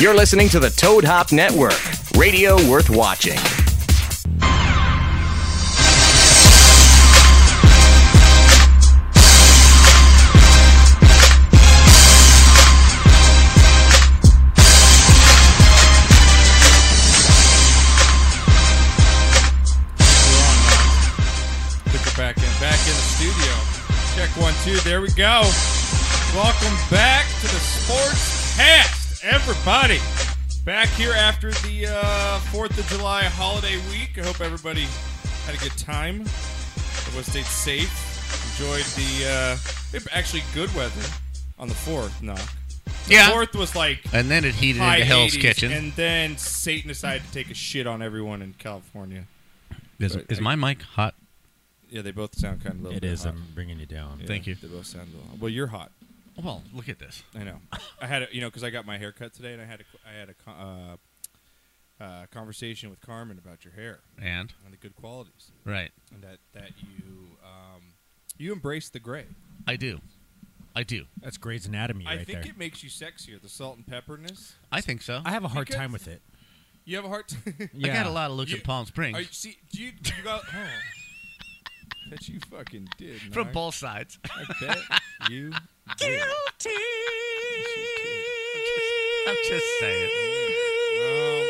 You're listening to the Toad Hop Network, radio worth watching. Pick it back in, back in the studio. Check one, two. There we go. Welcome back to the Sports Cast, everybody. Back here after the uh, Fourth of July holiday week. I hope everybody had a good time. Everyone stayed safe. Enjoyed the uh, they had actually good weather on the fourth. Knock. The Yeah. Fourth was like And then it heated high into Hell's 80s, Kitchen. and then Satan decided to take a shit on everyone in California. is, is my mic hot? Yeah, they both sound kind of a little. It bit is. hot. I'm bringing you down. Yeah, Thank you. They both sound a little. Well, you're hot. Well, look at this. I know. I had a, you know because I got my hair cut today, and I had a, I had a co- uh, uh, conversation with Carmen about your hair And and the good qualities, right, and that that you um, you embrace the gray. I do, I do. That's Grey's Anatomy I right think there. it makes you sexier. The salt and pepperness. I think so. I I, have a hard Because- time with it. You have a heart. T- Yeah. got a lot of looks You- at Palm Springs Are you, see, do you do you got oh, that you fucking did from Nog. both sides. I bet you did. Guilty. I'm just saying. Um,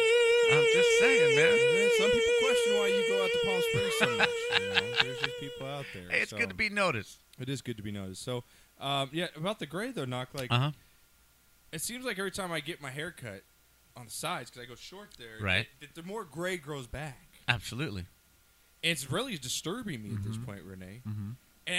I'm just saying, man. Man, some people question why you go out to Palm Springs so much. You know, there's just people out there. Hey, it's so- good to be noticed. It is good to be noticed. So, um, yeah, about the gray though, knock. Like Uh huh. it seems like every time I get my hair cut on the sides because I go short there, Right. th- the more gray grows back. Absolutely. Mm-hmm. It's really disturbing me at this point, Renee. And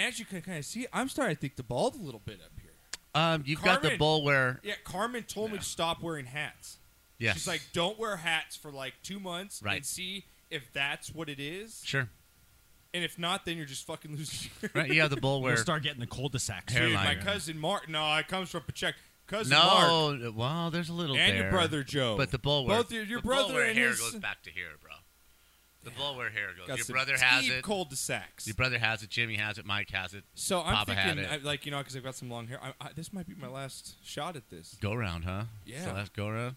as you can kind of see, I'm starting to think the bald a little bit up here. Um, you've got the Carmen. bowl where Yeah, Carmen told me to stop wearing hats. yes, She's like, don't wear hats for like two months Right. and see if that's what it is. sure, And if not, then you're just fucking losing your right? You have the bowl where We'll start getting the cul-de-sacs. Hair- Dude, my Hairline. cousin Mark. No, it comes from Pacheco. Cousin Mark no, well, oh, there's a little and your there. brother Joe. But the bowl where both your, your the brother bowl where and hair his goes back to here, bro. The bowl where hair goes. got Your some brother has deep it. cul-de-sacs. Your brother has it. Jimmy has it. Mike has it. So I'm Papa had thinking, it. I, like you know, because I've got some long hair. I, I, this might be my last shot at this. Go round, huh? Yeah. So that's go I'm round.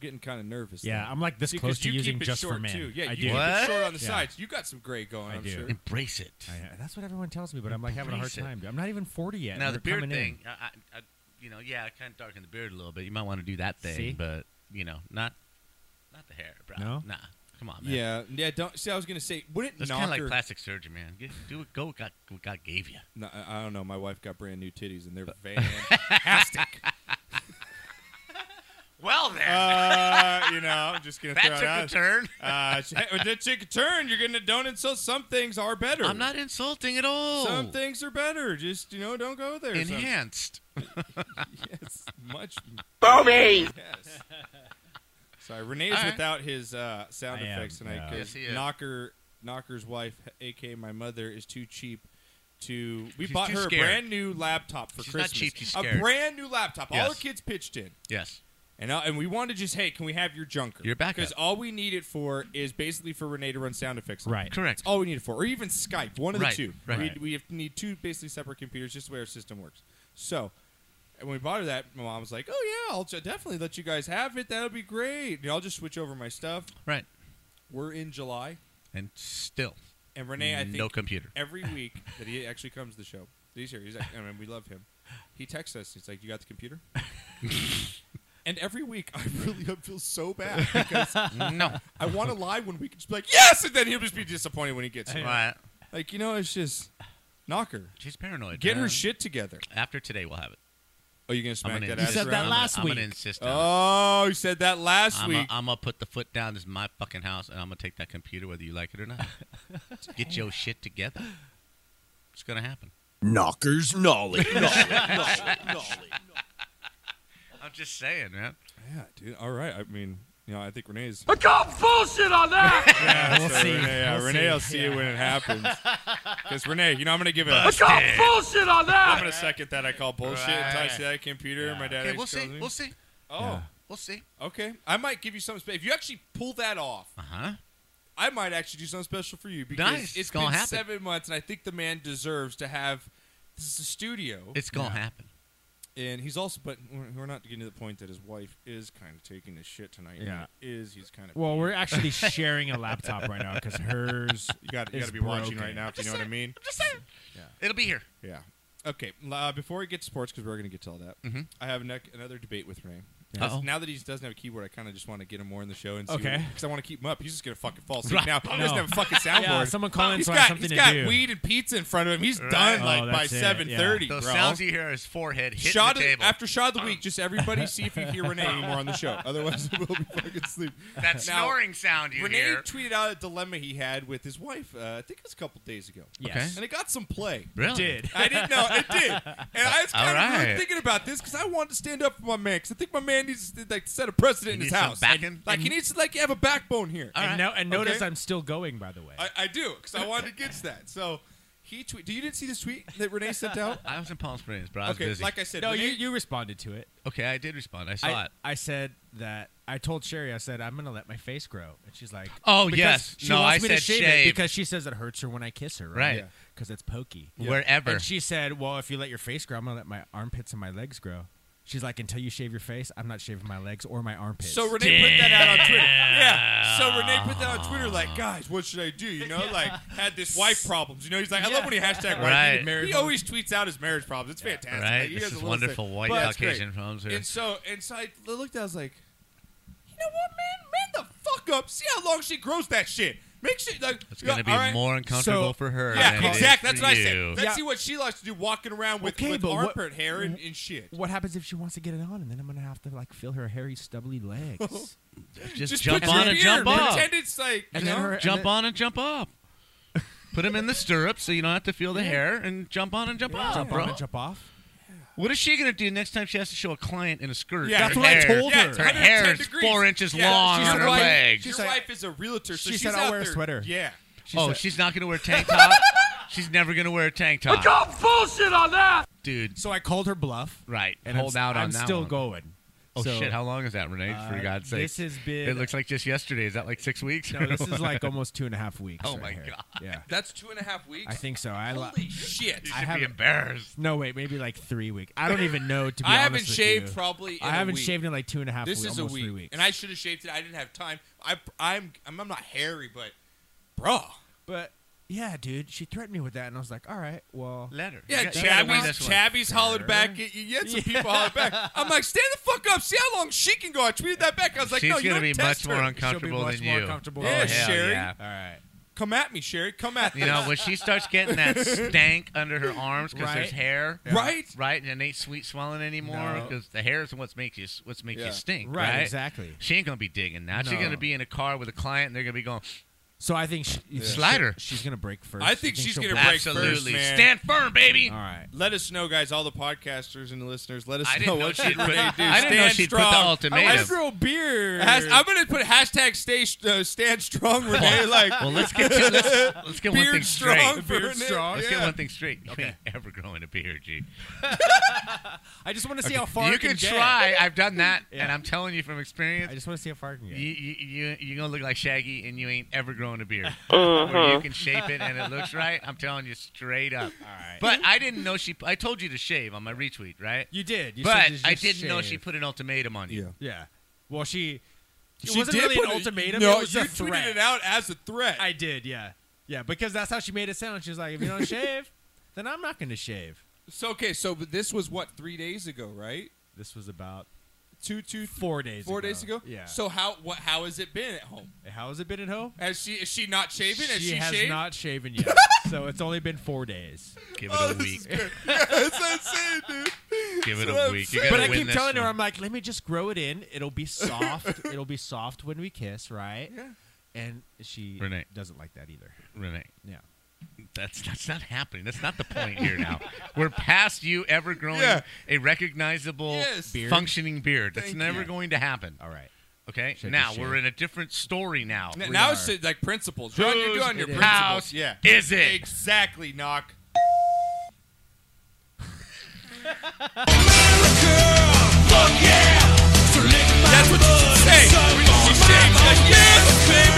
getting kind of nervous. Yeah, now. I'm like this See, 'cause close to you using keep it just short for men. Too. Yeah, I you do. keep it What? short on the Yeah. sides. You got some gray going. I am do. sure. Embrace it. I, uh, that's what everyone tells me, but I'm like having a hard Embrace it. time. I'm not even 40 yet. now and the they're beard coming in. thing, I, I, I, you know, yeah, I kind of darken the beard a little bit. You might want to do that thing, See? but you know, not, not the hair, bro. No? Nah, come on, man. Yeah, yeah. Don't see. I was gonna say, wouldn't That's kind of knocker? like plastic surgery, man. Get- Do what go what God, what God gave you. No, I- I don't know. My wife got brand new titties, and they're fantastic. Well then, uh, you know, I'm just gonna throw that it out. took a turn. Uh, sh- hey, it did take a turn. You're gonna don't insult. Some things are better. I'm not insulting at all. Some things are better. Just you know, don't go there. Some- enhanced. yes, much. Bobby! Yes. Sorry, Renee's All right. without his uh, sound I am, effects tonight yeah. because Yes, he is. Knocker, Knocker's wife, aka my mother, is too cheap. To we She's bought too her scared. a brand new laptop for She's not Christmas. cheap, she's a scared. brand new laptop. All her Yes. kids pitched in. Yes. And, uh, and we wanted to just, hey, can we have your junker? Your backup. Because all we need it for is basically for Renee to run sound effects. on. Right. Correct. That's all we need it for. Or even Skype, one of Right, the two. right. We, we have, need two basically separate computers, just the way our system works. So, and when we bought her that, my mom was like, oh, yeah, I'll ju- definitely let you guys have it. That'll be great. And I'll just switch over my stuff. Right. We're in July. And still, And Renee, I think no computer. every week that he actually comes to the show, he's here. He's, act- I mean, we love him. He texts us. He's like, you got the computer? and every week, I really feel so bad because no. I want to lie when we can just be like, yes, and then he'll just be disappointed when he gets it. Right. Like, you know, it's just knocker. She's paranoid. Get her man. shit together. After today, we'll have it. Oh, you going to I'm smack gonna that insist- ass said that around? last I'm gonna- I'm gonna week. insist on it. Oh, you said that last I'm week. gonna I'm gonna put the foot down. This is my fucking house, and I'm gonna take that computer whether you like it or not. Get your shit together. It's gonna happen. Knocker's knowledge. I'm just saying, man. yeah, dude. All right. I mean, you know, I think Renee's. I call bullshit on that! Yeah, we'll so see. Renee, yeah, We'll Renee see. will see it Yeah. when it happens. Because Renee, you know, I'm going to give it. I A, call bullshit on I'm that! going to second that. I call bullshit until I Right. see that computer. My dad. Okay, we'll always tells see. me. We'll see. Oh, We'll see. okay. I might give you some space. If you actually pull that off, Uh huh. I might actually do something special for you because Nice. it's It's been gonna happen. seven months, and I think the man deserves to have. This is a studio. It's gonna happen. and he's also, but we're- we're not getting to the point that his wife is kind of taking a shit tonight. and Yeah. he is he's kind of Well, we're actually sharing a laptop right now because hers. you got you is got to be watching right broken. now if you know what I mean. It'll be here. Yeah. Okay. l- Uh, before we get to sports, because we're going to get to all that, I have nec- another debate with Ray. 'Cause Mm-hmm. Uh-oh. Now that he doesn't have a keyboard, I kind of just want to get him more in the show and Okay. Because I want to keep him up. He's just going to fucking fall asleep now. He doesn't No. have a fucking soundboard. Yeah, someone call in He's so I got, have something he's to got do. weed and pizza in front of him. He's done Oh, like by that's it, yeah. seven thirty, Those bro. sounds you hear is forehead hitting Shot the of the- table. after shot of the week, just everybody see if you hear Renee anymore on the show. Otherwise, we'll be fucking asleep. that Now, snoring sound you Renee hear. tweeted out a dilemma he had with his wife. Uh, I think it was a couple days ago. Yes. and it got some play. really? Did. I didn't know it did, and I was All kind of really right. thinking about this because I wanted to stand up for my man because I think my man needs to like set a precedent He in his needs some house. backing? Like he needs to like have a backbone here. All And, right. no, and notice Okay. I'm still going, by the way. I, I do because I wanted to get to that. So he tweet. Do you didn't see this tweet that Renee sent out? I was in Palm Springs, bro. I was Okay, busy. like I said, no, Renee, you, you responded to it. okay, I did respond. I saw I, it. I said that I told Sherry I said I'm gonna let my face grow, and she's like, Oh, because yes. she No, wants I me to said shave, shave. it because she says it hurts her when I kiss her, Right. right? Yeah. Because it's pokey. Wherever. And she said, well, if you let your face grow, I'm gonna let my armpits and my legs grow. She's like, until you shave your face, I'm not shaving my legs or my armpits. So Renee put that out on Twitter. Yeah. So Renee put that on Twitter, like, guys, what should I do? You know, like, had this wife problems. You know, he's like, I love when he hashtag wife. Right. He, always tweets out his marriage problems. It's fantastic. Right. Like, he This has a is little wonderful thing. white But it's great. Caucasian films here. And so, and so I looked. I was like, you know what, man? Man, the fuck up. See how long she grows that shit. Make sure like it's going to be all right. more uncomfortable So- for her. Yeah, than it is exactly. That's for what I said. you. Let's Yeah. see what she likes to do, walking around with, Okay, with but what- armpit hair and, and shit. what happens if she wants to get it on, and then I'm gonna have to like feel her hairy, stubbly legs, Just, Just jump put your on and beard, jump off. Pretend it's like and you then know? her and jump then- on and jump off. Put him in the stirrup so you don't have to feel the hair, and jump on and jump off, jump bro. on, and jump off. What is she gonna do next time she has to show a client in a skirt? Yeah, That's Her what I hair- told her. Yeah, it's Her 110 hair is degrees. four inches Yeah, long she's on her right. legs. Your She's like- wife is a realtor, so she she's said, out "I'll wear a there- sweater." Yeah. She's oh, like- she's not gonna wear a tank top. she's never gonna wear a tank top, Call bullshit on that! dude. So I called her bluff. Right, And hold I'm, out on I'm that still one. going. Oh So- shit! How long is that, Renee? For Uh, God's sake, this has been- It looks like just yesterday. Is that like six weeks? No, this is like almost two and a half weeks. Oh right my here. God. Yeah, That's two and a half weeks. I think so. I li- Holy shit. I should haven't- be embarrassed. no wait, maybe like three weeks. I don't even know. To be I honest haven't with shaved you. probably. In I haven't a week. shaved in like two and a half. This weeks, is a almost week, three weeks. and I should have shaved it. I didn't have time. I, I'm, I'm, I'm not hairy, but, bro. but yeah, dude, she threatened me with that, and I was like, all right, well, Letter. Yeah, Chabby's, Chabby's hollered back at you. You had some people hollered back. I'm like, stand the fuck up. See how long she can go. I tweeted that back. I was like, She's no, you gonna don't be test much more her. uncomfortable much than more you. comfortable Oh, than hell you. Sherry. yeah. all right. Come at me, Sherry. Come at me. You know, when she starts getting that stank under her arms because Right. there's hair, Right? Right, and it ain't sweet swelling anymore No. because the hair is what's make you what's make Yeah. you stink, Right, right? exactly. She ain't gonna be digging that. She's No. gonna be in a car with a client, and they're gonna be going, So I think she, Slider. she- she's gonna break first. I You think she's she'll gonna break- break first, absolutely, man. stand firm, baby. All right. Let us know, guys, all the podcasters and listeners. Let us I know didn't know what she'd should put. Renee do. I didn't know Stand she'd strong. put the ultimatum. grow beard. Has- I'm going to put hashtag stay, uh, stand strong, Renee. Like, well, let's get to, let's, let's get one beard thing straight. strong. Beard Renee. strong, Let's Yeah. get one thing straight. You ain't ever growing a beard, G. I just want to see how far you I can, can get. try. I've done that, Yeah. and I'm telling you from experience, I just want to see how far I can get. You you you you gonna look like Shaggy, and you ain't ever growing a beard. Where you can shape it and it looks right. I'm telling you straight up. All right. But I didn't know she. I told you to shave on my retweet, right? you did. You but said just- I just didn't know shave. she put an ultimatum on you. Yeah. Well, she. It She wasn't did really put an it- ultimatum. No, it was you a tweeted threat. it out as a threat. I did. Yeah. Yeah, because that's how she made it sound. She was like, "If you don't shave, then I'm not going to shave." so, okay, so but this was what, three days ago, right? This was about Two, two, four days. four ago. days ago? Yeah. So, how what? how has it been at home? how has it been at home? Has she, is she not shaving? Has she, has shaved? not shaven yet, so it's only been four days. Give Oh, it a this week. is good. Yeah, that's what I'm saying, dude. Give That's it what a I'm week. You saying. gotta But I win keep this telling her, one. I'm like, "Let me just grow it in. It'll be soft. It'll be soft when we kiss, right?" Yeah. And she Renee. doesn't like that either. Renee. Yeah. That's that's not happening. That's not the point here now. We're past you ever growing Yeah. a recognizable Yes. Beard. functioning beard. That's Thank never you. going to happen. All right. Okay? Shake now your we're shade. in a different story now. N- We Now it's are. uh, like principles. John, you're Whose doing your it is. principles. House yeah. is it? Exactly, knock. That's what you should say. When she shaves, like, yes, baby.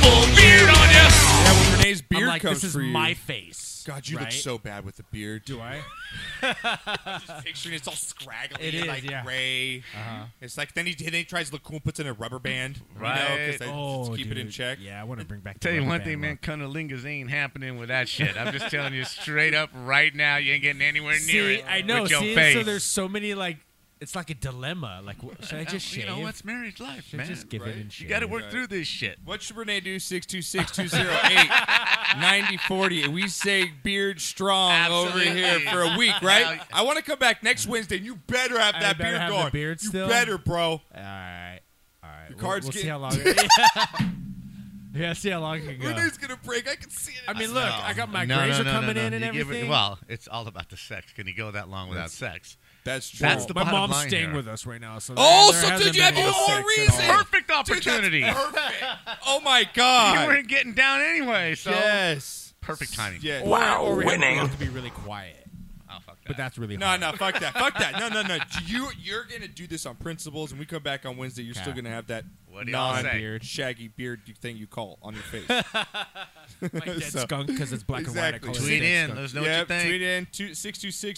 Beard on you. Yeah, when Renee's beard I'm like, comes this is for you. my face. God, you Right? look so bad with the beard. Do I? Picturing it's all scraggly, It is, like yeah. Uh-huh. gray. It's like then he then he tries to look cool, and puts in a rubber band, You know, 'cause Right. they Oh, keep it in dude. check. Yeah, I want to bring back. Tell the you rubber one band thing, man. look. Cunnilingus ain't happening with that shit. I'm just telling you straight up right now. You ain't getting anywhere near See, it. I know. With your See, face. Uh, so there's so many like, it's like a dilemma. Like, wh- should I just shave? You know what's marriage life, should I man? just give right? it and You shave? You got to work through this shit. What should Renee do? 626-208-9040. We say beard strong Absolutely. over here for a week, right? Hell- I want to come back next Wednesday, and you better have I that better beard have the going. beard you still? better, bro. All right, all right. Your card's we'll, we'll see getting- how long. yeah. yeah, see how long it can go. Renee's gonna break. I can see it. I mean, No. look, I got my No, no, grays no, are no, coming no. in and You give it- everything. well, it's all about the sex. Can you go that long without sex? that's true. that's the my bottom mom's line staying here. with us right now, so Oh, there so hasn't did you been have any more sex at all. reason? Perfect Dude, that's opportunity. perfect. Oh my You god. weren't getting down anyway, so Yes. perfect timing. Yes. Wow, Or We winning. have to be really quiet, Oh, fuck that. but that's really No, hard. no, fuck that. Fuck that. No, no, no. You you're gonna do this on principles and we come back on Wednesday, you're still Okay. gonna have that What do y'all say? non beard shaggy beard thing you call on your face. Like that So- skunk because it's black Exactly. and white. I call it Tweet dead in. skunk. Let us know yep, what you think. tweet in two,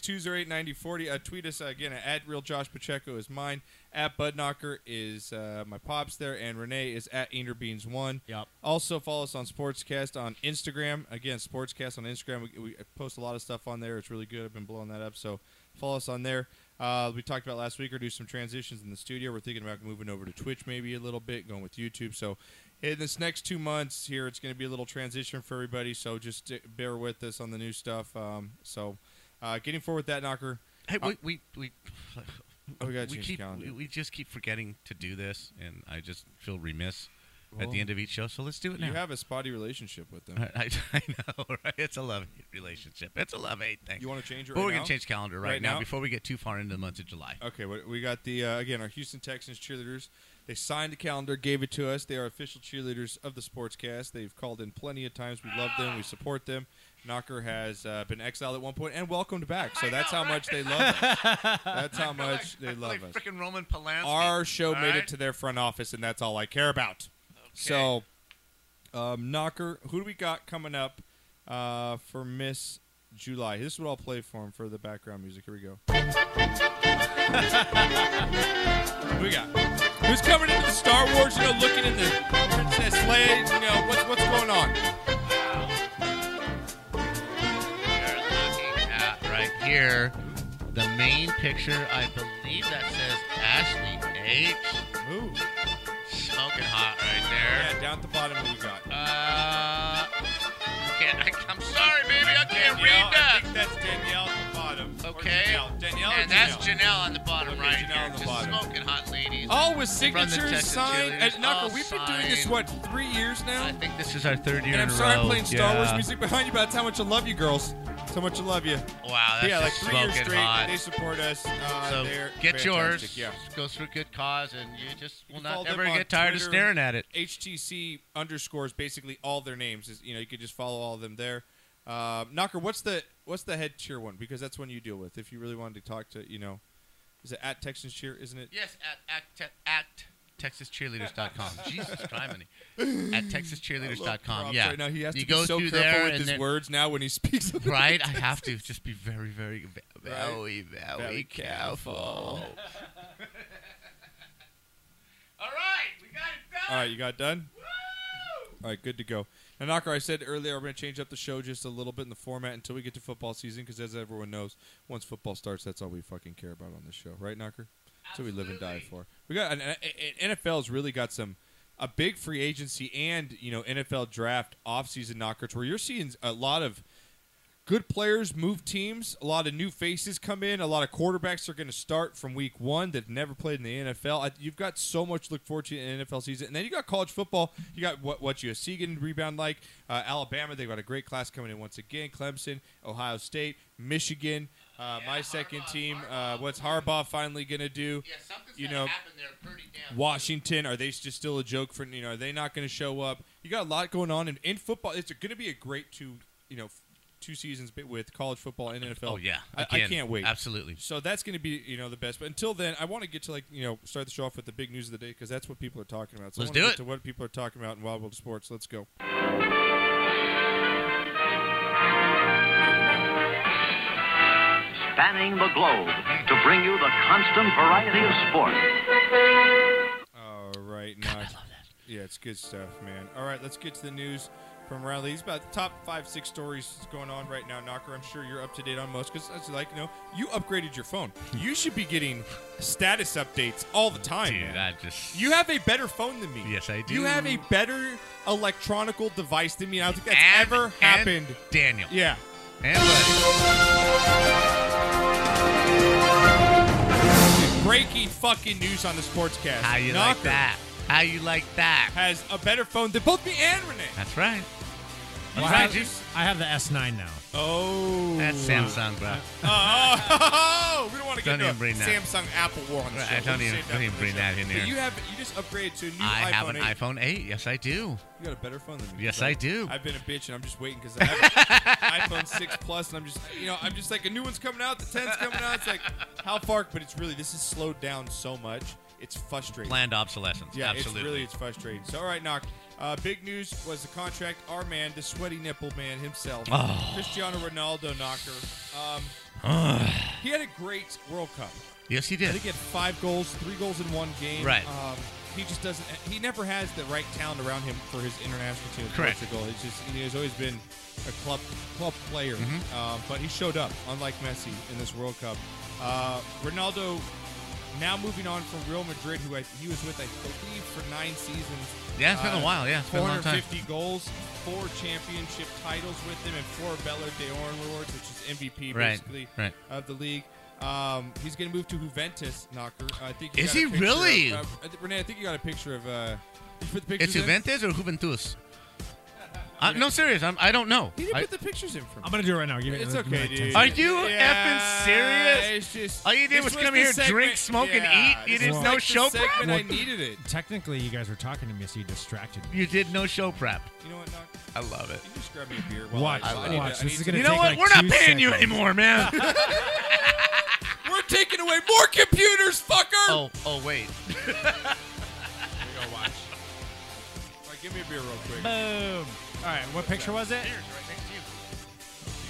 626-208-9040. Uh, tweet us uh, again at real Josh Pacheco is mine. At Budknocker is uh, my pops there, and Renee is at Beans one. Yep. Also follow us on Sportscast on Instagram. Again, Sportscast on Instagram. We, we post a lot of stuff on there. It's really good. I've been blowing that up. So follow us on there. Uh, we talked about last week or do some transitions in the studio. We're thinking about moving over to Twitch maybe a little bit, going with YouTube. So in this next two months here, it's going to be a little transition for everybody. So just uh, bear with us on the new stuff. Um, so uh, getting forward with that knocker. uh, Hey, we we we, Oh, we gotta change the keep calendar. we, we just keep forgetting to do this, and I just feel remiss at the end of each show. So let's do it now. You have a spotty relationship with them. I, I know, right? It's a love hate relationship. It's a love hate thing. You want to change it but right we're now? gonna change calendar right, Right now, now? before we get too far into the month of July. Okay, what- we got the uh, again our Houston Texans cheerleaders. They signed the calendar, gave it to us. They are official cheerleaders of the Sportscast. They've called in plenty of times. We love them. We support them. Knocker has uh, been exiled at one point and welcomed back. So that's how much they love us. That's how much they love us. freaking Roman Polanski. Our show All made right. it to their front office, and that's all I care about. So, um, Knocker, who do we got coming up uh, for Miss July? This is what I'll play for him for the background music. Here we go. Who we got? Who's coming into the Star Wars? You know, looking in the Princess Leia. You know, what's what's going on? You're looking at Ah, right here the main picture. I believe that says Ashley H. Ooh, Smoking hot right there. yeah, down at the bottom. Who we got? Uh, I can't, I, I'm sorry, baby. I can't read Danielle, I that. think that's Danielle at the bottom. Or Okay. Danielle. Danielle. or and that's Janelle? Janelle on the bottom Okay, right. Janelle here. on the Just bottom. smoking hot ladies. All with From the signatures Texas signed. cheerleaders, And Knocker, all we've been doing this signed. what three years I now. think this is our third year And I'm in a sorry, row. I'm playing Star yeah. Wars music behind you, but that's how much I love you, girls. That's how much I love you. Wow, that's yeah, like just three years smoking straight, hot. they support us. Uh, so they're get fantastic. yours. Yeah. Goes for a good cause, and you just will can follow not them ever on get tired Twitter. of staring at it. HTC underscores basically all their names. Is you know you could just follow all of them there. Uh, Knocker, what's the what's the head cheer one? Because that's one you deal with. If you really wanted to talk to, you know, is it at Texans cheer? Isn't it? Yes, at act, te- act texascheerleaders.com. Jesus Christ, at texascheerleaders.com. Props Yeah. Right now he has you to go be so through careful there with and his then- words now when he speaks. Right? I have to just be very, very, ve- Right. very, very, Very careful. All right, we got it done. All right, you got done? All right, good to go. Now, Knocker, I said earlier we're going to change up the show just a little bit in the format until we get to football season because, as everyone knows, once football starts, that's all we fucking care about on this show. Right, Knocker? That's what we live and die for. We got an, an, an- NFL's really got some a big free agency and you know NFL draft offseason knockers where you're seeing a lot of good players move teams. A lot of new faces come in. A lot of quarterbacks are going to start from week one that never played in the NFL. I, you've got so much to look forward to in the NFL season, and then you got college football. You got what what you see getting rebound like uh, Alabama. They've got a great class coming in once again. Clemson, Ohio State, Michigan. Uh, my second team. Uh, what's Harbaugh finally going to do? Yeah, something's you gotta know, happen there pretty damn Washington, are they just still a joke for you know? Are they not going to show up? You got a lot going on, and in football, it's going to be a great two you know f- two seasons bit with college football and NFL. Oh yeah, I, I Again, can't wait. Absolutely. So that's going to be you know the best. But until then, I want to get to like you know start the show off with the big news of the day because that's what people are talking about. So Let's I wanna do get To it. what people are talking about in Wild World of Sports. Let's go. spanning the globe to bring you the constant variety of sport. All right, now. I love that. Yeah, it's good stuff, man. All right, let's get to the news from around these about the top five, six stories that's going on right now. Knocker, I'm sure you're up to date on most because, as you like, you know, you upgraded your phone. you should be getting status updates all the time, Dude, man. I just. You have a better phone than me. Yes, I do. You have a better electronical device than me. and I don't think that's And- ever and happened. Daniel. Yeah. And Buddy. Breaking fucking news on the sportscast. How you Knocker like that? How you like that? Has a better phone than both me and Renee. That's right. Well, That's I, right, have, dude. I have the S9 now. Oh. That's Samsung, bro. Oh, we don't want to get Don't into a even bring that. Samsung Apple War on the Right, show. I don't We'll even- save don't even for the bring show. that in But here. You have you just upgraded to a new I iPhone have an 8. iPhone 8. Yes, I do. You got a better phone than me. Yes, so I do. I've been a bitch, and I'm just waiting because I have an iPhone 6 Plus, and I'm just, you know, I'm just like a new one's coming out, the 10's coming out. It's like how far, but it's really this is slowed down so much. It's frustrating. Planned obsolescence. yeah, Absolutely. it's really it's frustrating. So all right, knock. Uh, big news was the contract. Our man, the sweaty nipple man himself, Oh. Cristiano Ronaldo, knocker. Um, he had a great World Cup. yes, he I did. think he had five goals, three goals in one game. Right. Um, he just doesn't. He never has the right talent around him for his international team. with Correct. Portugal. He's just. He has always been a club club player. Mm-hmm. Um, but he showed up, unlike Messi, in this World Cup. Uh, Ronaldo, now moving on from Real Madrid, who I, he was with, I believe, for nine seasons. Uh, Yeah, it's been a while. Yeah, it's been a long time. 450 goals, four championship titles with them, and four Ballon d'Or awards, which is MVP Right, basically right. of the league. Um, he's going to move to Juventus, knocker. I think. Is got a he picture really? Of, uh, I thi- Renee, I think you got a picture of. Uh, did you put the pictures It's in? Juventus or Juventus? Uh, no, serious. I'm, I don't know. He didn't I- put the pictures in for me. I'm gonna do it right now. Give me. It's give me okay, like dude. Are 10 seconds. you effing Uh, serious? It's just, All you did this was come the here, drink, segment- smoke, and yeah, eat. You this didn't was know like the show prep? segment I Well, needed it. Technically, you guys were talking to me, so you distracted me. You did no show prep. You know what, knocker? I love it. Can you just grab me a beer? While Watch, I, I need to- watch. I need This is to- gonna You take know what? like We're not two paying you seconds. anymore, man. We're taking away more computers, fucker. oh, oh, wait. Go watch. All right, give me a beer real quick. Boom. All right, what picture was it?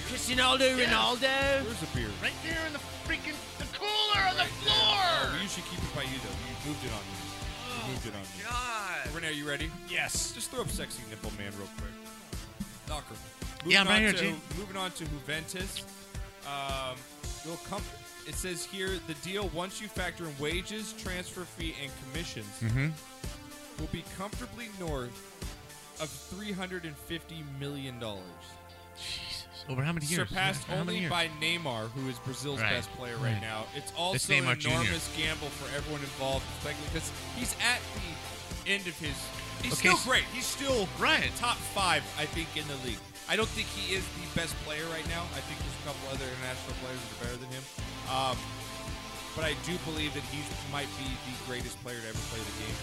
Cristiano Ronaldo. Where's the beer? Right there in the freaking the cooler on the floor. We usually keep it by you though. You moved it on me. You moved it on me. God. Renee, are you ready? Yes. Just throw up sexy nipple man real quick. Knocker. Moving Yeah, I'm right on here, to, G. Moving on to Juventus. Um, you'll come. It says here the deal once you factor in wages, transfer fee, and commissions Mm-hmm. will be comfortably north of 350 million dollars, Over how many years? surpassed How many only years? by Neymar, who is Brazil's Right, best player right, right. now. It's also an Neymar enormous Jr.. gamble for everyone involved, especially because he's at the end of his. He's Okay, still s- great. He's still Right. top five, I think, in the league. I don't think he is the best player right now. I think there's a couple other international players that are better than him. Um, but I do believe that he might be the greatest player to ever play the game.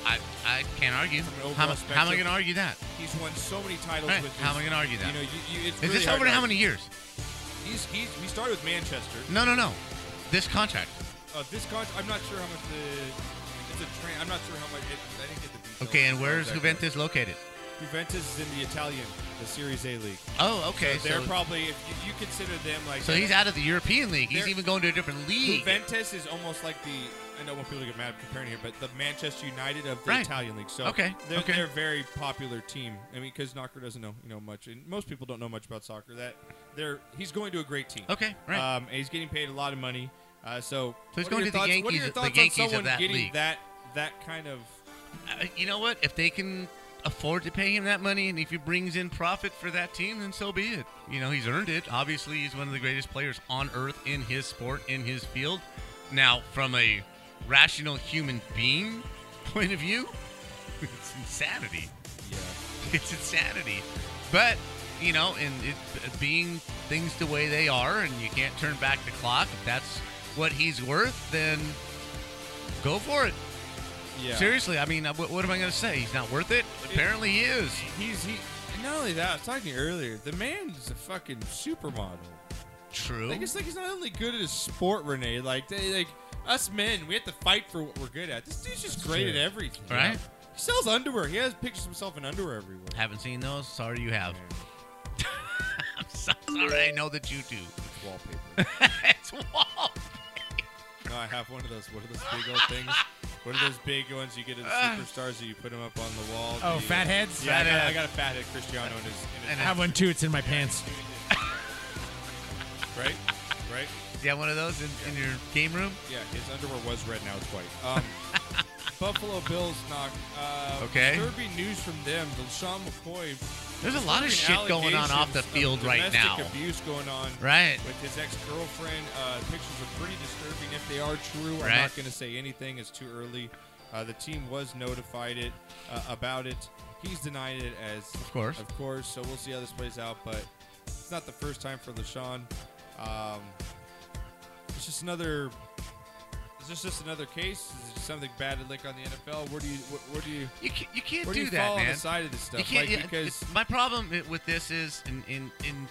I, I can't argue. From an overall How, am- how am I spectrum. going to argue that? He's won so many titles Right. with. How his- am I going to argue that? You know, you, you, it's Is really this hard over to how argue. many years? He's, he's he started with Manchester. No, no, no. This contract. Uh, this contract, I'm not sure how much the. It's a train. I'm not sure how much. It, I didn't get the details. Okay, and where's Exactly. Juventus located? Juventus is in the Italian, the Series A league. Oh, okay. So they're So, probably if you, you consider them like. so he's out of the European League. He's They're- even going to a different league. Juventus is almost like the. I know when people get mad comparing here, but the Manchester United of the Right. Italian league. So Okay, they're, okay. they're a very popular team. I mean, because Knocker doesn't know you know much, and most people don't know much about soccer. That they're he's going to a great team. Okay, right. Um, and he's getting paid a lot of money. Uh, so, So he's what are going your to the thoughts- What are Yankees- your the thoughts on Yankees of someone that getting league. that that kind of? Uh, you know what? If they can afford to pay him that money, and if he brings in profit for that team, then so be it. You know, he's earned it. Obviously, he's one of the greatest players on earth in his sport, in his field. Now, from a rational human being point of view, it's insanity. Yeah. It's insanity. But you know, and it being things the way they are, and you can't turn back the clock. If that's what he's worth, then go for it. Yeah. Seriously, I mean, uh, what, what am I going to say? He's not worth it. Apparently, he is. He's he. and Not only that, I was talking to you earlier. The man's a fucking supermodel. True. Like it's like he's not only good at his sport, Renee. Like they like us men, we have to fight for what we're good at. This dude's just great true. at everything. you Right. know? He sells underwear. He has pictures of himself in underwear everywhere. Haven't seen those. Sorry, you have. I'm so sorry. I know that you do. wallpaper. it's wall. no, I have one of those. What are those big old things? What are those big ones you get at the superstars that you put them up on the wall? Ah. Oh, You- fatheads? Yeah, I got- Fathead. I got a fathead Cristiano in his, in his I have one too. It's in my pants. right, right. Yeah, one of those in, in your game room. Yeah, his underwear was red. Now it's white. Um, Buffalo Bills knock. Uh, Okay. Disturbing news from them. Deshaun McCoy. There's a lot of shit disturbing going on off the allegations of field right domestic now. Abuse going on. Right. With his ex-girlfriend. Uh, pictures are pretty disturbing. If they are true, I'm not Right. going to say anything. It's too early. Uh, the team was notified it uh, about it. He's denied it as of course. of course. So we'll see how this plays out. But it's not the first time for Deshaun. Um, it's just another is this just another case? Is it something bad to lick on the NFL? Where do you where, where do you You can't, you can't where do do you that, fall man. on the side of this stuff? you can't. like, yeah, because it's- my problem i- with this is, in in, in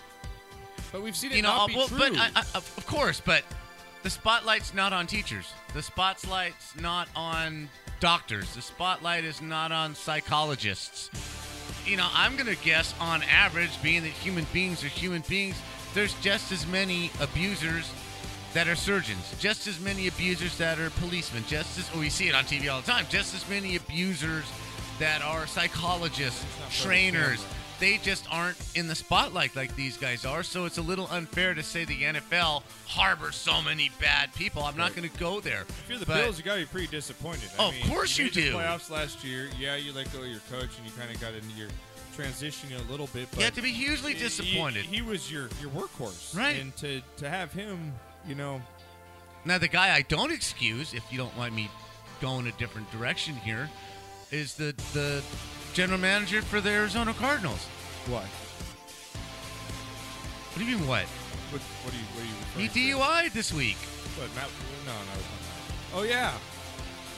but we've seen it you know, not uh, be well, true. but I, I, of of course, but the spotlight's not on teachers. The spotlight's not on doctors. The spotlight is not on psychologists. You know, I'm gonna guess on average, being that human beings are human beings, there's just as many abusers that are surgeons, just as many abusers that are policemen, just as oh, we see it on TV all the time, just as many abusers that are psychologists, trainers. They just aren't in the spotlight like these guys are, so it's a little unfair to say the NFL harbors so many bad people. I'm not going to go there. if you're the but- Bills, you gotta be pretty disappointed. I Of mean, course you, you made the do. Playoffs last year, yeah, you let go of your coach and you kind of got into your transition a little bit. But you have to be hugely he- disappointed. He, was your your workhorse, Right. And to to have him, you know, Now, the guy I don't excuse, if you don't mind me going a different direction here, is the the general manager for the Arizona Cardinals. what? What do you mean what? What, what are you what are you He referring to? DUI'd this week. What, Matt, no, no, no. Oh yeah,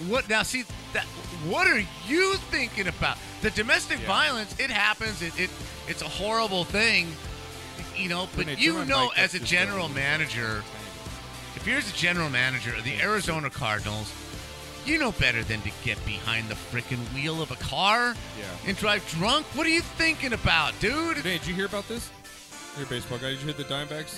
What now? See that? What are you thinking about? The domestic Yeah. violence. It happens. It, it it's a horrible thing, you know. But Renee, turn you on know, mic, as that's a just a general little- manager, if you're the general manager of the Arizona Cardinals, you know better than to get behind the frickin' wheel of a car Yeah. and drive drunk. What are you thinking about, dude? Hey, did you hear about this? Your baseball guy, did you hit the Dimebacks?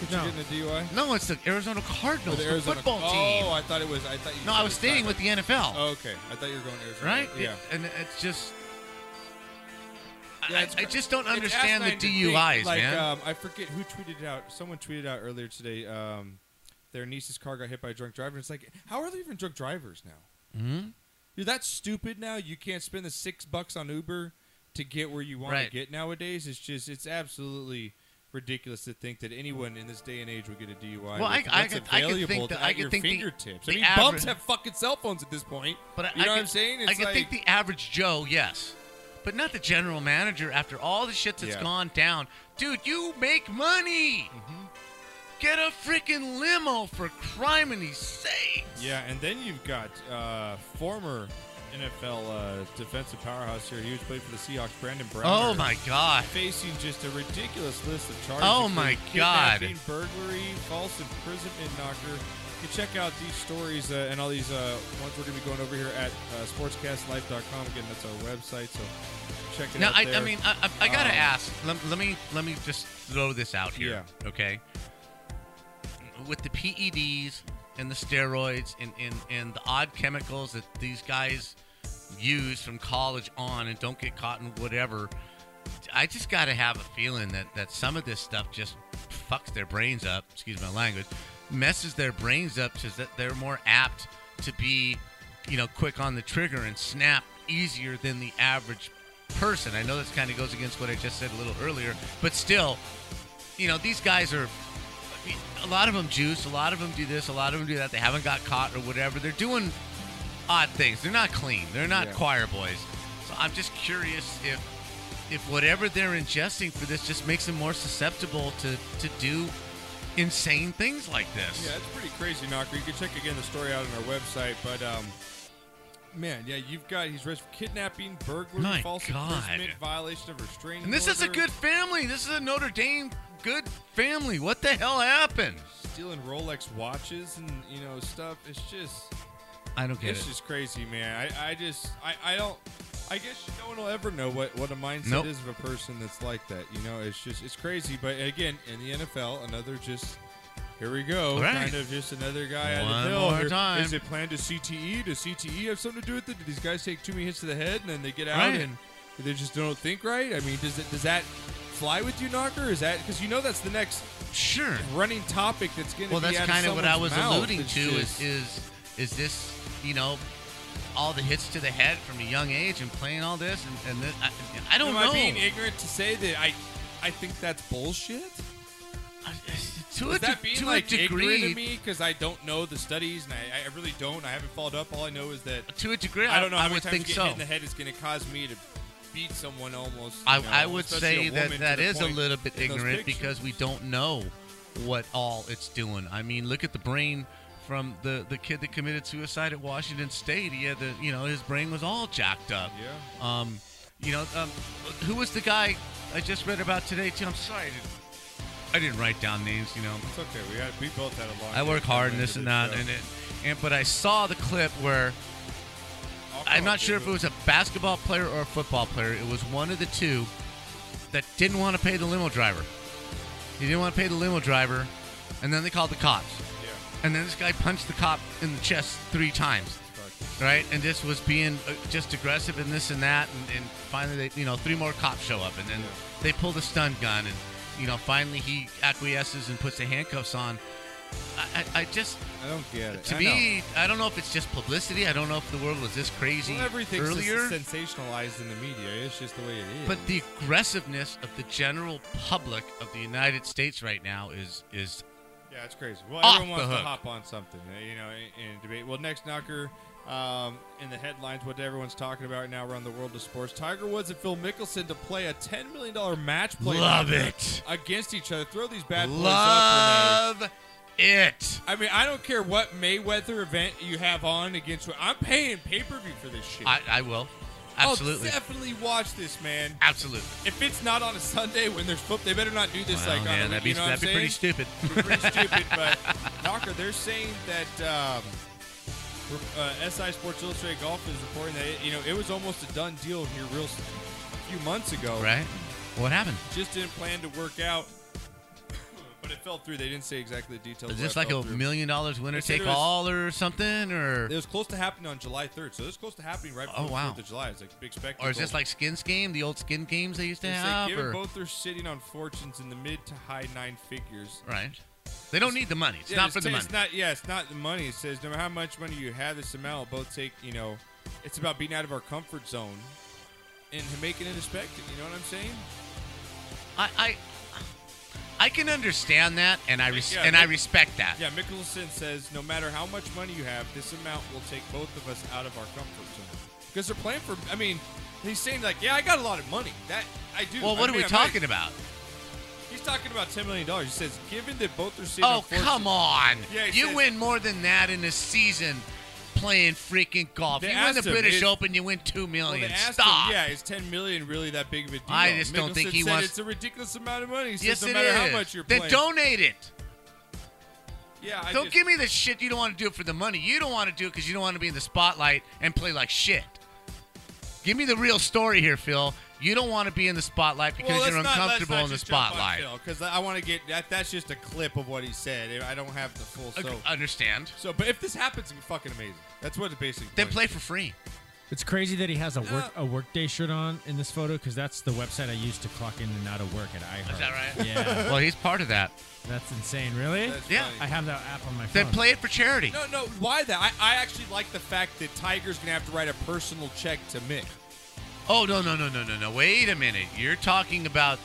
Did No. you get in a DUI? No, it's the Arizona Or Cardinals, Oh, the the, Arizona football team. Oh, I thought it was. I thought you. no, said I it was staying with the NFL. Dimebacks. Oh, okay, I thought you were going Arizona. right? Yeah. It- and it's just. Yeah, I, it's I cra- just don't It's understand the asinine to think, DUIs, like, man. Um, I forget who tweeted it out. Someone tweeted out earlier today. Um, their niece's car got hit by a drunk driver. It's like, how are they even drunk drivers now? Mm-hmm. You're that stupid now. You can't spend the six bucks on Uber to get where you want Right. to get nowadays. It's just, it's absolutely ridiculous to think that anyone in this day and age would get a DUI. Well, I- with- I that's could- I could available think to- that- at I could your think the- fingertips. the I mean, bums average- have fucking cell phones at this point. but I, you know I what could- I'm saying? I It's can like, think the average Joe, yes, but not the general manager. After all the shit that's Yeah. gone down, dude, you make money. Mm-hmm. Get a freaking limo for criminy sake. Yeah, and then you've got uh, former NFL uh, defensive powerhouse here. He was played for the Seahawks, Brandon Brown. Oh my god. Facing just a ridiculous list of charges. Oh, my including God. kidnapping, Burglary, false imprisonment knocker. You can check out these stories uh, and all these uh, ones we're going to be going over here at uh, sportscastlife.com. Again, that's our website, so check it Now out. I, there. I mean, I, I, I gotta Um, ask. Let, let me let me just throw this out here, Yeah. okay? With the PEDs and the steroids and, and and the odd chemicals that these guys use from college on and don't get caught in whatever, I just gotta have a feeling that that some of this stuff just fucks their brains up. Excuse my language, messes their brains up so that they're more apt to be, you know, quick on the trigger and snap easier than the average person. I know this kind of goes against what I just said a little earlier, but still, you know, these guys are. I mean, A lot of them juice, a lot of them do this, a lot of them do that. They haven't got caught or whatever. They're doing odd things. They're not clean. They're not Yeah. choir boys. So I'm just curious if if whatever they're ingesting for this just makes them more susceptible to to do insane things like this. Yeah, it's pretty crazy, Knocker. You can check again the story out on our website, but um, man, yeah, you've got he's arrested for kidnapping, burglary, My false God. imprisonment, violation of restraining. And this is a order, good family. This is a Notre Dame good family. What the hell happened? stealing Rolex watches and you know stuff. It's just I don't get it's it. just crazy, man. I, I just I, I don't I guess no one will ever know what, what a mindset Nope. is of a person that's like that. You know, it's just it's crazy. But again, in the NFL, another just here we go, Right. kind of just another guy out One of the hill. more Or time. Is it planned to CTE? Does CTE have something to do with it? Do these guys take too many hits to the head and then they get out Right. and they just don't think right? I mean, does it does that fly with you, Knocker? Is that because you know that's the next Sure. running topic that's going to Well, be that's out kind of what I someone's was mouth. alluding It's to just- is, is is this you know all the hits to the head from a young age and playing all this and, and this, I, I don't Am know. I being ignorant to say that I I think that's bullshit? to a, Is that de- being to like a degree, ignorant of me because I don't know the studies and I, I really don't. I haven't followed up. All I know is that to a degree, I don't know I, how many would times think getting so. hit in the head is going to cause me to beat someone almost. you I, know, I would especially say a that woman, that to the is a point little bit in those ignorant pictures. because we don't know what all it's doing. I mean, look at the brain from the, the kid that committed suicide at Washington State. He had the you know his brain was all jacked up. Yeah. Um, you know, um, who was the guy I just read about today? Too. I'm sorry, I didn't, I didn't write down names. You know, It's okay. We had we both had a long. I work day hard and coming this into and that, show. and it, and but I saw the clip where. I'll I'm call not sure if it David. was a basketball player or a football player. It was one of the two that didn't want to pay the limo driver. He didn't want to pay the limo driver, and then they called the cops. Yeah. And then this guy punched the cop in the chest three times, right? And just was being uh, just aggressive and this and that. And, and finally, they, you know, three more cops show up, and then they pull the stun gun, and you know, finally he acquiesces and puts the handcuffs on. I, I, I just I don't get it. to I know. me, I don't know if it's just publicity. I don't know if the world was this crazy Well, everything's just earlier. sensationalized in the media. It's just the way it is. But the aggressiveness of the general public of the United States right now is is Yeah, it's crazy. Well, Off everyone the wants to hook. hop on something, uh, you know, in, in debate. Well, next knocker um, in the headlines, what everyone's talking about right now around the world of sports: Tiger Woods and Phil Mickelson to play a ten million dollar match play. love knocker it, against each other. Throw these bad boys up. Renee. love it. I mean, I don't care what Mayweather event you have on against. I'm paying pay per view for this shit. I, I will, absolutely, I'll definitely watch this, man. absolutely. If it's not on a Sunday when there's football, they better not do this Well, like yeah, on a that'd week, be, you know what that'd I'm be pretty saying? stupid. pretty stupid, but Knocker, they're saying that um, uh, SI Sports Illustrated Golf is reporting that it, you know it was almost a done deal here real s- few months ago. right? What happened? Just didn't plan to work out, but it fell through. They didn't say exactly the details. Is why this it like fell a through. million dollars winner They said it take was- all or something, or It was close to happening on July 3rd, so it was close to happening right before Oh, wow. the 4th of July. It's like a big spectacle. or is this like skins game, the old skin games they used to They say, have? given or- both are sitting on fortunes in the mid to high nine figures, right? They don't need the money. It's Yeah, not for the ta- money. It's not, yeah, it's not the money. It says no matter how much money you have, this amount will both take. You know, it's about being out of our comfort zone and making it a spectacle. You know what I'm saying? I, I I can understand that, and I res- Yeah, and but- I respect that. Yeah, Mickelson says no matter how much money you have, this amount will take both of us out of our comfort zone because they're playing for. I mean, he's saying like, yeah, I got a lot of money. That I do. Well, I what mean, are we I'm talking Not, about? he's talking about ten million dollars. He says, given that both are sitting. Oh, come on! Yeah, he you says- win more than that in a season playing freaking golf. They You win the asked him, British is- Open, you win two Well, they million. asked Stop. Him, yeah, is ten million really that big of a deal? I just don't Mickelson think he said wants- It's a ridiculous amount of money. He says Yes, no it matter how is. much you're then playing. donate it. Yeah, I don't just, give me the shit you don't want to do it for the money. You don't want to do it because you don't want to be in the spotlight and play like shit. Give me the real story here, Phil. You don't want to be in the spotlight because well, you're let's not- uncomfortable let's not in the just jump on spotlight. Phil, 'cause I want to get that. That's just a clip of what he said. I don't have the full. So, Ag- understand? so but if this happens, it'd be fucking amazing. That's what the basic. Then point play is. for free. It's crazy that he has a work Yeah. a workday shirt on in this photo because that's the website I use to clock in and out of work at iHeart. Is that right? Yeah, well, he's part of that. that's insane. Really? That's Yeah. funny. I have that app on my phone. Then play it for charity. No, no. Why that? I, I actually like the fact that Tiger's gonna have to write a personal check to Mick. Oh no no no no no no! Wait a minute! You're talking about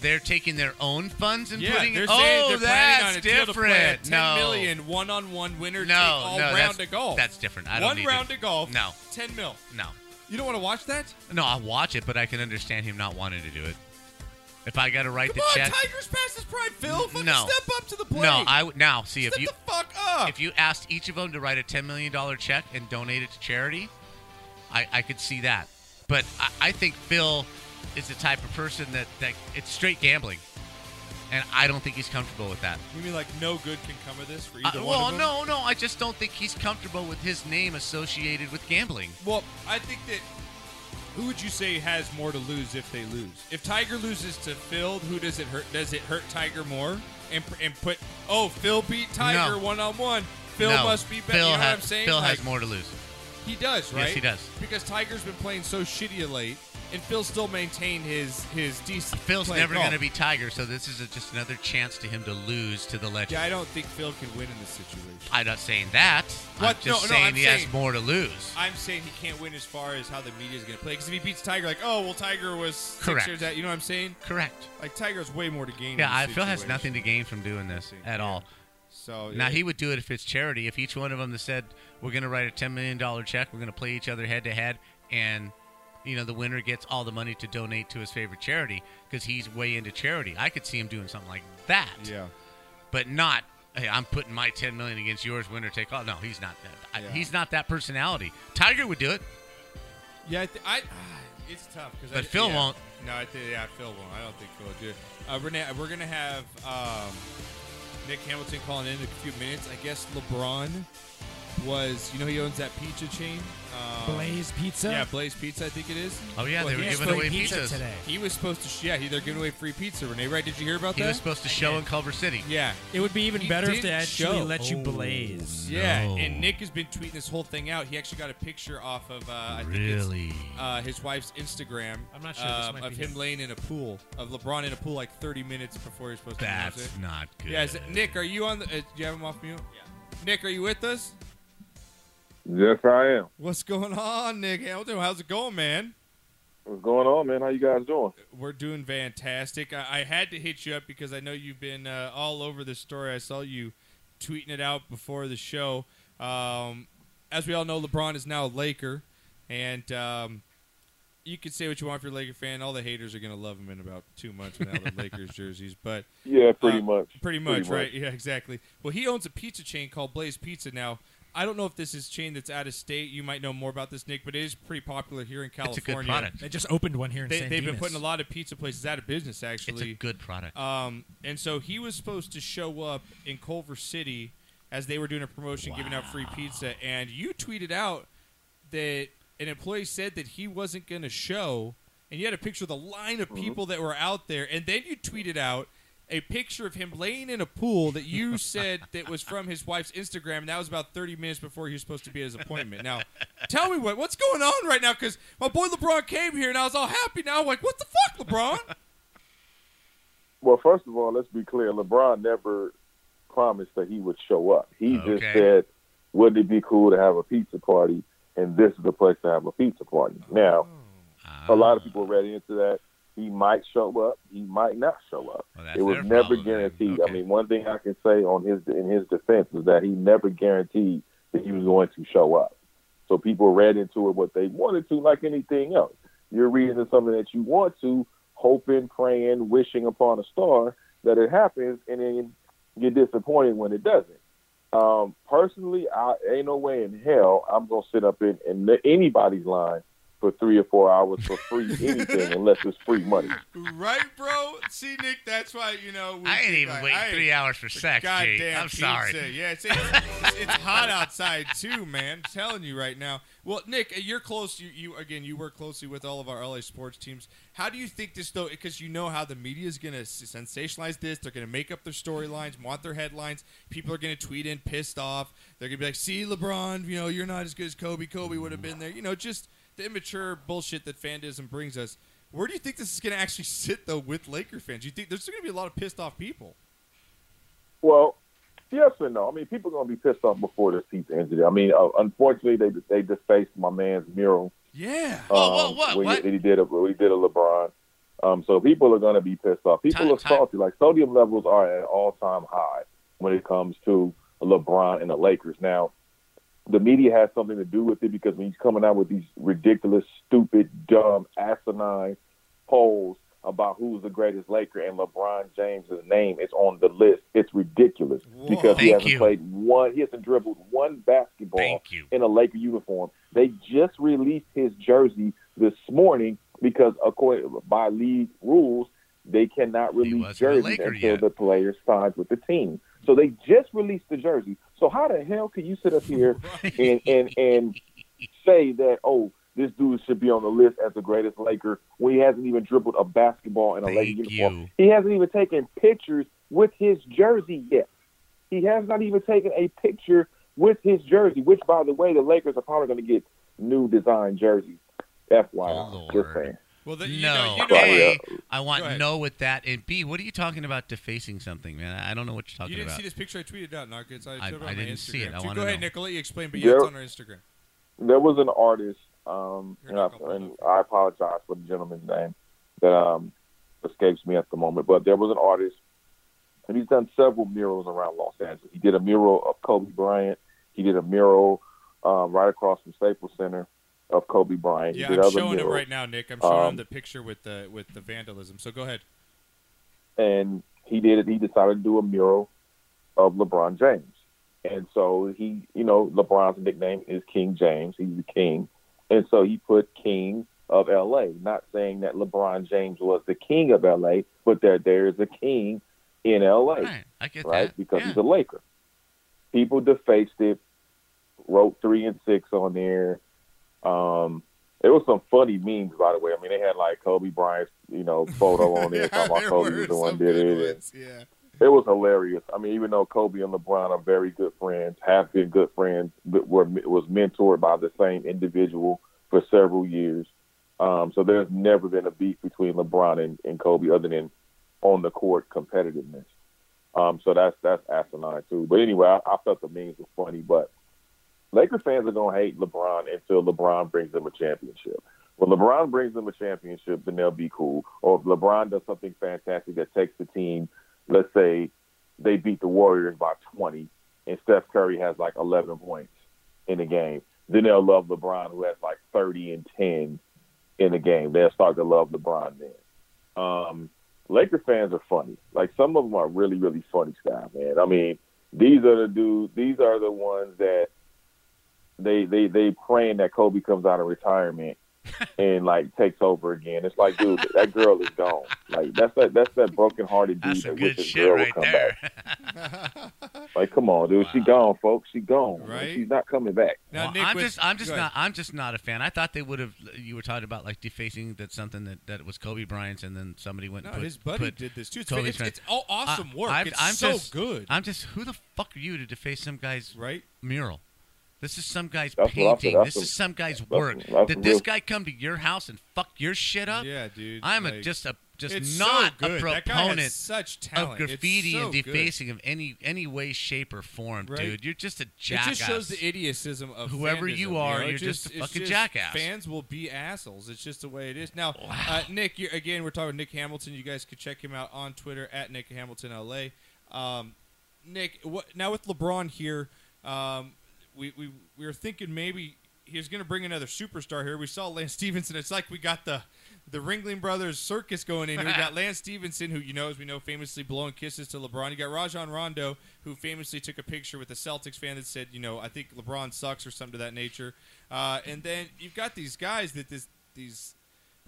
they're taking their own funds and Yeah, putting. they're it. saying oh, they're planning on that's a deal to play a different. ten no. million one-on-one winner No, take all no, round that's- of golf. that's different. I don't One need round to- of golf. No. ten mil. No, You don't want to watch that? no. I'll watch it, but I can understand him not wanting to do it. If I got to write Come the on, check, Tiger's past his prime, Phil. Fucking no. step up to the plate. no. I would now see step if you the fuck up. if you asked each of them to write a ten million dollar check and donate it to charity, I, I could see that. But I, I think Phil is the type of person that that it's straight gambling, and I don't think he's comfortable with that. You mean like no good can come of this for Uh, either one well, of them? no, no. I just don't think he's comfortable with his name associated with gambling. Well, I think that Who would you say has more to lose if they lose? If Tiger loses to Phil, who does it hurt? Does it hurt Tiger more? And and put oh Phil beat Tiger No. one on one. Phil No, must be better. Phil you know has, what I'm saying? Phil Like, has more to lose. He does, right? Yes, he does. Because Tiger's been playing so shitty of late, and Phil still maintained his his decent. Phil's play of never golf. going to be Tiger, so this is a, just another chance to him to lose to the legend. Yeah, I don't think Phil can win in this situation. I'm not saying that. I'm What? just No, no, saying I'm he saying- has more to lose. I'm saying he can't win as far as how the media's going to play. Because if he beats Tiger, like, oh well, Tiger was six Correct. years out. You know what I'm saying? Correct. Like Tiger's way more to gain. Yeah, I, in this Phil has situation. nothing to gain from doing this at all. So Now yeah. he would do it if it's charity. If each one of them said, "We're going to write a ten million dollar check. We're going to play each other head to head," and you know the winner gets all the money to donate to his favorite charity because he's way into charity. I could see him doing something like that. Yeah. but not. Hey, I'm putting my ten million against yours. Winner take all. No, he's not that. I- Yeah. He's not that personality. Tiger would do it. Yeah, I, th- I ah, it's tough because But Phil won't. No, I think yeah, Phil won't. I don't think Phil will do it. Uh, Renee, we're gonna have um, Nick Hamilton calling in in a few minutes. I guess LeBron was, you know, he owns that pizza chain. Um, Blaze Pizza. Yeah, Blaze Pizza, I think it is. Oh yeah, Well, they were he was giving supposed- away pizza pizzas. today. He was supposed to. sh- Yeah, he, they're giving away free pizza. Renee, right? Did you hear about He that? was supposed to show in Culver City. Oh, yeah. It would be even He better if did they actually show. let you blaze. Yeah, No. and Nick has been tweeting this whole thing out. He actually got a picture off of uh, I think it's- Really? uh, his wife's Instagram. I'm not sure. This um, might of be him him. laying in a pool of LeBron in a pool like 30 minutes before he's supposed to. That's announce not it. good. Yeah, is it- Nick, are you on? The, uh, do you have him off mute? Yeah. Nick, are you with us? Yes, I am. What's going on, Nick Hamilton? How's it going, man? What's going on, Oh, man? How you guys doing? We're doing fantastic. I, I had to hit you up because I know you've been uh, all over this story. I saw you tweeting it out before the show. Um, as we all know, LeBron is now a Laker, and um, you can say what you want if you're a Laker fan. All the haters are going to love him in about two months without the Lakers jerseys, but Yeah, pretty Uh, much. pretty much, right? Yeah, exactly. Well, he owns a pizza chain called Blaze Pizza now. I don't know if this is a chain that's out of state. You might know more about this, Nick, but it is pretty popular here in California. It's a good product. They just opened one here in They, San they've been putting a lot of pizza places out of business, It's a actually. good product. Um, and so he was supposed to show up in Culver City as they were doing a promotion, giving out free pizza. And you tweeted out that an employee said that he wasn't going to show, and you had a picture of the line of people that were out there. And then you tweeted out a picture of him laying in a pool that you said that was from his wife's Instagram. And that was about 30 minutes before he was supposed to be at his appointment. Now, tell me what what's going on right now because my boy LeBron came here and I was all happy. Now I'm like, what the fuck, LeBron? Well, first of all, let's be clear. LeBron never promised that he would show up. He Okay. just said, "Wouldn't it be cool to have a pizza party?" And this is the place to have a pizza party. Now, Oh. a lot of people read into that. He might show up. He might not show up. Well, that's it was their never problem then. guaranteed. Okay. I mean, one thing I can say on his in his defense is that he never guaranteed that he was going to show up. So people read into it what they wanted to, like anything else. You're reading into something that you want to, hoping, praying, wishing upon a star that it happens, and then you're disappointed when it doesn't. Um, personally, I ain't no way in hell I'm gonna sit up in, in anybody's line for three or four hours for free anything unless it's free money. Right, bro. See, Nick, that's why you know. We I ain't think, even like, waiting I ain't- three hours for sex, Jake. Goddamn I'm sorry. pizza. Yeah, it's, it's, it's hot outside too, man. I'm telling you right now. Well, Nick, uh, you're close. You, you again. You work closely with all of our LA sports teams. How do you think this though? Because you know how the media is going to sensationalize this. They're going to make up their storylines, want their headlines. People are going to tweet in pissed off. They're going to be like, "See, LeBron, you know, you're not as good as Kobe. Kobe would have been there." You know, just the immature bullshit that fandism brings us. Where do you think this is going to actually sit though with Laker fans? You think there's going to be a lot of pissed off people? Well, yes and no. I mean, people are gonna be pissed off before this pizza incident. I mean, uh, unfortunately, they they defaced my man's mural. um, Yeah. Oh, whoa, what, when what? He, he did a when he did a LeBron. Um, so people are gonna be pissed off. People Time- are time- salty. Like sodium levels are at an all time high when it comes to LeBron and the Lakers. Now, the media has something to do with it because when he's coming out with these ridiculous, stupid, dumb, asinine polls about who's the greatest Laker and LeBron James's name is on the list. It's ridiculous Whoa. because he Thank hasn't you. played one. He hasn't dribbled one basketball Thank you. in a Laker uniform. They just released his jersey this morning because according by league rules, they cannot release wasn't a jerseys Laker until yet. the player signs with the team. So they just released the jersey. So how the hell can you sit up here and and and say that oh this dude should be on the list as the greatest Laker when he hasn't even dribbled a basketball in a Laker Thank uniform. you. He hasn't even taken pictures with his jersey yet. He has not even taken a picture with his jersey, which, by the way, the Lakers are probably going to get new design jerseys. FYI, Oh, just Lord. saying. Well, the, you know, No. you know, Sorry, A, uh, I Go want ahead. no with that. And B, what are you talking about defacing something, man? I don't know what you're talking you didn't about. see this picture I tweeted out, Narkins. I, I- showed it I on my didn't Instagram. see it. I too. wanna Go ahead, know. Nicola. You explained, but yeah, There- it's on our Instagram. there was an artist, um, You're and, I, not gonna and pull I apologize for the gentleman's name that um, escapes me at the moment, but there was an artist, and he's done several murals around Los Angeles. He did a mural of Kobe Bryant. He did a mural um, right across from Staples Center of Kobe Bryant. Yeah, he did I'm other showing him murals. right now, Nick. I'm showing him Um, the picture with the with the vandalism. So go ahead. and he did it. He decided to do a mural of LeBron James, and so he, you know, LeBron's nickname is King James. He's the king, and so he put King of L.A. Not saying that LeBron James was the king of L.A., but that there is a king in L.A. Right. I get right? that. Because yeah. he's a Laker. People defaced it, wrote three and six on there. Um, it was some funny memes, by the way. I mean, they had like Kobe Bryant's, you know, photo on there talking about Kobe was the one did it. And Yeah. it was hilarious. I mean, even though Kobe and LeBron are very good friends, have been good friends, but were was mentored by the same individual for several years. Um, so there's never been a beef between LeBron and, and Kobe other than on the court competitiveness. Um, so that's that's asinine too. But anyway, I, I thought the memes were funny, but Laker fans are gonna hate LeBron until LeBron brings them a championship. When LeBron brings them a championship, then they'll be cool. Or if LeBron does something fantastic that takes the team, let's say they beat the Warriors by 20, and Steph Curry has like 11 points in the game, then they'll love LeBron, who has like 30 and 10 in the game. They'll start to love LeBron then. Um, Laker fans are funny. Like some of them are really, really funny style, man. I mean, these are the dudes. These are the ones that they they they praying that Kobe comes out of retirement and like takes over again. It's like, dude, that girl is gone. Like that's that that's that broken hearted dude That's some that wishes good his shit girl right would come back. there. Like, come on, dude. She gone, folks. She gone. Like, Right? she's not coming back. Now, Well, Nick, I'm with- just, I'm just go ahead. not, I'm just not a fan. I thought they would have. You were talking about like defacing that something that, that was Kobe Bryant's, and then somebody went. No, and put, his buddy put did this too. It's, Kobe's it's, friend. it's all awesome I- work. I've- it's I'm so just- good, I'm just, who the fuck are you to deface some guy's right? mural? This is some guy's That's what I said. painting. That's This some- is some guy's some- work. that's Did some this real- guy come to your house and fuck your shit up? Yeah, dude. I'm a, like, just a just it's not so good. That a guy has proponent such talent. of It's graffiti so and good. defacing of any any way, shape, or form, Right? dude. You're just a It jackass. just shows the idiotism of Whoever fandom, you you are, know? It you're just a it's fucking just jackass. Fans will be assholes. It's just the way it is. Now, uh, Nick, you again, we're talking Nick Hamilton. You guys could check him out on Twitter at Nick Hamilton LA. Um, Nick, what, now with LeBron here, um, we, we we were thinking maybe he was going to bring another superstar here. We saw Lance Stevenson. It's like we got the the Ringling Brothers circus going in. here. We got Lance Stevenson, who you know, as we know, famously blowing kisses to LeBron. You got Rajon Rondo, who famously took a picture with a Celtics fan that said, you know, I think LeBron sucks or something to that nature. Uh, and then you've got these guys that this these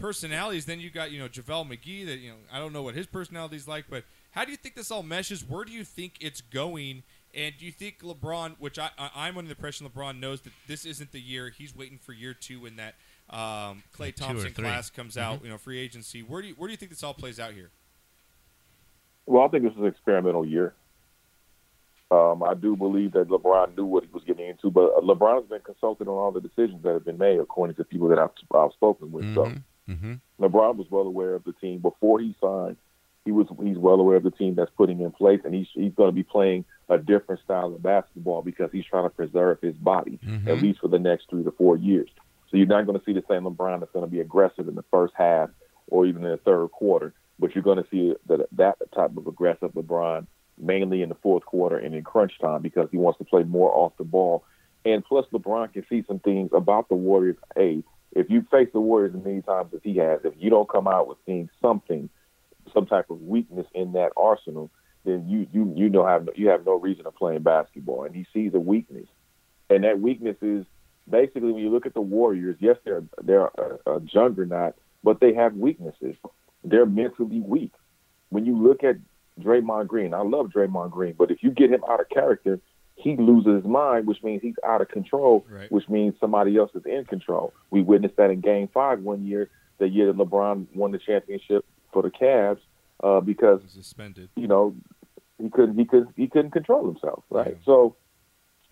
personalities. Then you got you know Javale McGee. That you know I don't know what his personality's like, but how do you think this all meshes? Where do you think it's going? And do you think LeBron, which I, I I'm under the impression LeBron knows that this isn't the year he's waiting for year two when that um, Clay Two or Thompson three. Mm-hmm. class comes out, you know, free agency. Where do you where do you think this all plays out here? Well, I think this is an experimental year. Um, I do believe that LeBron knew what he was getting into, but uh, LeBron's been consulted on all the decisions that have been made, according to people that I've, I've spoken with. Mm-hmm. So Mhm, Mm-hmm. mhm. LeBron was well aware of the team before he signed. He was he's well aware of the team that's putting in place, and he's he's going to be playing a different style of basketball because he's trying to preserve his body at Mhm. least for the next three to four years. So you're not going to see the same LeBron that's going to be aggressive in the first half or even in the third quarter, but you're going to see that that type of aggressive LeBron mainly in the fourth quarter and in crunch time because he wants to play more off the ball. And plus, LeBron can see some things about the Warriors. A, if you face the Warriors as many times as he has, if you don't come out with seeing something, some type of weakness in that arsenal, then you you you know have you have no reason of playing basketball. And he sees a weakness, and that weakness is basically when you look at the Warriors. Yes, they're they're a, a juggernaut, but they have weaknesses. They're mentally weak. When you look at Draymond Green, I love Draymond Green, but if you get him out of character, he loses his mind, which means he's out of control, Right. which means somebody else is in control. We witnessed that in Game Five one year, the year that LeBron won the championship for the Cavs, uh, because Suspended. you know he couldn't he could he couldn't control himself, right? Yeah. So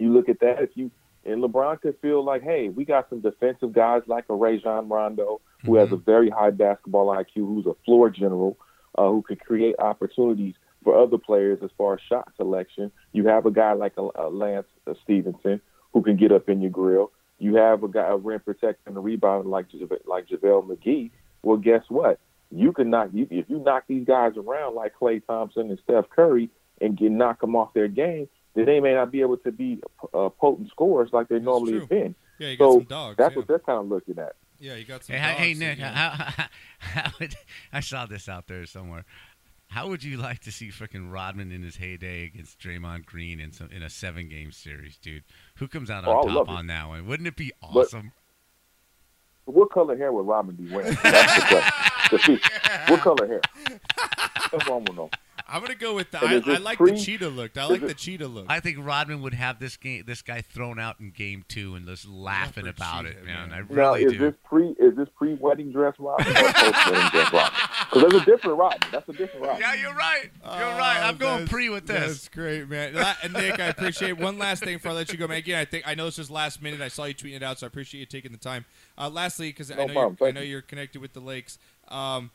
you look at that if you and LeBron could feel like, hey, we got some defensive guys like a Rajon Rondo Mm-hmm. who has a very high basketball IQ, who's a floor general, uh, who could create opportunities for other players as far as shot selection. You have a guy like a, a Lance Stevenson who can get up in your grill. You have a guy a rim protector and a rebounder like Jave- like JaVale McGee. Well, guess what? You can knock you if you knock these guys around like Clay Thompson and Steph Curry and get knock them off their game. Then they may not be able to be uh, potent scorers like they normally true. have been. Yeah, you got So some dogs. that's yeah. what they're kind of looking at. yeah, you got some Hey, hi- dogs. hey Nick, yeah. how, how, would, I saw this out there somewhere. How would you like to see freaking Rodman in his heyday against Draymond Green in some in a seven game series, dude? Who comes out Oh, I on would top love it. on that one? Wouldn't it be awesome? What color hair would Robin be wearing? That's the question. The feet. What color hair? That's what I want to know. I'm gonna go with the. And I, is I this like the free? cheetah look. I like it- the cheetah look. I think Rodman would have this game, this guy thrown out in game two and just laughing Leopard about cheetah, it, man. man. I Now, really is do. this pre is this pre wedding dress Robin or post wedding dress Robin? Because there's a different Robin. That's a different Robin. Uh, yeah, you're right. You're Oh, right. I'm going that's- pre with this. That's great, man. La- And Nick, I appreciate one last thing before I let you go, man. Again, I think I know this is last minute. I saw you tweeting it out, so I appreciate you taking the time. Uh, lastly, because I know, problem. you're, I Thank know you. you're connected with the Lakes. Um,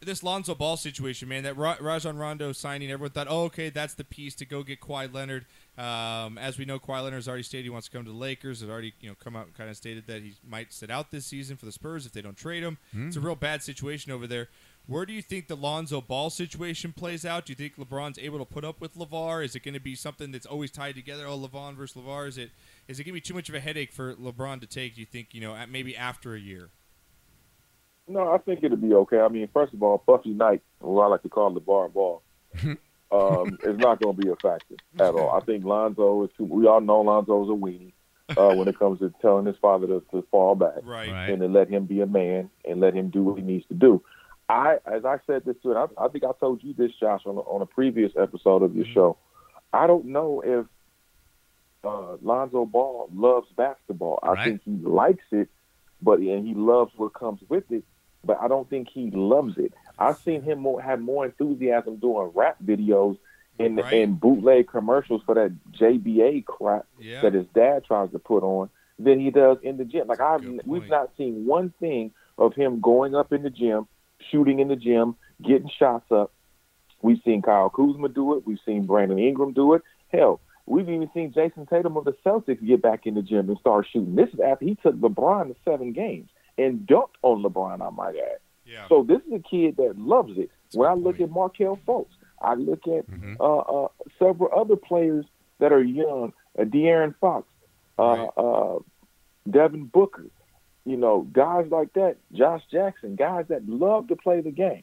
this Lonzo Ball situation, man, that Ra- Rajon Rondo signing, everyone thought, oh, okay, that's the piece to go get Kawhi Leonard. Um, as we know, Kawhi Leonard has already stated he wants to come to the Lakers. Has already, you know, come out and kind of stated that he might sit out this season for the Spurs if they don't trade him. It's a real bad situation over there. Where do you think the Lonzo Ball situation plays out? Do you think LeBron's able to put up with LeVar? Is it going to be something that's always tied together? Oh, LeVon versus LeVar. Is it is it going to be too much of a headache for LeBron to take? Do you think you know at- maybe after a year? No, I think it'll be okay. I mean, first of all, Puffy Knight, who I like to call the bar ball, um, is not going to be a factor at all. I think Lonzo is too. We all know Lonzo's a weenie uh, when it comes to telling his father to, to fall back Right. Right. and to let him be a man and let him do what he needs to do. I, as I said this to, I, I think I told you this, Josh, on a, on a previous episode of your Mm-hmm. show. I don't know if uh, Lonzo Ball loves basketball. I Right. think he likes it, but and he loves what comes with it. But I don't think he loves it. I've seen him more, have more enthusiasm doing rap videos and Right. and bootleg commercials for that JBA crap Yeah. that his dad tries to put on than he does in the gym. Like That's I've a good we've point. not seen one thing of him going up in the gym, shooting in the gym, getting shots up. We've seen Kyle Kuzma do it. We've seen Brandon Ingram do it. Hell, we've even seen Jason Tatum of the Celtics get back in the gym and start shooting. This is after he took LeBron to seven games and dunked on LeBron, I might add. Yeah. So this is a kid that loves it. when a I good look point. Mm-hmm. at Markel Fultz, I look at Mhm. uh, uh, several other players that are young, uh, De'Aaron Fox, uh, Right. uh, Devin Booker, you know, guys like that, Josh Jackson, guys that love to play the game.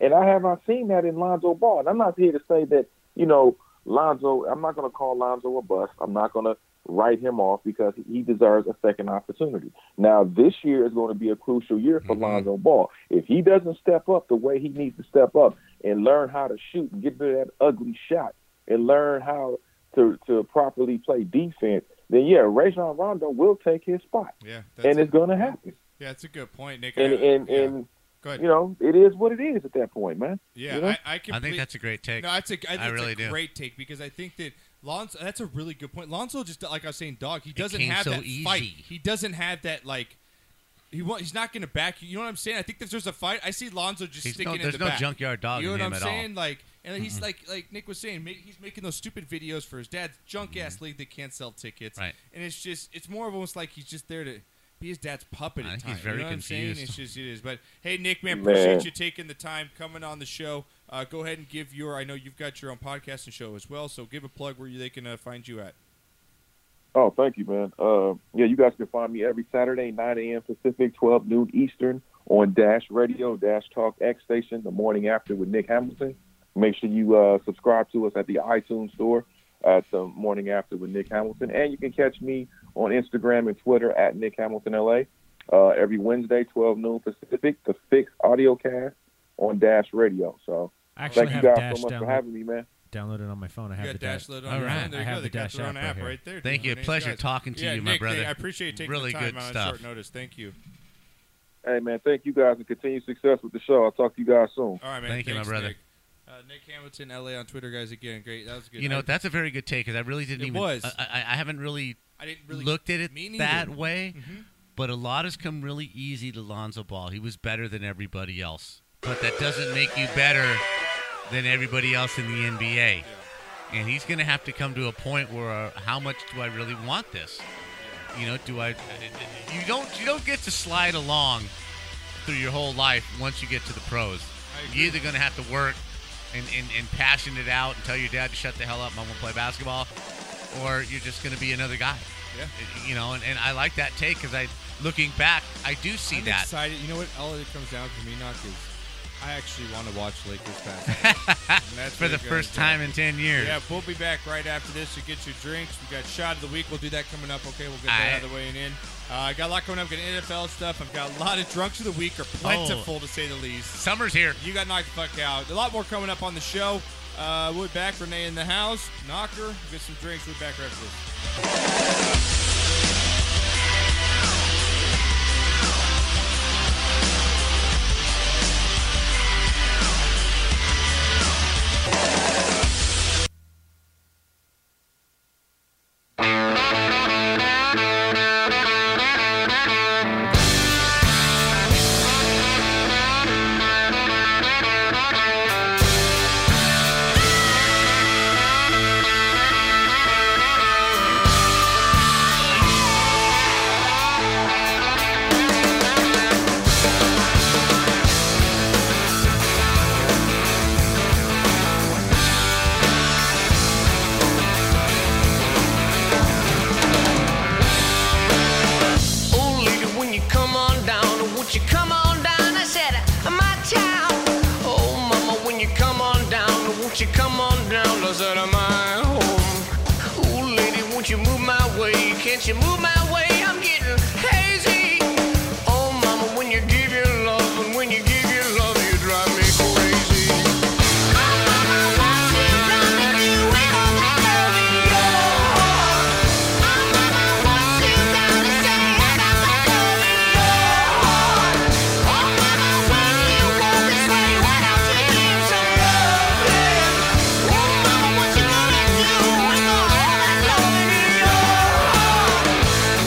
And I have not seen that in Lonzo Ball. And I'm not here to say that, you know, Lonzo, I'm not going to call Lonzo a bust. I'm not going to write him off because he deserves a second opportunity. Now, this year is going to be a crucial year for Mm-hmm. Lonzo Ball. If he doesn't step up the way he needs to step up and learn how to shoot and get rid of that ugly shot and learn how to, to properly play defense, then yeah, Rajon Rondo will take his spot. yeah. That's And a, it's going to happen. yeah, that's a good point, Nick. And, I, and, yeah. and, go ahead. you know, it is what it is at that point, man. yeah, you know? I, I, I think complete- that's a great take. No, that's a, I think I really it's do. a great take because I think that Lonzo. That's a really good point. Lonzo just like I was saying, dog. He doesn't came have so that fight. easy. He doesn't have that like. He won't, he's not going to back you. You know what I'm saying? I think if there's a fight, I see Lonzo just He's no- sticking in there's the no back. junkyard dog You know in what him I'm at all. saying? Like, and he's like, like Nick was saying, make, he's making those stupid videos for his dad's junk ass league that can't sell tickets. Right. And it's just, it's more of almost like he's just there to be his dad's puppet at I think he's times. very you know what I'm saying? confused. It's just it is. But hey, Nick, man, Man. appreciate you taking the time coming on the show. Uh, go ahead and give your. I know you've got your own podcast and show as well, so give a plug where you, they can uh, find you at. Oh, thank you, man. Uh, yeah, you guys can find me every Saturday, 9 a.m. Pacific, 12 noon Eastern on Dash Radio, Dash Talk X Station, the morning after with Nick Hamilton. Make sure you uh, subscribe to us at the iTunes store at the morning after with Nick Hamilton. And you can catch me on Instagram and Twitter at Nick Hamilton LA uh, every Wednesday, 12 noon Pacific, the Fix Audiocast on Dash Radio. So I actually thank you guys have Dash so much for downloaded. having me, man. downloaded on my phone. I have You the got Dash load loaded on your right. phone. There I you have go. the They got Dash their own app here. right there. Thank dude. you. Nice Pleasure guys. talking to Yeah, you, my Nick, brother. I appreciate you taking Really the time good out stuff. on short notice. Thank you. Hey man, thank you guys and continued success with the show. I'll talk to you guys soon. All right, man. Thank you, my Thanks, brother. Nick. Uh, Nick Hamilton, LA on Twitter, guys. Again, great. That was good. You know, I, that's a very good take because I really didn't It even. was. I, I, I haven't really, I didn't really Mm-hmm. looked at it me neither. that way, but a lot has come really easy to Lonzo Ball. He was better than everybody else, but that doesn't make you better than everybody else in the NBA. And he's going to have to come to a point where uh, how much do I really want this? You know, do I? uh, You don't. You don't get to slide along through your whole life once you get to the pros. I agree. You're either going to have to work and, and, and passion it out and tell your dad to shut the hell up, mom will play basketball, or you're just going to be another guy. Yeah. It- You know, and, and I like that take because I, looking back, I do see I'm that. excited. You know what? All it comes down to me, not is I actually want to watch Lakers basketball. And that's For what the it goes first down time in 10 years. Yeah, we'll be back right after this to get your drinks. We got shot of the week. We'll do that coming up. Okay, we'll get that Aight. out of the way and in. Uh, I got a lot coming up. Got NFL stuff. I've got a lot of drunks of the week, or plentiful to say the least. Oh, Summer's here. You got knocked the fuck out. A lot more coming up on the show. Uh, we'll be back. Renee in the house. Knocker. We'll get some drinks. We'll be back right after this. Oh, lady, when you come on down, won't you come on down? I said, my town. Oh, mama, when you come on down, won't you come on down? I said, my home. Oh, lady, won't you move my way? Can't you move my way? I'm getting hazy. Oh, mama, when you give your love, and when you give your love, you drive me crazy. Oh,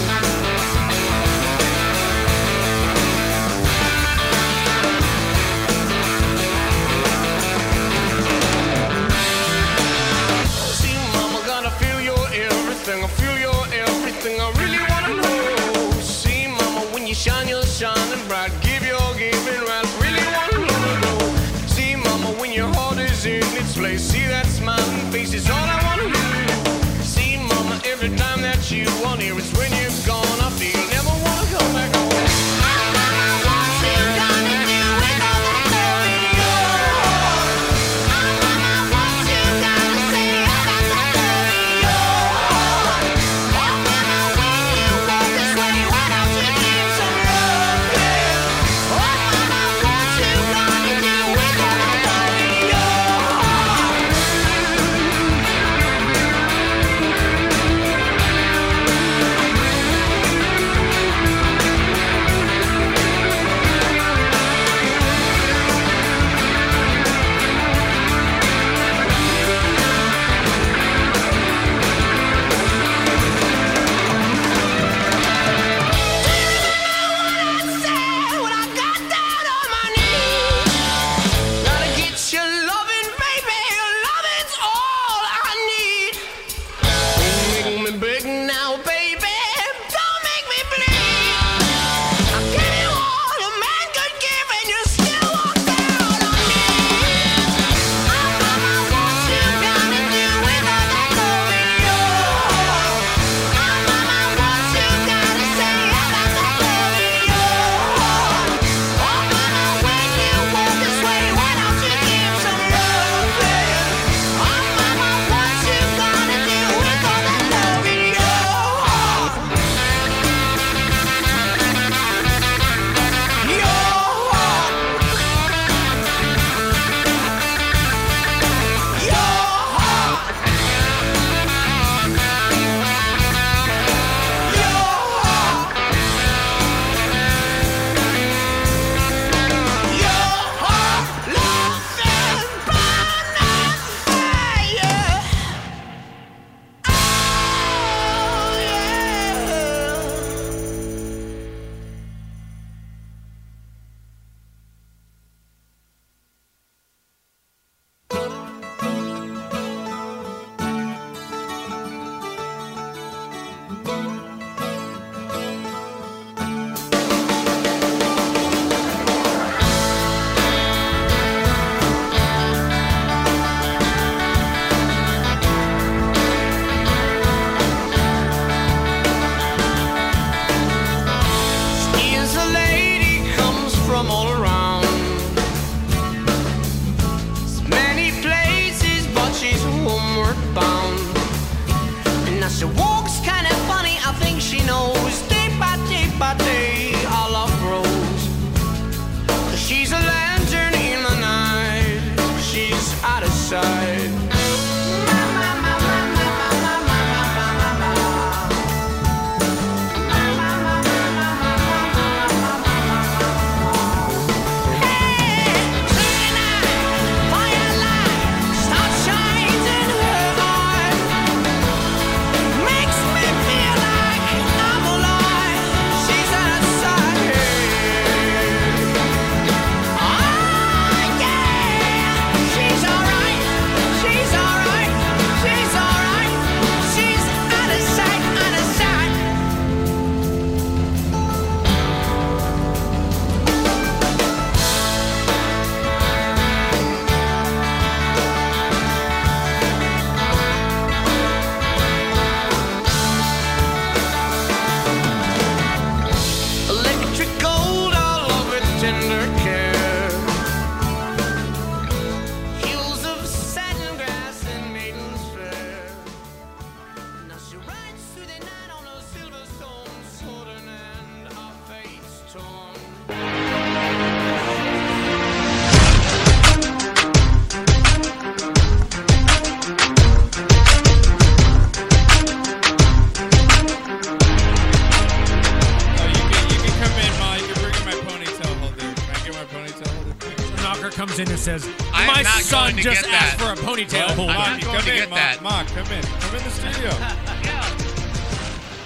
Oh, comes in and says, I am "My not son going to just get asked that. for a ponytail hold." I'm Ma, not going come to in, get Ma, that. Ma, come in. Come in the studio.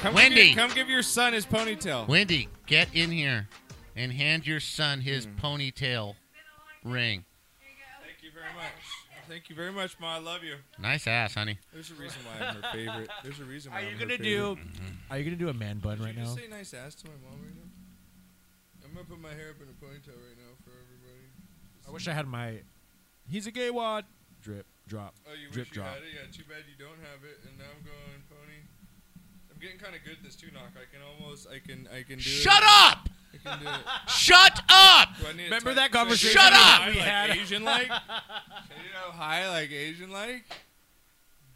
Come Wendy. Give, come give your son his ponytail. Wendy, get in here and hand your son his Hmm. ponytail ring. Thank you very much. Thank you very much, Ma. I love you. Nice ass, honey. There's a reason why I'm her favorite. There's a reason why Are I'm you her gonna favorite. do? Are you gonna do a man bun right Did you now? say nice ass to my mom right now? I'm gonna put my hair up in a ponytail right now for everybody. I wish I had my. He's a gay wad. Drip drop. Oh, you drip wish you drop. had it? Yeah, too bad you don't have it. And now I'm going pony. I'm getting kind of good at this too, knock. I can almost, I can, I can do Shut it. up! I can do it. Shut up! Do I need to Remember type- that should I conversation type Shut up! high we like had? Asian like. you know, high like Asian like.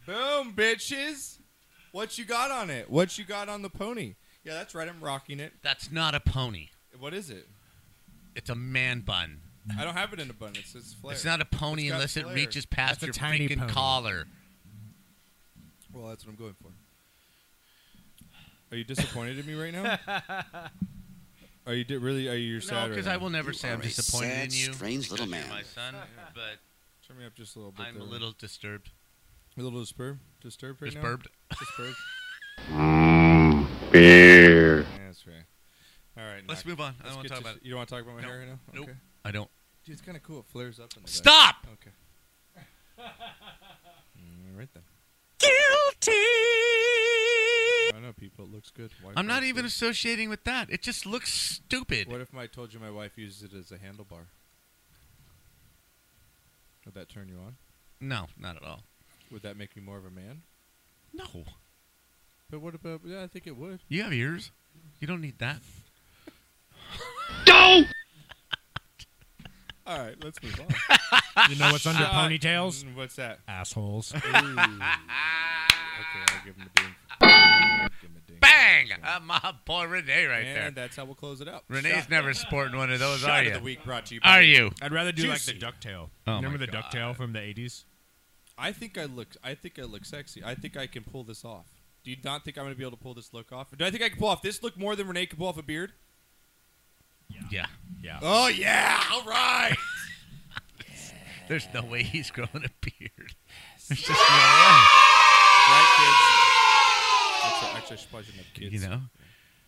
Boom, bitches! What you got on it? What you got on the pony? Yeah, that's right. I'm rocking it. That's not a pony. What is it? It's a man bun. I don't have it in a bun. It's it's flare. It's not a pony It's got unless it flair. reaches past That's a your tiny freaking pony. collar. Well, that's what I'm going for. Are you disappointed in me right now? Are you di- really? Are you No, sad? because right I now? will never say I'm are a disappointed sad, in you. strange little because man. You're my son, but Turn me up just a little bit. I'm a there. little disturbed. A little disturbed. Disturbed right now. Disturbed. Disturbed. beer. that's right. All right. Let's knock. move on. I don't get want to talk about it. You don't want to talk about my Nope. hair right now? Uh, Nope. Okay. I don't. Dude, it's kind of cool. It flares up. In the Stop! Back. Okay. Mm, all right then. Guilty. I don't know, people. It looks good. Why I'm not not even associating with that. It just looks stupid. What if I told you my wife uses it as a handlebar? Would that turn you on? No, not at all. Would that make you more of a man? No. But what about? Yeah, I think it would. You have ears. You don't need that. All right, let's move on. You know what's under Uh, ponytails? mm, What's that? Assholes. Okay, I'll give him a ding. Give him a ding. Bang! Uh, my boy Renee right and there. that's how we'll close it out. Renee's Shot- never sporting one of those, Shot are of you? the week brought to you. by- Are you? I'd rather do Juicy. like the ducktail. Oh Remember my the God. ducktail from the '80s? I think I look. I think I look sexy. I think I can pull this off. Do you not think I'm going to be able to pull this look off? Do I think I can pull off this look more than Renee can pull off a beard? Yeah. Oh yeah! All right. There's no way he's growing a beard. There's just no right, kids. Actually, actually, I should probably shouldn't have way. kids. You know?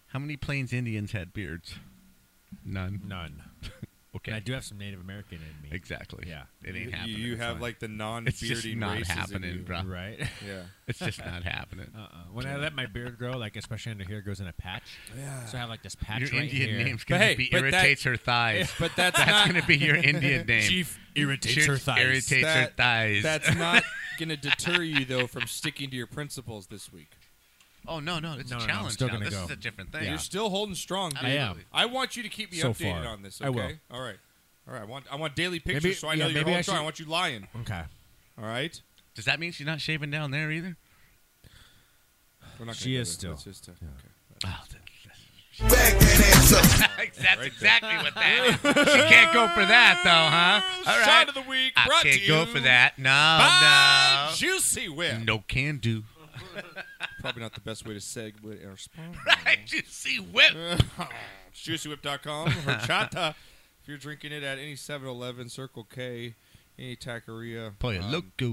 How many Plains Indians had beards? None. None. Okay. And I do have some Native American in me. Exactly. Yeah. It ain't You- happening. You It's have fine. like the non-bearding It's just not races in happening, you. bro. Right. Yeah. It's just not happening. Uh-uh. When I let my beard grow, like especially under here, it goes in a patch. Yeah. So I have like this patch Your right Indian here. name's But gonna hey, be but that- irritates her thighs. But that's, That's not gonna be your Indian name. Chief irritates Chief her thighs. Irritates her That- thighs. that's not going to deter you though from sticking to your principles this week. oh no, no, it's No, no, no, a I'm challenge. still now. gonna This go. is a different thing. Yeah. You're still holding strong. Dude. I am. I want you to keep me So updated far. on this. Okay. I will. All right. All right. I want I want daily pictures Maybe- so I yeah, know you're maybe I holding strong. I should- want you lying. Okay. All right. Does that mean she's not shaving down there either? We're not She gonna is do still. this. It's just a- okay. Oh, that's exactly what that is. She can't go for that though, huh? All right. Shot of the week I brought can't to you go for that. No, by Juicy Whip. no. No can do. Probably not the best way to segue our sponsor. Right, juicy whip. JuicyWhip.com horchata. if you're drinking it at any 7-Eleven, Circle K, any taqueria, Play a um, loco.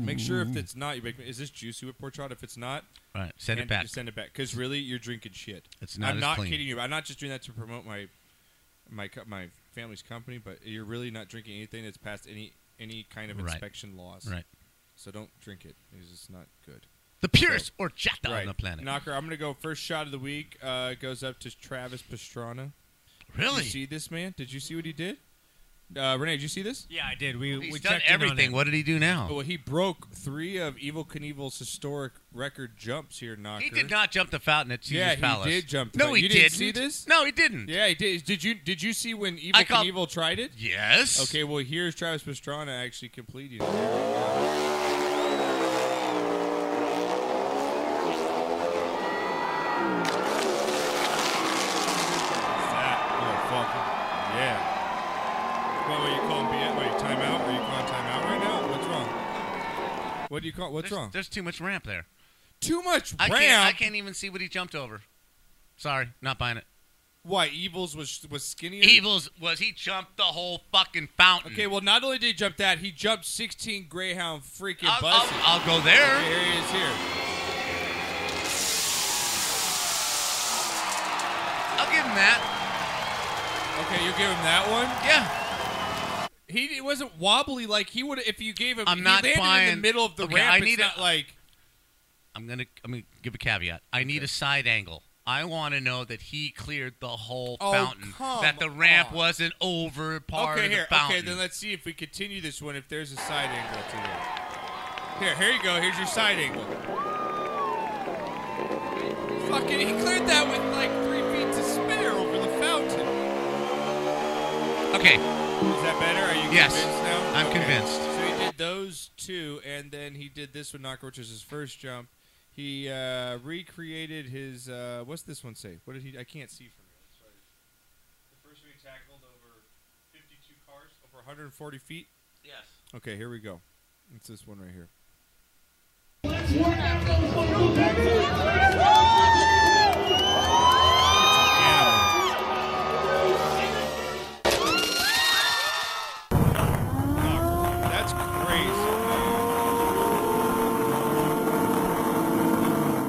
Make sure if it's not, you make. Is this Juicy Whip horchata? If it's not, All right, send it hand- back. you Send it back because really, you're drinking shit. It's not I'm as not clean. kidding you. I'm not just doing that to promote my my co- my family's company, but you're really not drinking anything that's passed any any kind of Right. inspection laws. Right. So don't drink it. It's just not good. The purest horchata on the planet. Knocker, I'm gonna go first shot of the week. Uh, goes up to Travis Pastrana. really? Did you see this man? Did you see what he did? Uh, Renee, did you see this? Oh, Yeah, I did. We He's we done checked in on everything. him. What did he do now? Well, he broke three of Evil Knievel's historic record jumps here, Knocker. He did not jump the fountain at Caesar's Yeah, he Palace. did jump the No, fountain. he You didn't. didn't see this? No, he didn't. Yeah, he did. Did you did you see when Evil I call- Knievel tried it? Yes. Okay, well here's Travis Pastrana actually completing. it. That motherfucker. Yeah. What were you calling? BS? Wait, timeout? Are you calling timeout right now? What's wrong? What do you call? What's There's, wrong? there's too much ramp there. Too much I ramp. can't, I can't even see what he jumped over. Sorry, not buying it. Why Evils was was skinnier? Evils was he jumped the whole fucking fountain. Okay, well, not only did he jump that, he jumped 16 Greyhound freaking I'll, I'll- buses. I'll go there. Okay, here he is here. I'll give him that. Okay, you give him that one. Yeah, He it wasn't wobbly like he would if you gave him. I'm he not landed in buying- the middle of the Okay, ramp. I it's need a- not like I'm gonna I'm gonna give a caveat. I need a side angle. I want to know that he cleared the whole Oh, fountain. come that the ramp on. wasn't over part okay of the here. fountain. Okay, then let's see if we continue this one. If there's a side angle to it. Here, here you go. Here's your side angle. Fucking, he cleared that with like three feet to spare over the fountain. okay, Is that better? Are you Yes. convinced now? I'm Okay. convinced. So he did those two, and then he did this with Knocker, which was his first jump. He uh, recreated his. Uh, what's this one say? What did he? I can't see from here. Sorry. The first one he tackled over 52 cars, over 140 feet. Yes. Okay, here we go. It's this one right here. That's crazy. man.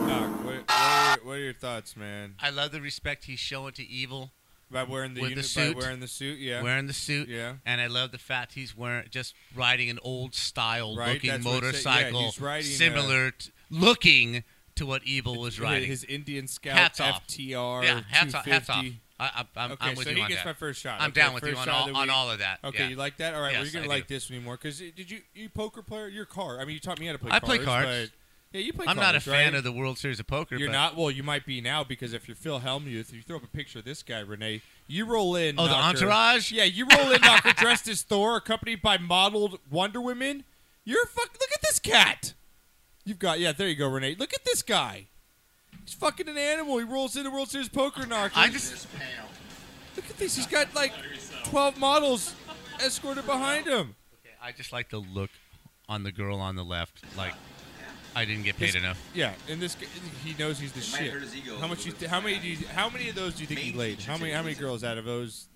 Doc, what, what, are your, what are your thoughts, man? I love the respect he's showing to evil, By wearing the, With the unit, suit? by wearing the suit, yeah. wearing the suit. Yeah. And I love the fact he's wearing just riding an old style Right, looking that's what it said. Yeah, motorcycle, he's riding, uh, similar to, looking to what evil was riding. his Indian Scout Hats off. FTR yeah, hats off, hats off. 250. I, I, I'm, Okay, I'm with so you he on gets that. my first shot. I'm Okay, down with you first on shot all, of the on week. all of that. Okay, yeah. you like that? All right, well, Yes, you're gonna I like do. this one more because did you you poker player? You're car. I mean, you taught me how to play. I cards, play cards. but- yeah, you play. I'm not a cards, right? fan of the World Series of Poker. You're but not. Well, you might be now because if you're Phil Hellmuth, you throw up a picture of this guy, Renee. You roll in. Oh, the Knocker. entourage? Yeah, you roll in, Knocker, dressed as Thor, accompanied by modeled Wonder Women. You're fuck. Look at this cat. You've got. Yeah, there you go, Renee. Look at this guy. He's fucking an animal. He rolls into World Series Poker, Knocker. I just Look at this. He's got like 12 models escorted behind him. I just like the look on the girl on the left. Like I didn't get His- paid enough. Yeah, and this g- he knows he's the shit. How much you? Th- how many do you? How many of those do you think he laid? How many? How many girls out of those?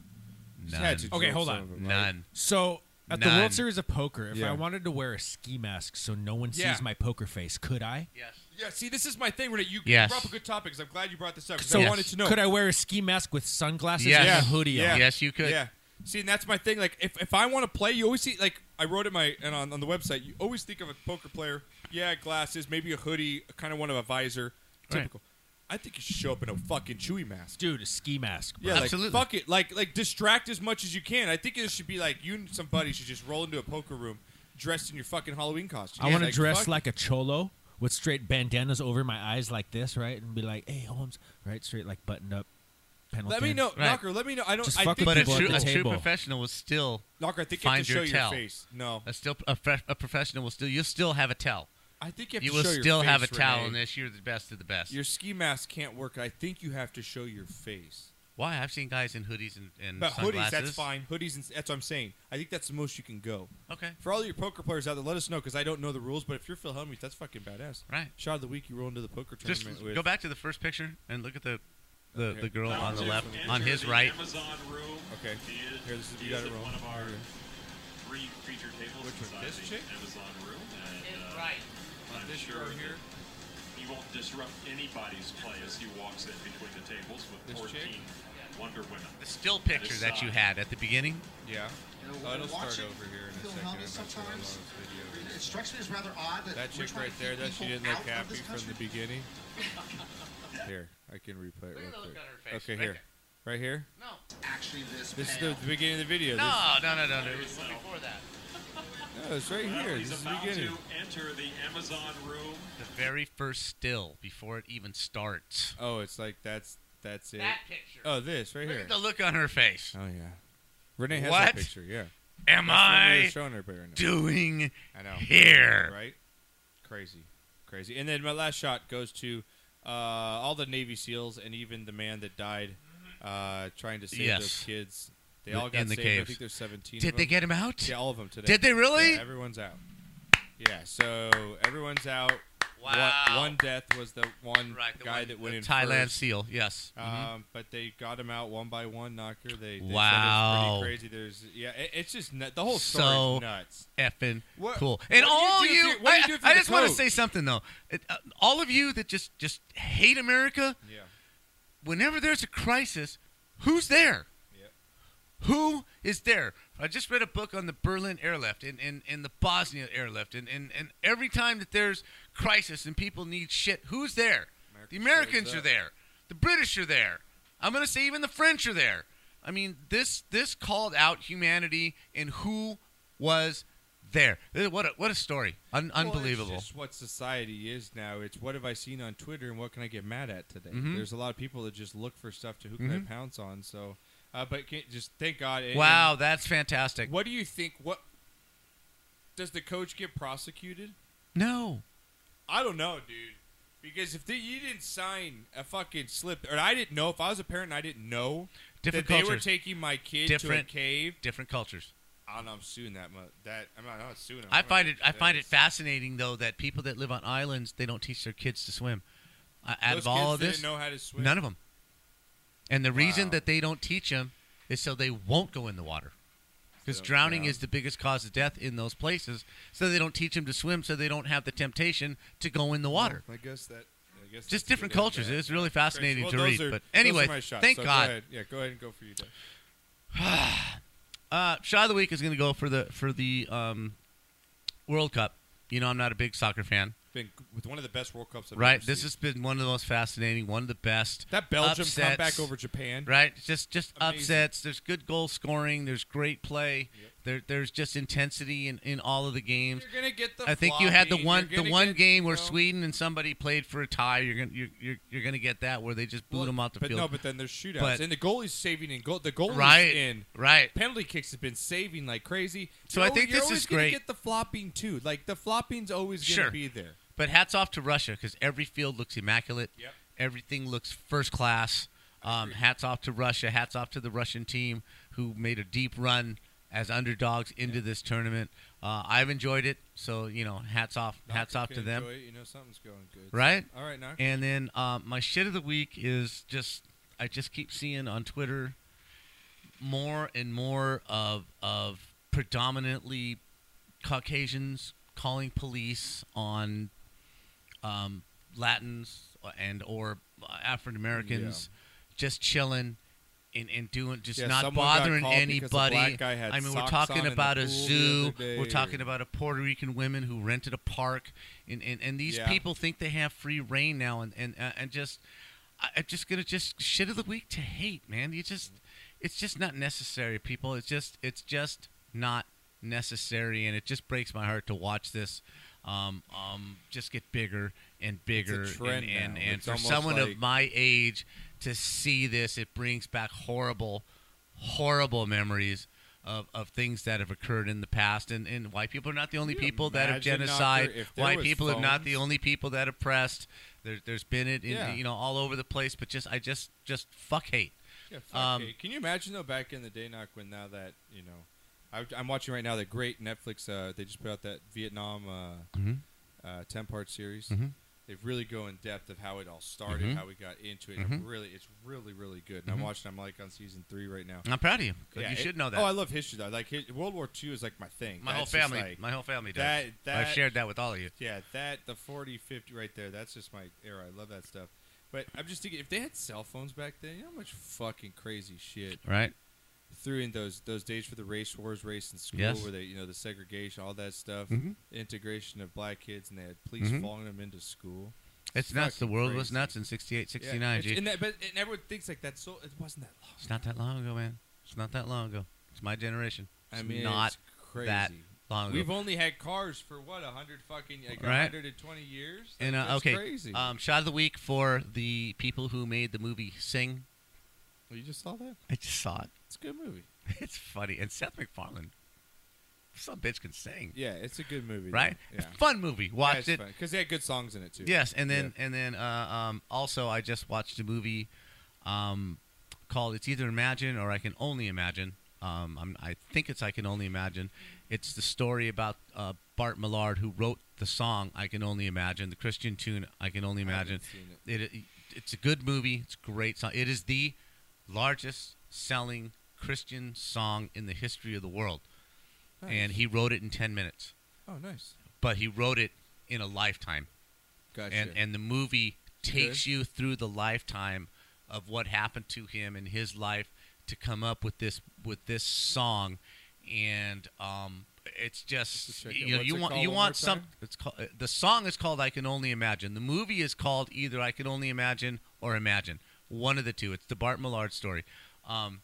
He's had None. to Okay, drill hold some on. of 'em, right? None. So at the None. World Series of Poker, if Yeah. I wanted to wear a ski mask so no one sees Yeah. my poker face, could I? Yes. Yeah. See, this is my thing, Renee. You Yes. brought up a good topic. 'cause I'm glad you brought this up. 'cause So I Yes. wanted to know. Could I wear a ski mask with sunglasses Yes. and Yeah. a hoodie Yeah. on? Yes, you could. Yeah. See, and that's my thing. Like, if, if I want to play, you always see like I wrote it my and on, on the website. You always think of a poker player. Yeah, glasses, maybe a hoodie, kind of one of a visor. Right. Typical. I think you should show up in a fucking Chewy mask. Dude, a ski mask. Bro. Yeah, Absolutely. like fuck it, like like distract as much as you can. I think it should be like you and somebody should just roll into a poker room dressed in your fucking Halloween costume. I want to Like, dress fuck- like a cholo with straight bandanas over my eyes like this, right? And be like, hey, Holmes, right? Straight like buttoned up. Let Pendleton. me know, Right. Knocker. Let me know. I don't. Just I fuck think with But a people at true, the a true table. professional will still Knocker, I think you have find to show your your, tell. face. No, a still a, fre- a professional will still you'll still have a towel. I think you have You to will show your still have a face, towel Renee. in this. You're the best of the best. Your ski mask can't work. I think you have to show your face. Why? I've seen guys in hoodies and, and But hoodies, Mm, sunglasses. that's fine. Hoodies, and, that's what I'm saying. I think that's the most you can go. Okay. For all your poker players out there, let us know because I don't know the rules. But if you're Phil Hellmuth, that's fucking badass. Right. Shot of the week, you roll into the poker Just tournament with. go back to the first picture and look at the the, Okay. the girl on the left, on his right. Okay. Here, this is, you got it wrong. three feature tables Which inside one? This the chick? Amazon room, and uh, Right. I'm sure that he won't disrupt anybody's play as he walks in between the tables with This 14 chick? Wonder Women. The still picture that you had at the beginning. Yeah. Oh, it'll start over here in a second. I'm not sure how long this video is. Structure is rather odd. That chick right there, that she didn't look happy from the beginning. Here, I can replay it real at the quick. look on her face, Okay, right here. there. Right here? No. Actually, this. This is the, the beginning of the video. No, no, no, no, no. It was before that. This, no, Oh, it's right here. This He's is the about beginning. to enter the Amazon room. The very first still before it even starts. Oh, it's like that's that's it. picture. Oh, this right Look here. at the look on her face. Oh yeah. Renee has What? that picture. Yeah. That's Am what we were I showing everybody right now. doing I know. here? Right? Crazy. Crazy. And then my last shot goes to uh, all the Navy SEALs and even the man that died uh, trying to save Yes. those kids. They The- all got in the saved. I caves. think there's 17. Did of they them. get him out? Yeah, all of them today. Did they really? Yeah, everyone's out. Yeah, so everyone's out. One, Wow. one death was the one Right, the guy one- that went the in Thailand first. seal, yes. Mm-hmm. Um, But they got him out one by one, knocker. They, they said it was Wow. pretty crazy. There's yeah, it, it's just nut, the whole story's so nuts. effing What- cool. what do And you all do if you, you- what do you do if I, I you're the just want to coach? say something though. It- uh, all of you that just just hate America, Yeah, whenever there's a crisis, who's there? Yep. Who is there? I just read a book on the Berlin airlift and, and, and the Bosnia airlift. And, and, and every time that there's crisis and people need shit, who's there? the America Americans shows are up. there. The British are there. I'm going to say even the French are there. I mean, this this called out humanity and who was there. This- What a, what a story. Un- Well, unbelievable. it's just what society is now. It's what have I seen on Twitter and what can I get mad at today? Mhm. There's a lot of people that just look for stuff to who Mm-hmm. can I pounce on. So, uh, but can, just thank God. and- wow, that's fantastic. and What do you think? What does the coach get prosecuted? No. I don't know, dude. Because if the, you didn't sign a fucking slip, or I didn't know if I was a parent, and I didn't know Different that they were cultures. taking my kid Different- to a cave. Different cultures. I don't know. I'm suing that. Mo- that I'm not, I'm not suing. Them. I find it I find it fascinating though that people that live on islands they don't teach their kids to swim. Uh, out Those of all kids of this, didn't know how to swim. none of them. And the reason Wow. that they don't teach them is so they won't go in the water. Because So, drowning yeah. is the biggest cause of death in those places, so they don't teach them to swim, so they don't have the temptation to go in the water. I guess that. I guess that's Just different pretty damn cultures. bad. It's really fascinating Well, to those read. are- but those are anyway, my shots, thank so go God. ahead. Yeah, go ahead and go for you. Dave. Uh, shot of the week is going to go for the for the um, World Cup. You know, I'm not a big soccer fan, Been with one of the best World Cups. I've right? ever This seen. has been one of the most fascinating, one of the best. that Belgium upsets. comeback over Japan. right? Just just Amazing. upsets. There's good goal scoring. There's great play. There, there's just intensity in, in all of the games. You're gonna get the. I think you had the floppy, one you're the gonna one get, game you where know- Sweden and somebody played for a tie. You're gonna you're you're, you're gonna get that where they just booed Well, them off the but field. No, but then there's shootouts, But- and the goalie's saving and goal. The goalie's right, in. right. Penalty kicks have been saving like crazy. So You're I always- think you're this always is gonna great. Get the flopping too. Like the flopping's always gonna Sure. be there. But hats off to Russia because every field looks immaculate. Yep. Everything looks first class. Um, hats off to Russia. Hats off to the Russian team who made a deep run as underdogs into this tournament. Uh, I've enjoyed it. So, you know, hats off. Hats Knocker off can to them. enjoy it, You know something's going good. Right? All right, now. And then um, my shit of the week is just I just keep seeing on Twitter more and more of of predominantly Caucasians calling police on um, Latins and or African Americans just chilling. And, and doing just Yeah, not someone got bothering called because a black anybody. guy had I mean, we're socks on talking in the about a pool the zoo. other day, We're or- talking about a Puerto Rican woman who rented a park, and and, and these Yeah. people people think they have free reign now, and and uh, and just I- I'm just gonna just shit of the week to hate, man. You just it's just not necessary, people. It's just it's just not necessary, and it just breaks my heart to watch this. Um, um, just get bigger and bigger, trend and and, now. and It's for almost someone of like- my age to see this, it brings back horrible, horrible memories of, of things that have occurred in the past, and, and white people are not the only you people that have imagine, Knocker, genocide. if there White was people are not the phones? only people that oppressed. There, there's been it, in, Yeah. you know, all over the place. But just, I just, just fuck hate. Yeah, fuck Um, it. Can you imagine though back in the day, knock when now that you know, I, I'm watching right now the great Netflix. Uh, they just put out that Vietnam uh, Mhm. uh, ten part series. Mhm. They really go in depth of how it all started, Mhm. how we got into it. and Mhm. really, it's really, really good. And I'm watching. I'm like on season three right now. Mm-hmm. I'm proud of you. Yeah, you it- should know that. Oh, I love history though. Like hi- World War II is like my thing. my whole That's just, family, like- my whole family does. that- I've that- shared that with all of you. yeah, that the 40, 50 right there. That's just my era. I love that stuff. But I'm just thinking, if they had cell phones back then, you know how much fucking crazy shit Right? through in those those days for the race wars, race in school, Yes. Mm-hmm. where they you know the segregation, all that stuff, integration of black kids, and they had police Mhm. following them into school. It's nuts. The fucking world was crazy. nuts in 68, Yeah, 69. it's- G. and that, but and everyone thinks like that. So it wasn't that long. It's not that long ago, man. It's not that long ago. It's my generation. It's I mean, not it's crazy. that long ago. We've only had cars for what a hundred fucking like Right. 120 years. and uh, That's okay, crazy. Um, shot of the week for the people who made the movie Sing. you just saw that. I just saw it. It's a good movie. It's funny. And Seth MacFarlane, some bitch can sing, Yeah, it's a good movie. right? though. It's Yeah. a fun movie. Watched it. because they had good songs in it too. Yes, and then and then uh, um, also I just watched a movie um, called "It's Either Imagine or I Can Only Imagine." Uh, Um, I'm, I think it's I Can Only Imagine. It's the story about uh, Bart Millard, who wrote the song I Can Only Imagine, the Christian tune I Can Only Imagine. it. It, it's a good movie. It's a great song. It is the largest selling Christian song in the history of the world. And Nice. he wrote it in 10 minutes Oh, nice. but he wrote it in a lifetime. Gotcha. And and the movie takes Okay. you through the lifetime of what happened to him in his life to come up with this with this song, and um, it's just check it. you know What's you it want called you one more want some. time? It's called the song is called I Can Only Imagine. The movie is called either I Can Only Imagine or Imagine. One of the two. It's the Bart Millard story. Um,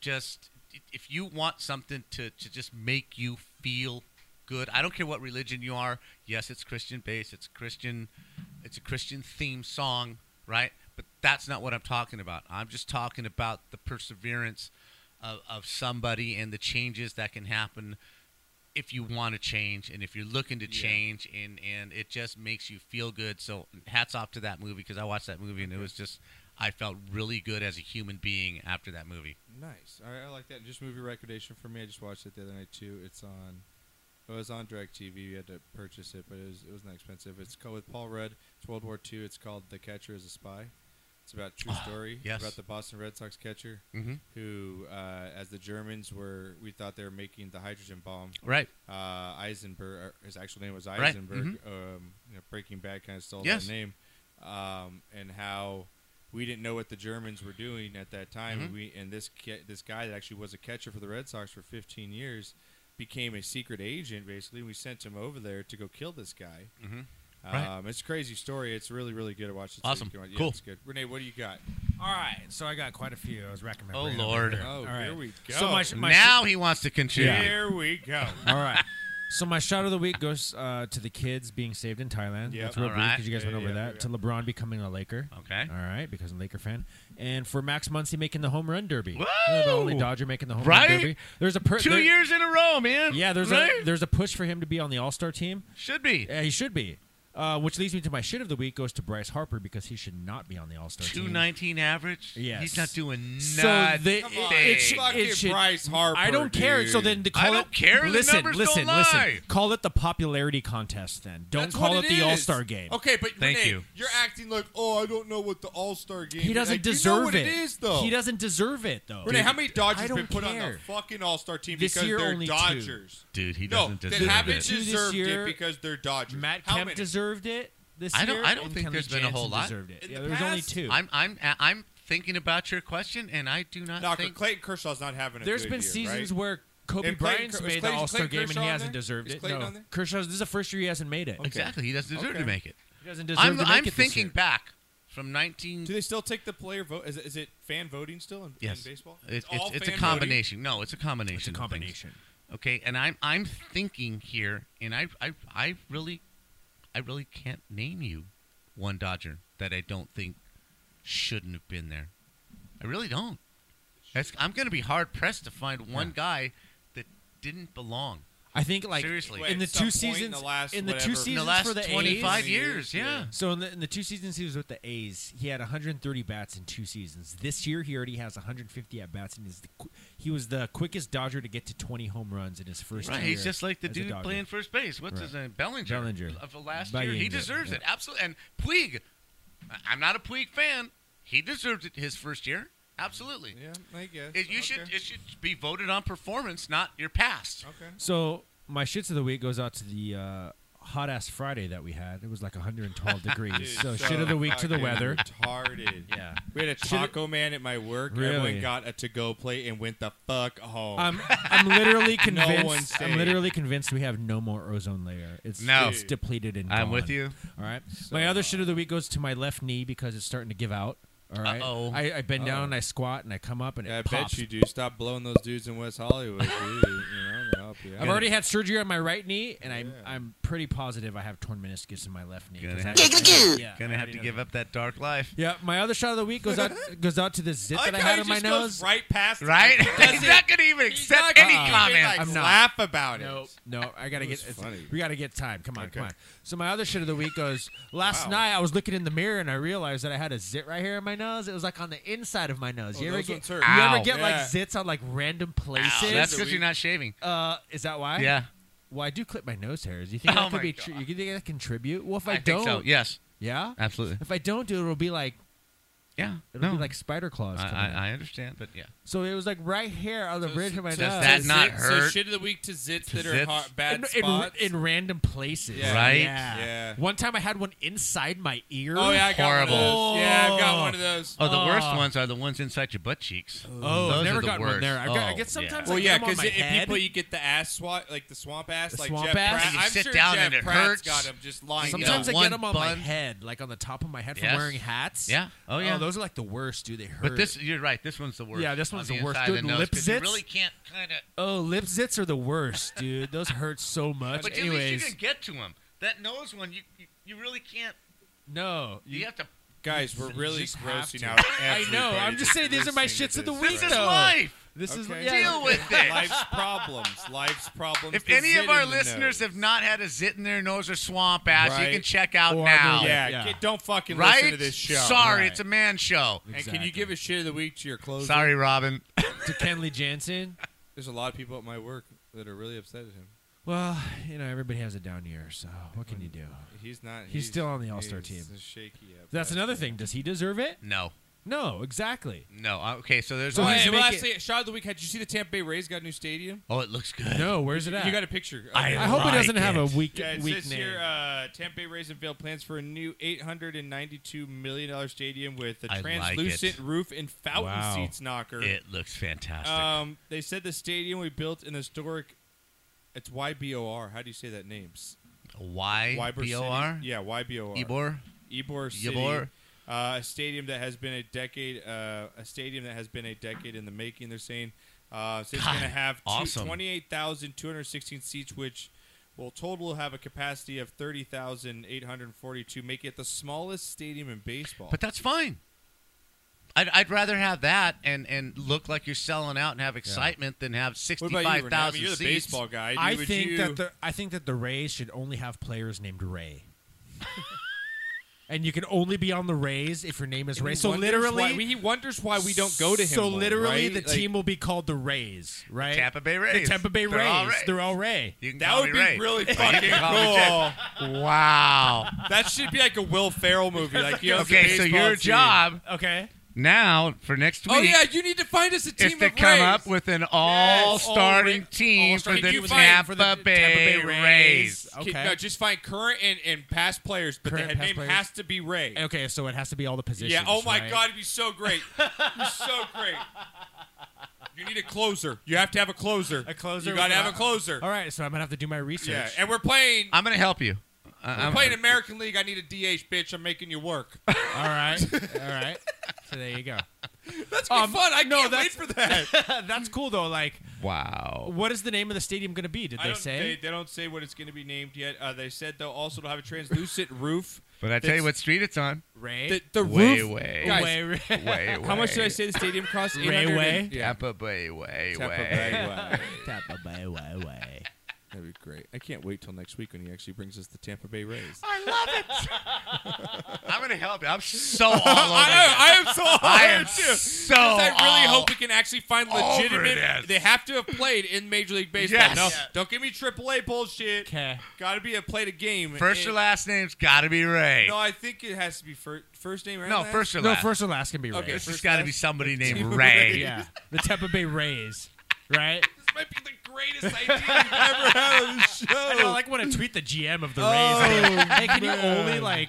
just if you want something to, to just make you feel good i don't care what religion you are yes it's christian based it's christian it's a christian theme song right but that's not what i'm talking about i'm just talking about the perseverance of, of somebody and the changes that can happen if you want to change and if you're looking to change and and it just makes you feel good so hats off to that movie because i watched that movie and it was just i felt really good as a human being after that movie Nice. All right, I like that. Just movie recommendation for me. I just watched it the other night too. It's on. It was on DirecTV. You had to purchase it, but it was it wasn't expensive. It's called with Paul Rudd. It's World War II. It's called The Catcher is a Spy. It's about a true Ah, story yes. about the Boston Red Sox catcher Mhm. who, uh, as the Germans were, we thought they were making the hydrogen bomb. Right. Uh, Eisenberg. His actual name was Right, Eisenberg. mhm. Um, you know, Breaking Bad kind of stole Yes. that name. Um, and how we didn't know what the Germans were doing at that time. Mhm. Mm-hmm. And we and this ca- this guy that actually was a catcher for the Red Sox for 15 years became a secret agent. Basically, we sent him over there to go kill this guy. Mm-hmm. Um, Mhm. Right. It's a crazy story. It's really really good to watch. It's Awesome. Yeah, Cool. It's good. Renee, what do you got? All right, so I got quite a few. I was recommending. Oh, Lord. Oh, All right. here we go. So my, sh- my now he wants to contribute. Here we go. All right. So my shot of the week goes uh, to the kids being saved in Thailand. Yep. That's real All brief right. because you guys Yeah, went over yeah, that. yeah. To LeBron becoming a Laker. Okay. All right, because I'm a Laker fan. And for Max Muncy making the home run derby. Whoa! You know, the only Dodger making the home Right? run derby. There's a per- Two there- years in a row, man. Yeah, there's Right? a there's a push for him to be on the All Star team. should be Yeah, he should be. Uh, which leads me to my shit of the week goes to Bryce Harper because he should not be on the All Star team. two nineteen average. Yes. he's not doing So nothing. the- Come it- on. it should- Fucking it should- Bryce Harper, I don't care. So dude. then to I call don't it, care. The Listen, numbers listen, don't listen. lie. Call it the popularity contest. Then don't That's call what it, the is. All Star game. Okay, but Thank Renee, you. You're acting like, oh, I don't know what the All Star game. He is." doesn't Like, deserve you know what it. it is though. He doesn't deserve it though. Renee, how many I Dodgers don't been put on the care. fucking All Star team This because year they're only two. Dodgers? Dude, he No, doesn't that deserve haven't it. Two this deserved year. it because they're Dodgers. Matt How Kemp many? deserved it this I don't- year. I don't and think Kenley there's been a whole Jansen lot. Deserved it. In yeah, the there was only past, two. I'm I'm I'm thinking about your question, and I do not No, think. Clayton Kershaw's not having a There's good been year, seasons right? where Kobe And Clayton Bryant's Ker- was made the Clayton- All Star Clayton game and Kershaw he on hasn't there? deserved Is it. Clayton No, on there? Kershaw's. This is the first year he hasn't made it. Exactly, he doesn't deserve Okay. to make it. He doesn't deserve I'm to make I'm it this thinking year. back from nineteen. Do they still take the player vote? Is it, is it fan voting still in, yes, in baseball? It- all it's, it's a fan voting? combination. No, it's a combination. It's a of things. combination. Okay, and I'm I'm thinking here, and I I I really, I really can't name you one Dodger that I don't think shouldn't have been there. I really don't. That's, I'm going to be hard pressed to find one guy that didn't belong I think like Seriously. in the At some two point in seasons the last in the two whatever- seasons In in the last for the 25 A's, years. Yeah. So in the, in the two seasons he was with the A's, he had 130 bats in two seasons. This year he already has 150 at bats, and is the, qu- he was the quickest Dodger to get to 20 home runs in his first. Right, year he's just like the as a dude Dodger. playing first base. What's his Right. name? Bellinger. Bellinger. Of the last Bellinger, year. He deserves yeah. it. Absolutely. And Puig, I- I'm not a Puig fan. He deserves it his first year. Absolutely. Yeah, I guess. It, you should Okay. it should be voted on performance, not your past. Okay. So my shits of the week goes out to the uh, hot ass Friday that we had. It was like 112 degrees. Dude, so, shit of the week to the fucking weather. Retarded. Yeah. We had a taco man at my work. Really? Everyone got a to-go plate and went the fuck home. I'm, I'm literally one convinced. saved. I'm literally convinced we have no more ozone layer. It's No. it's depleted and I'm gone. with you. All right. my other shit of the week goes to my left knee because it's starting to give out. All right. Uh-oh. I, I bend down and I squat and I come up and Yeah, I it pops. bet you do. Stop blowing those dudes in West Hollywood, dude. You know, help you. I've already had surgery on my right knee, and I'm I'm pretty positive I have torn meniscus in my left knee. Gonna 'cause have, I- to, yeah, gonna I have to already- give up that dark life. Yeah, my other shot of the week goes out goes out to this zit I that I like how had he on my just goes nose. right past it. Right? That's He's it. not gonna even He's accept not gonna any even, comment. like, I'm not. laugh about Nope. it. No, I gotta It get. was it's- funny. We gotta get time. Come on, come on. Okay. So my other shit of the week goes. Last Wow. night I was looking in the mirror and I realized that I had a zit right here in my nose. It was like on the inside of my nose. Oh, you ever those get? ones You hurt. ever Ow. get like Yeah. zits on like random Ow, places? That's because you're not shaving. Uh, is that why? Yeah. Well, I do clip my nose hairs. You think Oh that could my be? Tr- you think that contribute? Well, if I, I don't, think so. Yes. yeah. Absolutely. If I don't do it, it'll be like Yeah. it'll no. be like spider claws. I, coming out. I, I understand, but yeah. So it was like right here on the bridge of my does nose. that not So hurt? shit of the week to zits that are zits? har- bad in, in, spots. in random places, Yeah. Right? Yeah. Yeah. One time I had one inside my ear. oh yeah, I got One of Horrible. those. Yeah, I've got one of those. Oh, the worst Oh. ones are the ones inside your butt cheeks. Oh, I've Those never are the gotten worst. one there. I've got- I Oh, get yeah. sometimes Well, I get yeah, them on because my if head. people you get the ass swat, like the swamp ass, The like swamp Jeff ass? Pratt. You I'm sit sure down Jeff and it Pratt's hurts. got him just lying. Sometimes know, I get one them on my bun. head, like on the top of my head from Yes. wearing hats. Yeah. Oh, yeah. those are like the worst, dude. They hurt. But this, you're right. This one's the worst. Yeah, this on one's the the worst. inside Dude, of the nose, lip 'cause you zits? really can't kind of. Oh, lip zits are the worst, dude. Those hurt so much. But at least Anyways, you can get to them. That nose one, you you, you really can't. no. You, have to. Guys, we're really just have grossing to. out. I know. everybody I'm just that's saying these are my listening shits to of the this week, This right is though. life. This is Okay. yeah. Deal with it. Life's problems. Life's problems. If The any zit of our in the nose. listeners have not had a zit in their nose or swamp ass, you Right. can check out Or now. the- yeah, Yeah. get- don't fucking Right? listen to this show. Sorry, Right. it's a man show. And can you give a shit of the week to your clothes? Sorry, Robin. to Kenley Jansen? There's a lot of people at my work that are really upset at him. Well, you know everybody has a down year, so what can you do? He's not. He's still on the All-Star he's team. Shaky. at That's best. another thing. Does he deserve it? No, No, exactly. no. Uh, Okay, so there's. So Oh, one- he's hey, well, making- actually, shot of the week. Did you see the Tampa Bay Rays got a new stadium? oh, it looks good. No, where's it at? You got a picture. I I hope it doesn't like have a it. weak Yeah, it weak says name. here, uh, Tampa Bay Rays unveiled plans for a new $892 million stadium with a I like translucent it. roof and fountain Wow. seats knocker. It looks fantastic. Um, they said the stadium we built in the historic. It's YBOR. How do you say that name? S- Y Ybor B City? O R. Yeah, YBOR. Ebor. Ybor City. Ybor. Uh, a stadium that has been a decade. Uh, a stadium that has been a decade in the making. They're saying uh, so it's God, going to have two- awesome. 28,216 seats, which will total have a capacity of 30,842, making it the smallest stadium in baseball. But that's fine. I'd, I'd rather have that and, and look like you're selling out and have excitement than have what about you, Renee? I 65,000 mean, you're the seats. baseball guy. I Would think you- that the I think that the Rays should only have players named Ray. and you can only be on the Rays if your name is And Ray. he So wonders literally why- he wonders why we don't go to him. So more, literally right? the Like, team will be called the Rays, right? Tampa Bay the Rays. Tampa Bay They're Rays. all Rays. They're all Ray. You can That call would me be Ray. really But you fucking can call me Jay. cool. Wow. that should be like a Will Ferrell movie. Like, you know, the okay, so baseball your team. job Okay. now for next week Oh yeah, you need to find us a team is to of come Rays. up with an all-starting Ra- team all-star for the, team for the- Tampa, for the Tampa Bay Bay Rays. Rays. Okay. Okay. no, just find current and, and past players, but Current the and head name past players. has to be Ray. Okay, so it has to be all the positions. yeah. Oh my right? God, it'd be so great. it'd be so great. You need a closer. You have to have a closer. A closer You gotta have a without- closer. All right, so I'm gonna have to do my research. Yeah. And we're playing. I'm going to help you. I- I'm I'm- playing American League. I need a DH, bitch. I'm making you work. All right. All right. So there you go. Um, That's gonna be fun. I can't wait for that. that's cool though. Like, Wow. what is the name of the stadium going to be? Did I they don't- say? They, don't say what it's going to be named yet. Uh, they said they'll also have a translucent roof. But I tell you what street it's on. Ray. The, the Way, roof. way, Guys, Way, Ray. way, How much did I way. say the stadium cost? Ray 800 Way? and- Tampa Bay, way, Tampa way. Bay Way. Tampa Bay Way Way. That'd be great. I can't wait till next week when he actually brings us the Tampa Bay Rays. I love it. I'm gonna help you. I'm so all over. I, I, I am so I honored am too. so. I really all- hope we can actually find over legitimate. this. They have to have played in Major League Baseball. Yes. No, Yeah. don't give me AAA bullshit. Okay. Got to be a played a game. First And- or last name's got to be Ray. No, I think it has to be first first name. or No, last? first or No, last. first or last can be Ray. Okay, This has first got to last. be somebody Team named Ray. Ray. Yeah. The Tampa Bay Rays. Right. This might be the greatest idea you've ever had on the show. I know. I Like want to tweet the GM of the Oh, Rays. like, hey, can you only like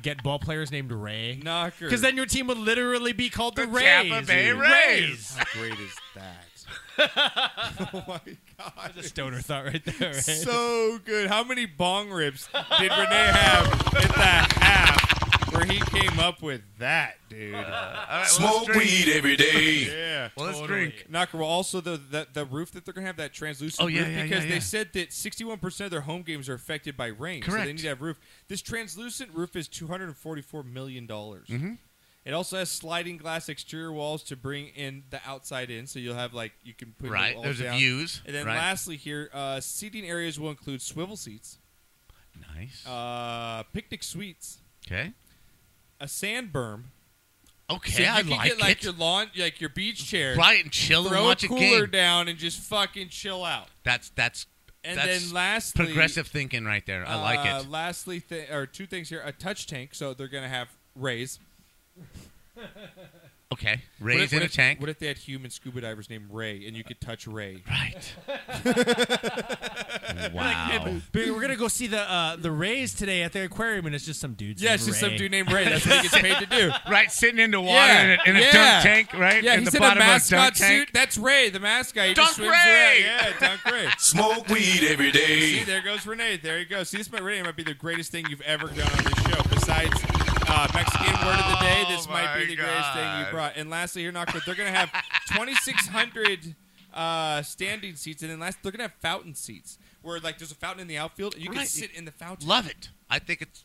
get ball players named Ray? Knocker. Because then your team would literally be called the, The Rays. Tampa Bay Rays. How great is that? oh my god, That's a stoner thought right there. Right? so good. How many bong ribs did Renee have in that half? where he came up with that, dude. uh, well, Smoke let's drink. weed every day. yeah. Well, let's drink. Knocker, well, also the, the the roof that they're gonna have that translucent Oh, yeah, roof yeah, because yeah, they yeah. said that 61 percent of their home games are affected by rain, so Correct. they need to have roof. This translucent roof is 244 million dollars. Mhm. It also has sliding glass exterior walls to bring in the outside in, so you'll have like you can put Right, your walls there's the down. views, And then right. lastly, here uh, seating areas will include swivel seats. Nice. Uh, picnic suites. Okay. A sand berm. Okay, so you I can like get, like it. your lawn, like your beach chair, Right, and chill and throw watch a a cooler game. down and just fucking chill out. That's that's And that's then lastly- progressive thinking right there. I like Uh, it. Lastly, th- or two things here: a touch tank, so they're gonna have rays. Okay, What rays if- in what a if- tank. What if they had human scuba divers named Ray, and you could touch Ray? Right. Wow. We're gonna go see the uh, the Rays today at the aquarium, and it's just some dudes. Yeah, it's named just Ray. some dude named Ray. That's what he gets paid to do. Right, sitting in the water yeah. in a- in a yeah. dunk tank, right? Yeah, In he's the in a bottom of a mascot dunk suit. tank. That's Ray, the mascot. He Dunk just swims Ray! Around. Yeah, Dunk Ray. Smoke weed every day. See, there goes Renee. There you go. See, this might Renee might be the greatest thing you've ever done on this show. Besides uh, Mexican word of the day, this might be the greatest thing you Oh God. brought. And lastly, here, Knockwood, they're gonna have 2,600 uh, standing seats, and then last, they're gonna have fountain seats where like there's a fountain in the outfield, and you can Right. sit in the fountain. Love it. I think it's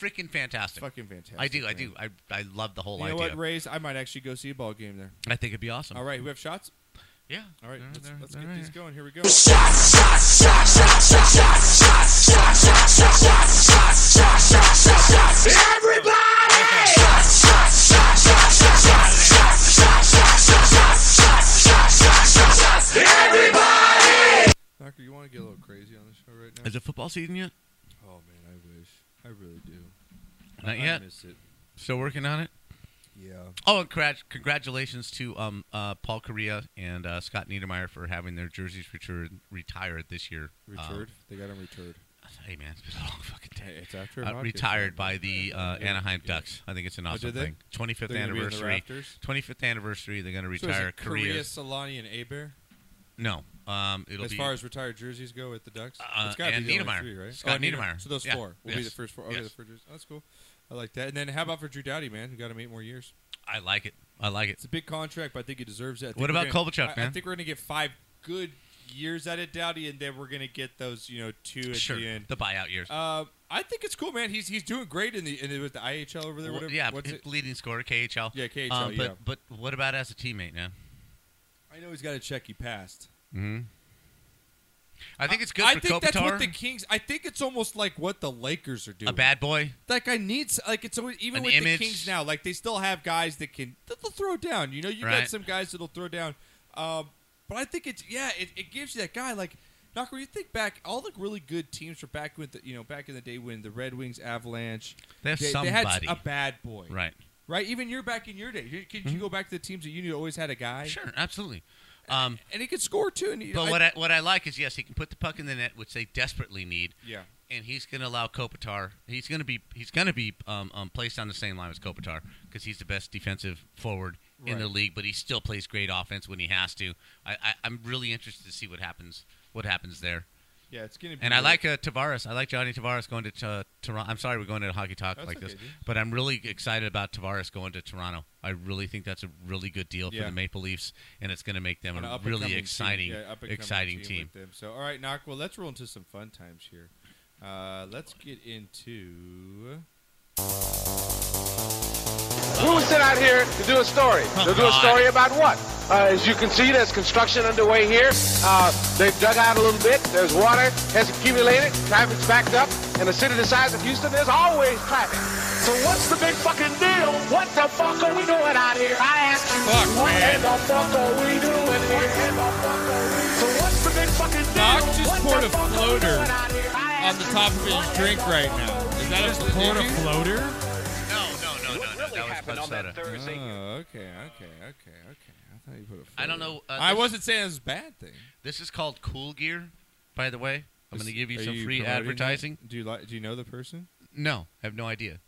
freaking fantastic. Fucking fantastic, I do. I man. do. I, I love the whole You know idea. what, Rays? I might actually go see a ball game there. I think it'd be awesome. All right, we have shots. Yeah. All right, let's, let's get these going. Here we go. Oh, Shots, shots, shots, shots, shots, shots, shots, shots, shots, shots, shots, shots, shots, shots, shots, shots. Everybody! Shots, shots, shots, shots, shots, shots, shots, shots, shots, shots, shots, shots, shots, shots, shots, shots. Everybody! Doctor, you want to get a little crazy on the show right now? Is it football season yet? Oh man, I wish. I really do. I- Not I yet. miss it. Still working on it. Yeah. Oh, and congrat- congratulations to um, uh, Paul Correa and uh, Scott Niedermeyer for having their jerseys retur- retired this year. Retured? they got him retured. Um, Hey man, it's been a long fucking day. It's after Um, uh, retired by the uh, Anaheim Ducks. I think it's an Oh, awesome did they? thing. 25th They're gonna be in the anniversary. rafters? 25th anniversary. They're going to retire Korea, Correa. Solani, and Aber. No, um, it'll as be far as retired jerseys go at the Ducks, Uh, it's got to and be the only Niedermeyer. three, right? Scott oh, Nieder- Niedermeyer. So those Yeah. four will be the Yes. first four. Okay, Yes. the first jerseys. Oh, that's cool. I like that. And then how about for Drew Dowdy, man? We got him eight more years. I like it. I like it. It's a big contract, but I think he deserves it. I think What we're about gonna- Kovalchuk, I- I man? think we're gonna get five good years out of Dowdy, and then we're gonna get those, you know, two at Sure, the end. the buyout years. Uh, I think it's cool, man. He's he's doing great in the in the, with the IHL over there. Well, Whatever. yeah, What's his it? leading scorer KHL. Yeah, KHL, Um, but yeah. but what about as a teammate, man? I know he's got a check. He passed. Mm-hmm. I think it's good I for think that's Kopitar. what the Kings. I think it's almost like what the Lakers are doing. a bad boy. Like I need s- like it's always even An with image. the Kings now. Like they still have guys that can that they'll throw down. You know, you got Right. some guys that'll throw down. Um, but I think it's yeah, it, it gives you that guy like. Knocker, you think back, all the really good teams were back with the, you know back in the day when the Red Wings, Avalanche, They have they, had s- somebody. a bad boy, Right. Mm-hmm. Right. Even you're back in your day. You- Can you go back to the teams that you knew always had a guy? Sure, absolutely. Um, and he could score too. And he, But what I, what I like is yes, he can put the puck in the net, which they desperately need. Yeah. And he's going to allow Kopitar. He's going to be he's going to be um, um, placed on the same line as Kopitar because he's the best defensive forward in the Right. league. But he still plays great offense when he has to. I, I I'm really interested to see what happens what happens there. Yeah, it's gonna be And I really- like uh, Tavares. I like Johnny Tavares going to uh, Toronto. I'm sorry, we're going to hockey talk That's like okay, this, dude. but I'm really excited about Tavares going to Toronto. I really think that's a really good deal for Yeah. the Maple Leafs, and it's going to make them on an a up and coming really team. exciting, Yeah, up and coming exciting team. with them. So, all right, Knock. Well, let's roll into some fun times here. Uh, let's get into. Who sent out here to do a story? They'll do a Oh, God. story about what? Uh, as you can see, there's construction underway here. Uh, they've dug out a little bit. There's water has accumulated. Traffic's backed up. In a city the size of Houston, there's always traffic. So what's the big fucking deal? What the fuck are we doing out here? I ask you. what the fuck are we doing here? So what's the big fucking deal? Knock just poured a floater on the top of his drink right now. Is that a poured a floater? No, no, no, no. That was Punch Soda. Oh, okay, okay, okay, okay. I thought you put a. I don't know. Uh, I this- wasn't saying it was a bad thing. This is called Cool Gear, by the way. I'm Is- going to give you are some free promoting that? advertising. Do you like? Do you know the person? No, I have no idea.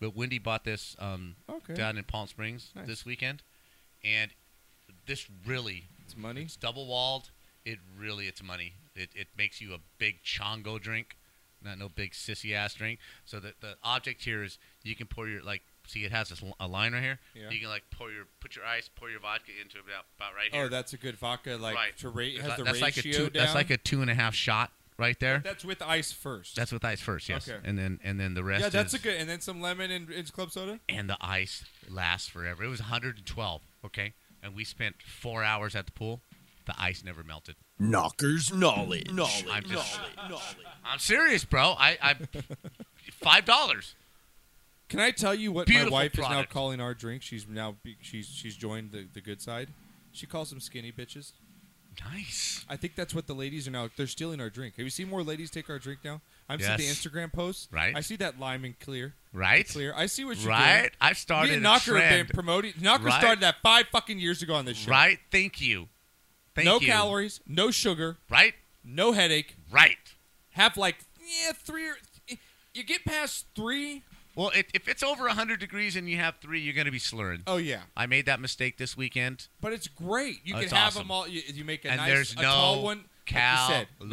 But Wendy bought this um, Okay. down in Palm Springs Nice. this weekend, and this really it's money. It's double walled. It really it's money. It, it makes you a big chongo drink. not no big sissy ass drink. So the the object here is you can pour your like. See, it has this, l- a line right here. Yeah. You can like pour your put your ice, pour your vodka into about about right here. Oh, that's a good vodka. Like Right. to rate It's has like- the that's like a ratio two- down. that's like a two and a half shot right there. That's with ice first. That's with ice first, yes, Okay. and then and then the rest. yeah, that's is, a good. And then some lemon and, and club soda. and the ice lasts forever. It was 112, okay, and we spent four hours at the pool. The ice never melted. Knockers knowledge. Knowledge. I'm just- knowledge. I'm serious, bro. I, I five dollars. Can I tell you what Beautiful my wife is now product. calling our drink? She's now be- she's she's joined the, the good side. She calls them skinny bitches. Nice. I think that's what the ladies are now. They're stealing our drink. Have you seen more ladies take our drink now? I'm seeing Yes. the Instagram posts. Right. I see that lime and clear. Right. Clear. I see what you're doing. Right. I've Me started and a Knocker have trend. been promoting. Knocker Right. started that five fucking years ago on this show. Right. Thank you. Thank no you. calories. No sugar. Right. No headache. Right. Have like yeah three. Or, you get past three. Well, it, if it's over 100 degrees and you have three, you're going to be slurring. Oh, yeah. I made that mistake this weekend. But it's great. You Oh, can it's have awesome. them all. You, you make a And nice, there's a tall no one. like you said. Yeah.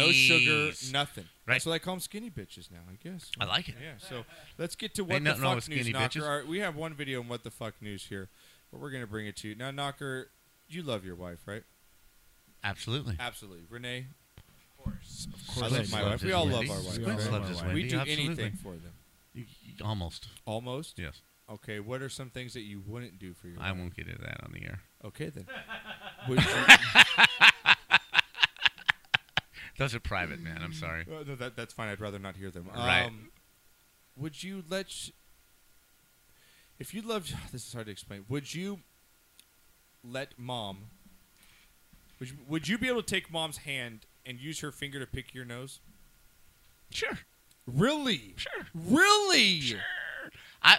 No sugar, calories. nothing. Right. So they call them skinny bitches now, I guess. I like it. Yeah. So let's get to Ain't what the nothing wrong fuck with news, skinny Knocker. bitches. All right, we have one video on what the fuck news here, but we're gonna bring it to you now. Knocker, you love your wife, right? Absolutely. Absolutely, Renee. Of course, of course. I love my Loves wife. his We all love Wendy's. our wife. Squints loves his We Wendy's, do absolutely. anything for them. Almost. Almost. Yes. Okay. What are some things that you wouldn't do for your? I wife? won't get into that on the air. Okay then. Would you- Those are private, man. I'm sorry. Well, no, that, that's fine. I'd rather not hear them. Right. Um, would you let? sh- if you loved, this is hard to explain. Would you let mom? Would you, would you be able to take mom's hand and use her finger to pick your nose? Sure. Really? Sure. Really? Sure. I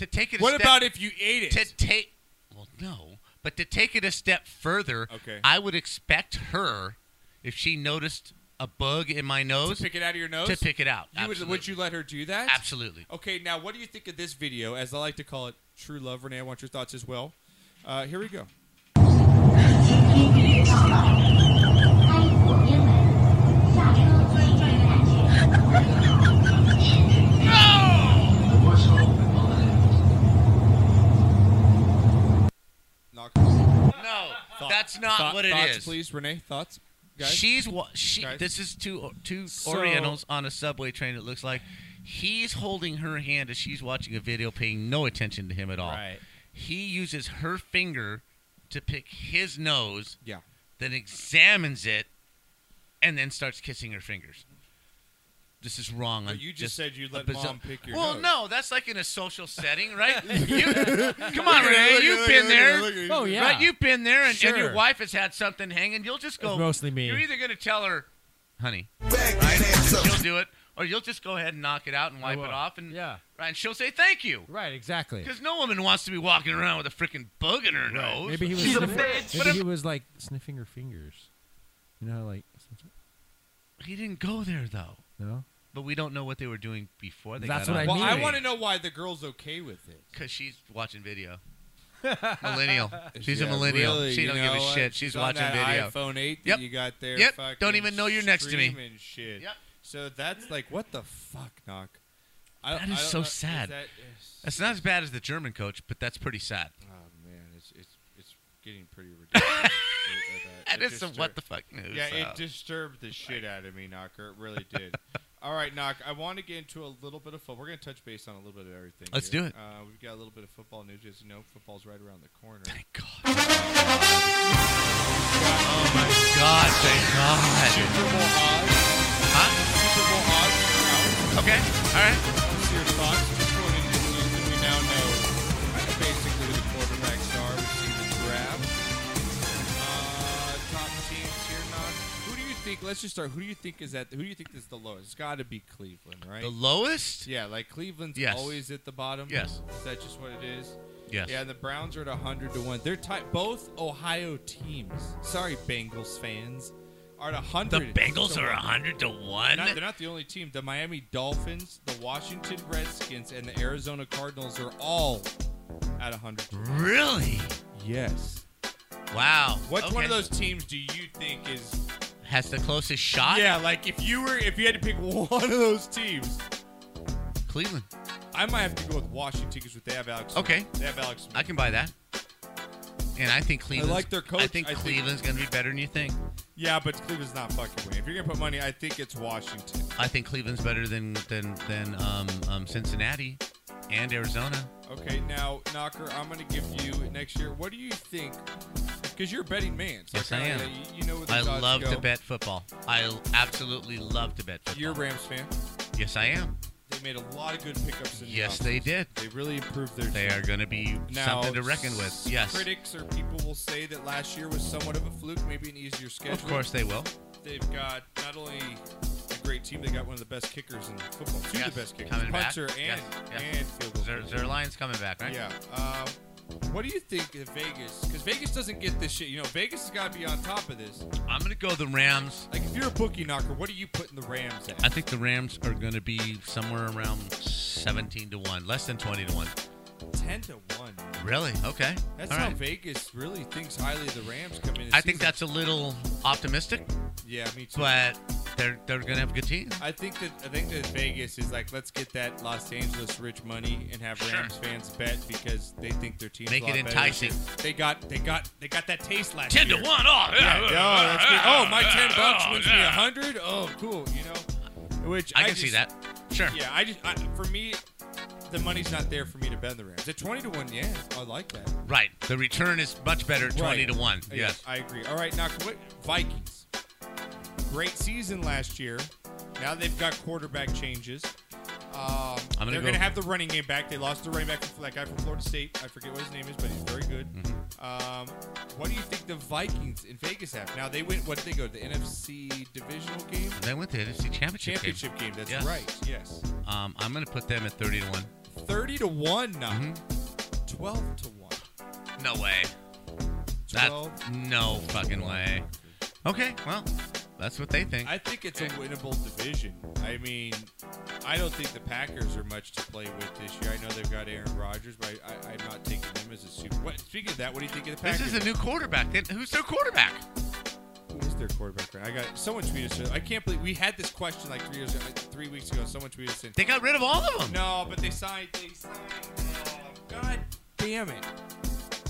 to take it. A What step- about if you ate it? To take. Well, no. But to take it a step further, Okay. I would expect her, if she noticed a bug in my nose, pick it out of your nose? To pick it out. You would, would you let her do that? Absolutely. Okay, now what do you think of this video, as I like to call it, True Love? Renee, I want your thoughts as well. Uh, here we go. No, that's not Thought- what it is. thoughts, please, Renee. Thoughts. Guys? She's wa- she. Guys? This is two two So- Orientals on a subway train. It looks like he's holding her hand as she's watching a video, paying no attention to him at all. Right. He uses her finger to pick his nose. Yeah. Then examines it, and then starts kissing her fingers. This is wrong. But I'm you just said you a let bizar- mom pick your Well, nose. no, that's like in a social setting, right? You- come Look at it, look on, Renee, at it, you've look been at it, look at it, there. look at it. Oh, yeah. Right, you've been there, and, and Sure. your wife has had something hanging. You'll just go. It's mostly me. You're either going to tell her, honey, right? You'll do it, or you'll just go ahead and knock it out and wipe it off, and yeah, right. And she'll say thank you, Right, exactly. Because no woman wants to be walking around with a freaking bug in her nose. Maybe he was She's a sniffing- bitch. But Maybe if- he was like sniffing her fingers. You know, how, like he didn't go there though. no. But we don't know what they were doing before they. That's got what on. I Well, mean. I want to know why the girl's okay with it. Because she's watching video. millennial. She's Yeah, a millennial. really, she don't you give a know what? shit. She's on watching that video. iPhone 8 Yep. that you got there. Yep. fucking Don't even know you're next to me. streaming Shit. Yep. So that's like, what the fuck, knock? I, That I is don't so know- is sad. that- is- That's not as bad as the German coach, but that's pretty sad. oh man, it's it's it's getting pretty ridiculous. uh, It- That it is some distur- what the fuck news, Yeah, though. it disturbed the shit out of me, Knocker. It really did. All right, Knock. I want to get into a little bit of football. We're going to touch base on a little bit of everything. Let's here. do it. Uh, we've got a little bit of football news. As you know, football's right around the corner. Thank God. Oh my God, thank God. Super Bowl odds. Huh? Super Bowl odds are out. Okay. All right. What's your thoughts? Just going into the news that we now know kind of basically who the quarterbacks are. We've seen the draft. Uh, top teams here, Knock. Who do you think? Let's just start. Who do you think is at? Who do you think is the lowest? It's got to be Cleveland, right? The lowest? Yeah, like Cleveland's Yes. always at the bottom. Yes. Is that just what it is? Yes. Yeah, and the Browns are at 100 to 1. They're tied. Both Ohio teams. Sorry, Bengals fans. Are at 100. The Bengals So- are 100 to 1? Not- they're not the only team. The Miami Dolphins, the Washington Redskins, and the Arizona Cardinals are all at 100 to 1. Really? Yes. Wow. What's one Okay. of those teams do you think is has the closest shot. Yeah, like if you were if you had to pick one of those teams, Cleveland. I might have to go with Washington because they have Alex. Smith. Okay. they have Alex. Smith. I can buy that. And I think Cleveland. like their coach. I think I think- Cleveland's going to be better than you think. Yeah, but Cleveland's not fucking winning. If you're gonna put money, I think it's Washington. I think Cleveland's better than than than um, um, Cincinnati and Arizona. Okay, now Knocker, I'm gonna give you next year. What do you think? Because you're a betting man. so Yes, I am. kinda- You know where the I odds love go. to bet football. I l- absolutely love to bet football. You're a Rams fan. Yes, I am. They made a lot of good pickups. In the Yes, they did. They really improved their. They team. are going to be Now, something to reckon with. Yes. Critics or people will say that last year was somewhat of a fluke, maybe an easier schedule. Of course they will. They've got not only a great team, they got one of the best kickers in football. Two Yes, of the best kickers, coming back. punter and Yes, yes. and field goal. Zer- kicker. Zerline's coming back, right? Yeah. Um, what do you think of Vegas? Because Vegas doesn't get this shit. You know, Vegas has got to be on top of this. I'm going to go the Rams. Like, if you're a bookie knocker, what are you putting the Rams at? I think the Rams are going to be somewhere around 17 to 1, less than 20 to 1. Ten to one. Really? Okay. That's All how right. Vegas really thinks highly of the Rams coming. in. I think that's a little optimistic. Yeah, me too. But they're they're going to have a good team. I think that I think that Vegas is like, let's get that Los Angeles rich money and have Rams fans bet because they think their team Make it enticing. They got they got they got that taste last 10 to year. 1, oh, yeah, yeah, yeah, no, that's yeah, good. oh my yeah, ten bucks oh, wins me yeah. a hundred. Oh, cool. You know, which I I can see just- that. Sure. Yeah, I just I, for me, the money's not there for me to bet the Rams. The twenty to one, yeah, I like that. Right. The return is much better at 20 Right. to 1. Yeah, Yes. I agree. All right, now what, Vikings. Great season last year. Now they've got quarterback changes. Um, I'm gonna they're go- going to have the running game back. They lost the running back from that guy from Florida State. I forget what his name is, but he's very good. Mm-hmm. Um, what do you think the Vikings in Vegas have? Now they went. What did they go to the NFC divisional game? They went to the NFC Championship, Championship game. That's Yes. right. Yes, Um, I'm going to put them at 30 to 1. thirty to one. Now. Twelve to one. No way. That, Twelve. no fucking way. Okay, well, that's what they think. I think it's a winnable division. I mean, I don't think the Packers are much to play with this year. I know they've got Aaron Rodgers, but I, I, I'm not taking them as a super. What, speaking of that, what do you think of the This Packers? is a new quarterback. Then Who's their quarterback? Who is their quarterback? right now? I got someone tweeted. us- I can't believe we had this question like three years, like, three weeks ago. Someone tweeted us. in- They got rid of all of them. No, but they signed. They signed. uh, God damn it,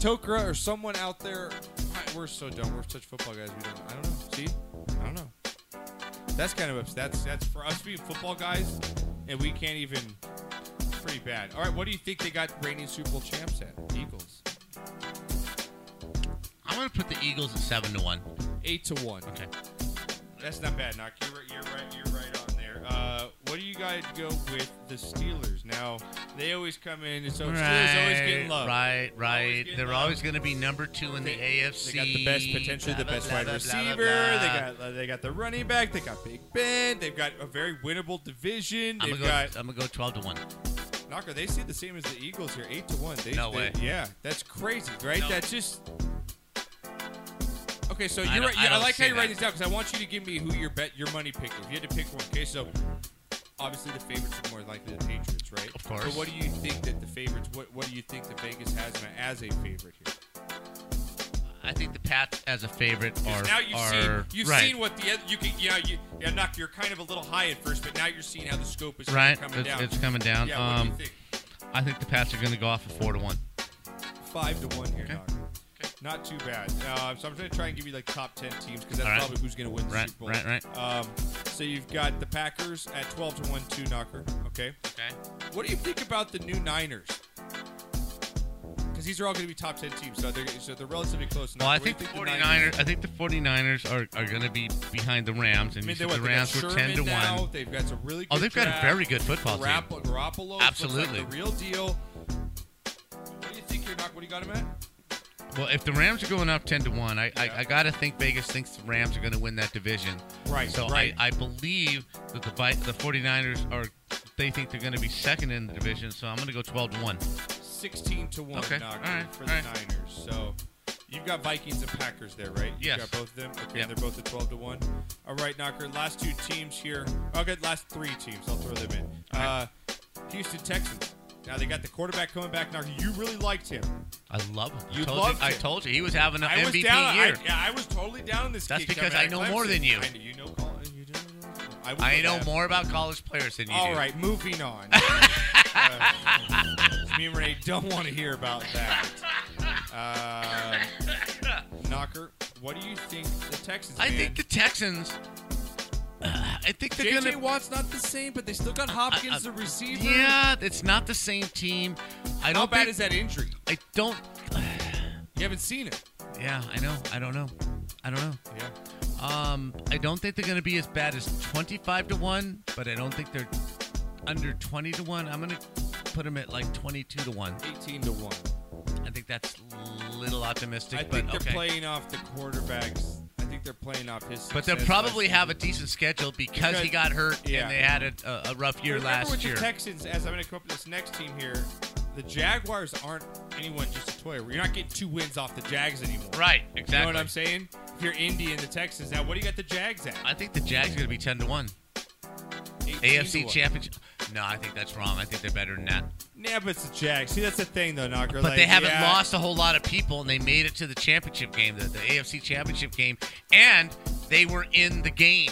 Tokra or someone out there. I- We're so dumb. We're such football guys. We don't. I don't know. See, I don't know. That's kind of ups. That's that's for us being football guys, and we can't even. It's pretty bad. All right, what do you think they got reigning Super Bowl champs at? Eagles. I'm going to put the Eagles at 7 to 1. Eight to one. Okay. That's not bad, Knock. You're right. You're right. You're right on there. Uh, what do you guys go with the Steelers? Now they always come in. and So Steelers always getting love. Right, right. getting They're love. always going to be number two in the AFC. They got the best potentially the blah, best blah, wide blah, blah, receiver. blah. They got uh, they got the running back. They got Big Ben. They've got a very winnable division. I'm They've gonna go- got I'm going to go 12 to 1. Knocker. They see the same as the Eagles here, eight to one. They, No they- way. Yeah, that's crazy, right? No. That's just. Okay, so I you're don't- right. I yeah, I, don't like see how you that. write these down because I want you to give me who your bet, your money pick is. You had to pick one. Okay, so obviously the favorites are more likely the Patriots, right? Of course. But what do you think that the favorites? What What do you think that Vegas has them as a favorite here? I think the Pats as a favorite are. now you've are- seen you've right. seen what the other you can yeah you yeah knock you're kind of a little high at first but now you're seeing how the scope is Right, coming it's, down. it's coming down. Yeah, um, what do you think? I think the Pats are going to go off at four to one. Five to one here, Doc. Not too bad. Uh, so I'm going to try and give you like top ten teams because that's All right. probably who's going to win the Right, Super Bowl. right, right. Um, so you've got the Packers at 12 to one, two knocker. Okay. Okay. What do you think about the new Niners? Because these are all going to be top ten teams, so they're so they're relatively close. Well, I Knocker. What think do the you 49ers. I think the 49ers are, are going to be behind the Rams, and I mean, they, you said what, the Rams they were got ten to Sherman now. one. They've got some really. Good Oh, they've got a draft. very good football team. Garopp- Garoppolo, looks Absolutely. like the real deal. What do you think here, Doc? What do you got him at? Well, if the Rams are going up ten to one, I I, I got to think Vegas thinks the Rams are going to win that division. Right, So right. I, I believe that the Vi- the 49ers are. They think they're going to be second in the division, so I'm going to go 12 to one. Sixteen to one, Okay, Doc, all right, for the all Niners. So you've got Vikings and Packers there, right? You've Yes. got both of them. Okay, Yep. and they're both at twelve to one. All right, Knocker. Last two teams here. Okay, last three teams. I'll throw them in. Uh, Houston Texans. Now they got the quarterback coming back. Now you really liked him. I love him. You I told loved you, I him. told you he was having an I was MVP down, year. I, yeah, I was totally down on this. That's kid because coming out I of know Clemson. more than you. I know, you know, col- you do- I, was I with know that. more about college players than you do. All right, moving on. Uh, me and Renee don't want to hear about that. Um, Knocker, what do you think the Texans? I man? think the Texans. I think they're JJ gonna. Watt's not the same, but they still got Hopkins, I- I- the receiver. Yeah, it's not the same team. I How don't. bad think- is that injury? I don't. You haven't seen it. Yeah, I know. I don't know. I don't know. Yeah. Um, I don't think they're gonna be as bad as twenty-five to one, but I don't think they're under twenty to one. I'm gonna put them at like twenty-two to one. Eighteen to one. I think that's a little optimistic, I but think they're okay. playing off the quarterbacks. I think they're playing off his. But they'll success probably last have a year. decent schedule because, he Because- got hurt yeah. and they had a, a, a rough year Remember last with year. The Texans, as I'm going to come up with this next team here, the Jaguars aren't anyone just a toy. You're not getting two wins off the Jags anymore. Right, You know what exactly. I'm saying? If you're Indy and the Texans, now what do you got the Jags at? I think the Jags are going to be 10 to 1. 18 to AFC one. Championship. No, I think that's wrong. I think they're better than that. Yeah, but it's the Jags. See, that's the thing though, Knocker. But they haven't lost a whole lot of people, and they made it to the championship game, the, the AFC championship game, and they were in the game.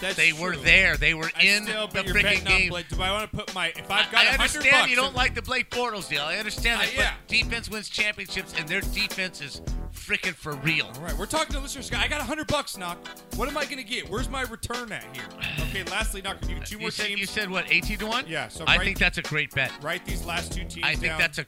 That's they were true. there. They were I in still, the but you're freaking betting on game. Blake. Do I want to put my? If I've got I 100 understand bucks, you if- don't like the Blake Bortles deal. I understand Uh, that. yeah. But defense wins championships, and their defense is freaking for real. All right, we're talking to listeners. Guy, I got hundred bucks, Knock. What am I going to get? Where's my return at here? Okay, lastly, Knock, you two You more said- teams. you said what, 18 to one? Yeah, so I right- think that's a great bet. Write these last two teams. Uh, I think down. that's a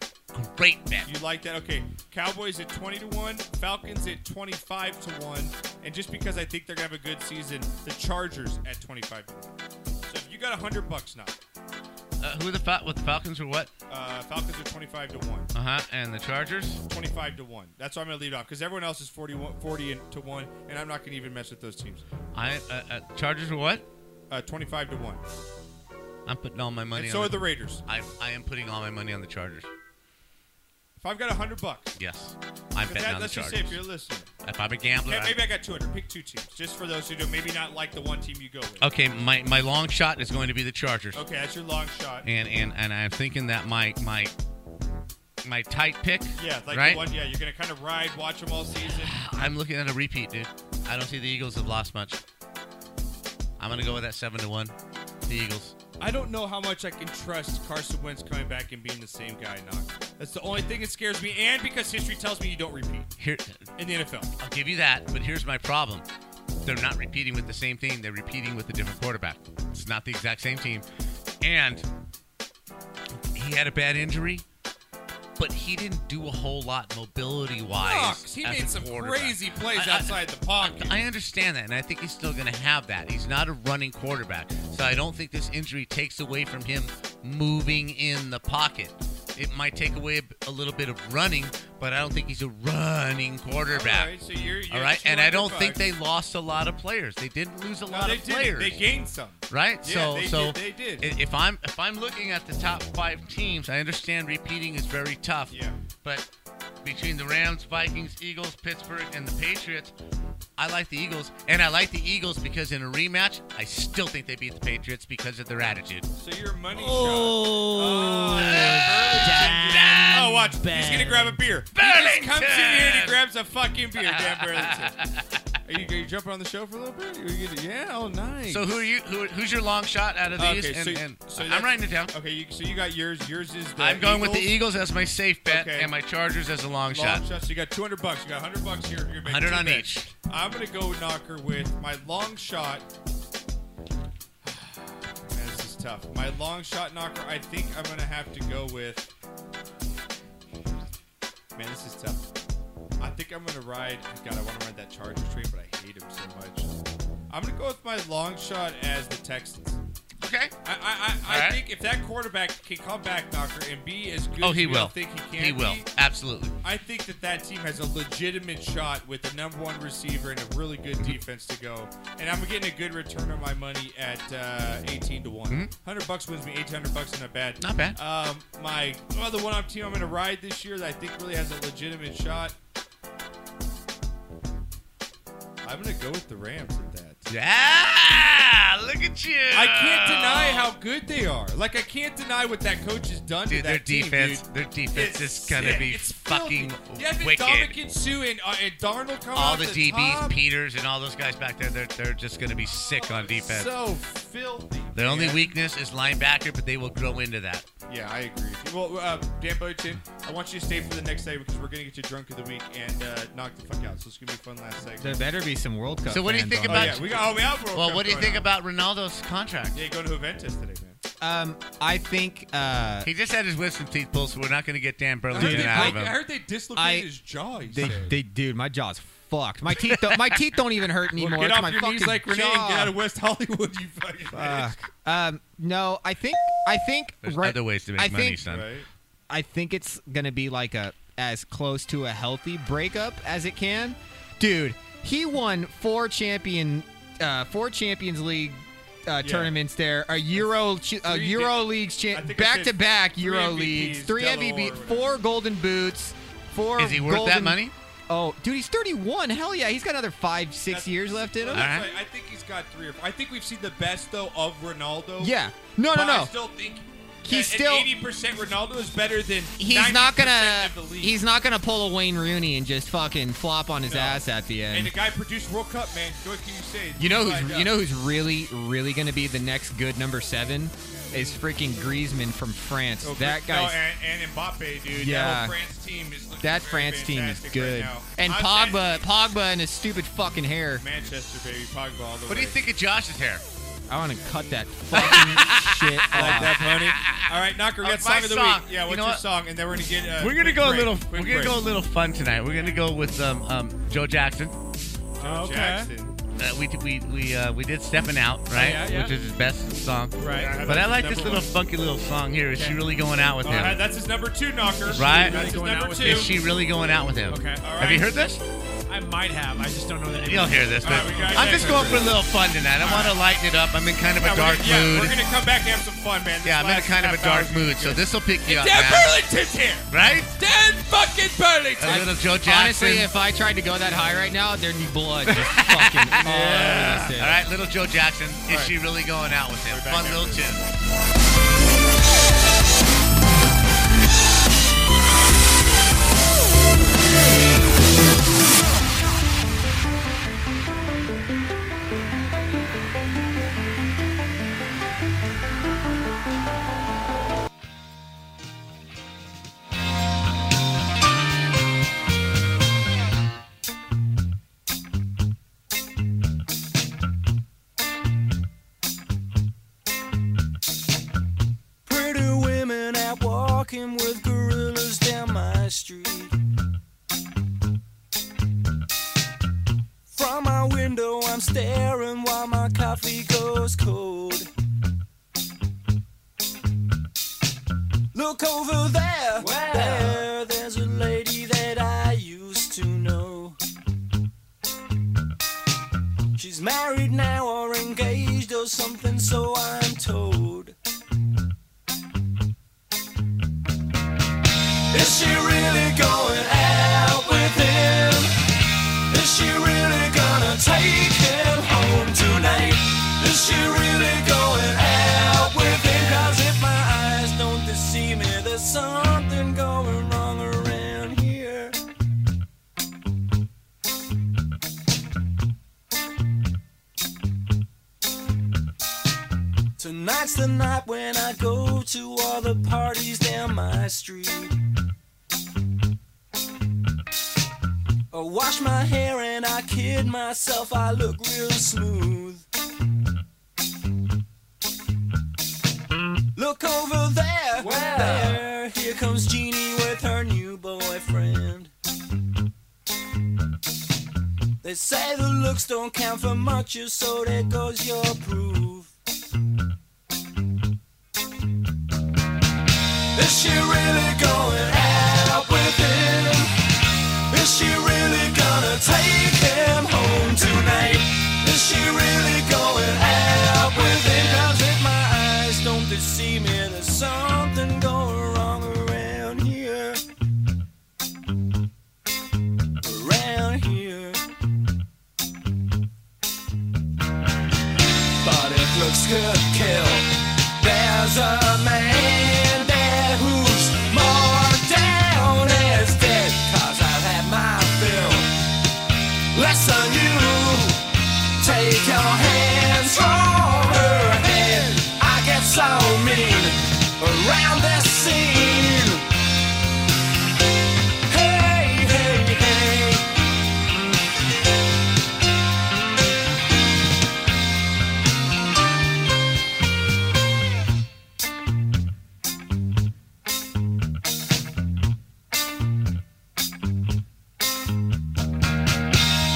great bet. You like that? Okay. Cowboys at twenty to one, Falcons at twenty-five to one, and just because I think they're gonna have a good season, the Chargers at twenty-five to one. So if you got hundred bucks, Knock, Uh, who the Fal- what the Falcons were what? uh, Falcons are twenty-five to one. Uh huh. And the Chargers. 25 to 1. That's why I'm going to leave it off because everyone else is 41, 40 and- to 1, and I'm not going to even mess with those teams. I uh, uh, Chargers were what? Uh, 25 to 1. I'm putting all my money. And on so are the Raiders. I I am putting all my money on the Chargers. If I've got 100 bucks, Yes, I'm But betting that- on the let's just Chargers. say if you're listening. If I'm a gambler, okay, I'm- maybe I got 200. Pick two teams just for those who do maybe not like the one team you go with. okay, my my long shot is going to be the Chargers. Okay, that's your long shot. And and and I'm thinking that my my my tight pick. yeah, like right. the one, yeah, you're going to kind of ride, watch them all season. I'm looking at a repeat, dude. I don't see the Eagles have lost much. I'm gonna go with that seven to one. The Eagles. I don't know how much I can trust Carson Wentz coming back and being the same guy, Knock. That's the only thing that scares me, and because history tells me you don't repeat Here in the NFL. I'll give you that, but here's my problem. They're not repeating with the same thing. They're repeating with a different quarterback. It's not the exact same team. And he had a bad injury, but he didn't do a whole lot mobility wise. Knox, he made some crazy plays outside the pocket. I understand that, and I think he's still going to have that. He's not a running quarterback, so I don't think this injury takes away from him moving in the pocket. It might take away a, b- a little bit of running, but I don't think he's a running quarterback. All right, so you're- you're All right, and 200 I don't think bucks. they lost a lot of players. They didn't lose a No, lot they of didn't. players. They gained some. Right? Yeah, so they so did- they did. i- if I'm if I'm looking at the top five teams, I understand repeating is very tough. Yeah. But between the Rams, Vikings, Eagles, Pittsburgh, and the Patriots, I like the Eagles, and I like the Eagles because in a rematch, I still think they beat the Patriots because of their attitude. So your money shot. Oh, oh, watch. He's going to grab a beer. He just comes in here and he grabs a fucking beer, Dan Burlington. are, you, are you jumping on the show for a little bit? Are you gonna- yeah, oh, nice. So who are you? Who, who's your long shot out of these? Okay, and, so, and so I'm that's- writing it down. Okay, you, so you got yours. Yours is the I'm going with the Eagles. Eagles as my safe bet Okay. and my Chargers as a long, Long shot. shots. You got 200 bucks. You got 100 bucks here. You're making 100 two on bets. each. I'm gonna go knocker with my long shot. Man, this is tough. My long shot knocker. I think I'm gonna have to go with. Man, this is tough. I think I'm gonna ride. God, I want to ride that Chargers train, but I hate him so much. I'm gonna go with my long shot as the Texans. Okay. I I, I, I All right. think if that quarterback can come back, knocker, and be as good. Oh, as he we all will. Think he can. He will. be, Absolutely. I think that that team has a legitimate shot with the number one receiver and a really good defense to go. And I'm getting a good return on my money at uh, 18 to one. Mhm. 100 bucks wins me 800 bucks, not bad. Not bad. Um, my other one on team I'm going to ride this year that I think really has a legitimate shot. I'm going to go with the Rams at that. Yeah. Ah, look at you. I can't deny how good they are. Like I can't deny what that coach has done Dude, to their that team, defense, dude. their defense is gonna sick. be It's fucking filthy. Devin wicked. Dominican Sue and, uh, and Darnold come All off the the, DBs, top. Peters, and all those guys back there, they're, they're just going to be sick on defense. So filthy. Their only man. weakness is linebacker, but they will grow into that. Yeah, I agree. with you. Well, uh, Dan Boyton, I want you to stay for the next segment because we're gonna get you drunk of the week and uh, knock the fuck out. So it's gonna be a fun last segment. There better be some World Cup. So what do you fans think on. about? yeah, we got- oh, we have World well, Cup what do you going think on. about Ronaldo's contract? Yeah, going to Juventus today, man. Um, I think uh, he just had his wisdom teeth pulled, so we're not going to get Dan Burlington Dude, out I- of him. I heard they dislocated his jaw. He they, said. they, dude, my jaw's fucked. My teeth, don't, my teeth don't even hurt anymore. Well, get it's off my your fucking knees like Renee jaw. and get out of West Hollywood. You fucking. Fuck. Um, no, I think I think There's right- other ways to make I money, think- son. Right. I think it's gonna be like a as close to a healthy breakup as it can. Dude, he won four champion, uh, four Champions League. Uh, Tournaments there, a Euro, ch- a Three Euro di- leagues, I cha- think I said back to back three Euro MVPs, leagues, three Delaware, MVP, whatever. four Golden Boots, four. Is he worth that golden- money? Oh, dude, he's thirty-one. Hell yeah, he's got another five, six years left in Well, him. that's why I think he's got three or four. I think we've seen the best though of Ronaldo. Yeah. No, no, But I no. still think He's still- eighty percent Ronaldo is better than he's 90% not gonna of the league. he's not gonna pull a Wayne Rooney and just fucking flop on his ass at the And end. the guy produced World Cup, man. What can you say? you know Like, who's uh, you know who's really really gonna be the next good number seven is freaking Griezmann from France. oh, that Chris- guy's no, and, and Mbappe, dude. That Yeah. whole France team is looking that very France team is fantastic right good. now. and I'm Pogba Pogba and his stupid fucking hair. Manchester, baby, Pogba. All the What do you way. think of Josh's hair? I want to cut that fucking shit. I like that, off. honey. All right, Knocker, we got Uh, my song of the song. week. Yeah, You what's know your what? song? And then we're gonna get. Uh, we're gonna quick go a break. little. We're Quick gonna go a break. little fun tonight. We're gonna go with um, um Joe Jackson. Okay. Jackson. Uh, we we we uh, we did stepping out Oh, right, yeah, yeah. which is his best song. Right. Yeah, But I that's like number this little one. Oh, funky little song here. Is she really going out with All him? right, that's his number two, Knocker. Right? That's his number two. Is she really going out with him? Okay. All right. Have you heard this? I might have. I just don't know that. You'll hear this. All But right, we got I'm just that. going for a little fun tonight. I want to lighten it up. I'm in kind of Yeah, a dark we're, gonna- Yeah, mood. we're gonna come back and have some fun, man. This yeah, I'm in a last kind of a half dark hour's mood, so this will pick you up, Dan man. Burlington's here, right? Dan fucking Burlington. A little Joe Jackson. Honestly, if I tried to go that high right now, there'd be blood just fucking all over this yeah. thing. All right, little Joe Jackson. Is she really going out with him? Fun little tune. Pretty women out walking with gorillas down my street. From my window, I'm staring while my coffee goes cold. Look over there, there, there's a lady that I used to know. She's married now or engaged or something, so I'm told. Is she really going out with him? Is she really gonna take him home tonight? Is she really going out with him? 'Cause if my eyes don't deceive me, there's something going wrong around here. Tonight's the night when I go to all the parties down my street. I wash my hair and I kid myself, I look real smooth. Look over there, there, here comes Jeannie with her new boyfriend. They say the looks don't count for much, so there goes your proof. Is she really going out with him? Is she really gonna take him home tonight? Is she really going out with him? 'Cause if my eyes don't deceive me, there's something going wrong around here. Around here. But if Oscar kill. There's a man there who's more down as dead, cause I've had my fill. Lesson you take your hands from her head. I get so mean around this scene. Hey, hey, hey.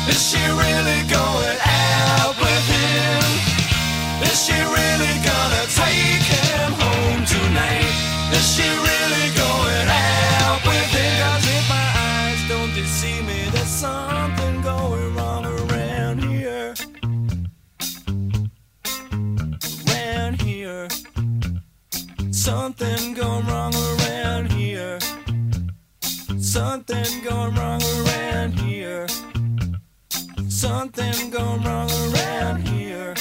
Is she really going out with him? Is she really gonna take him home tonight? Is she really going out with him? 'Cause if my eyes don't deceive me, there's something going wrong around here. Around here. Something going wrong around here. Something going wrong around here. Something gone wrong around here.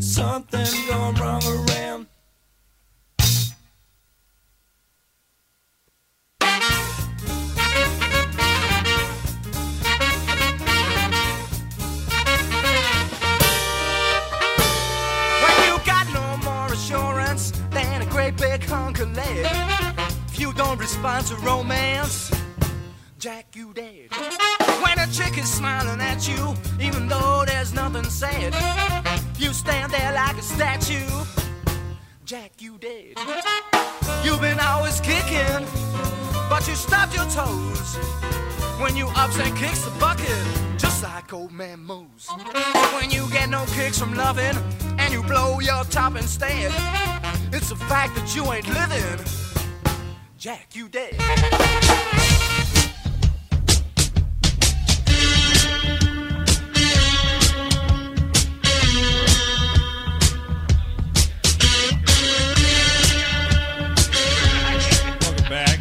Something gone wrong around. When you got no more assurance than a great big hunk of lead. If you don't respond to romance, Jack, you dead. When a chick is smiling at you, even though there's nothing said, you stand there like a statue. Jack, you dead. You've been always kicking, but you stubbed your toes. When you ups and kicks the bucket, just like old man Mose. When you get no kicks from loving, and you blow your top instead, it's a fact that you ain't living. Jack, you dead. Welcome back.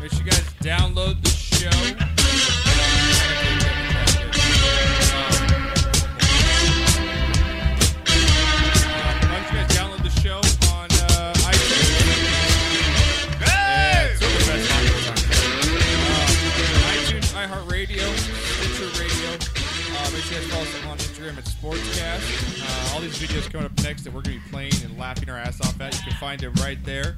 Make sure you guys download the show. Uh, Why don't you guys download the show on uh, iTunes? Yeah, it's the best podcast on there. Uh, iTunes, iHeartRadio, Stitcher Radio. Uh, make sure you guys follow us on Instagram at Sportscast. Uh, all these videos coming up next that we're going to be playing and laughing our ass off at. You can find it right there.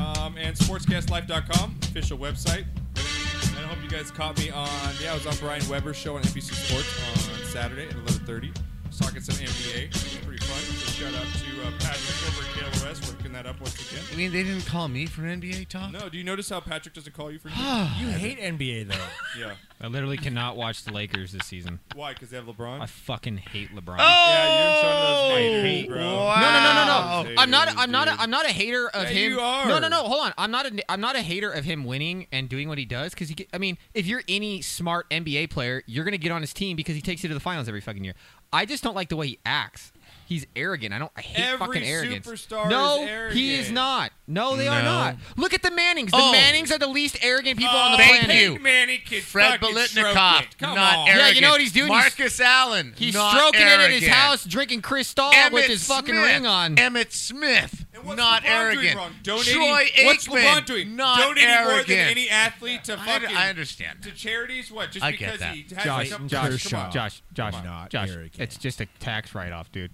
Um, and sportscastlife.com, official website. And I hope you guys caught me on, yeah, I was on Brian Weber's show on NBC Sports on Saturday at 11.30. Was talking some NBA. It was pretty fun. So shout out to uh, Patrick over at KLOS for hooking that up once again. I mean, they didn't call me for NBA talk. No, do you notice how Patrick doesn't call you for You hate NBA, though. yeah. I literally cannot watch the Lakers this season. Why? Because they have LeBron? I fucking hate LeBron. Oh! Yeah, you're in front of those I haters, hate bro. No, no, no, no, Wow. no. I'm not. I'm not. A, I'm not a hater of Yeah, him. you are. No, no, no. Hold on. I'm not. A, I'm not a hater of him winning and doing what he does because he. Get, I mean, if you're any smart NBA player, you're gonna get on his team because he takes you to the finals every fucking year. I just don't like the way he acts. He's arrogant. I don't. I hate Every fucking arrogance. superstar is no, he is arrogant. not. No, they are No. not. Look at the Mannings. The Oh. Mannings are the least arrogant people on the Thank planet. you. Fred Belitnikov, Come not on. arrogant. Yeah, you know what he's doing? He's- Marcus Allen, He's not stroking it in his arrogant. house, drinking Cristal Emmett with his fucking Smith. ring on. Emmett Smith, LeBron not doing arrogant. wrong? Donating- Troy Aikman, what's LeBron doing? not Donating more than arrogant. any athlete to I- fucking- I understand. To charities? What? Just I because get that. he has Josh, a couple Josh, Come Josh, on. Josh, Josh, Come on. Josh. It's just a tax write-off, dude.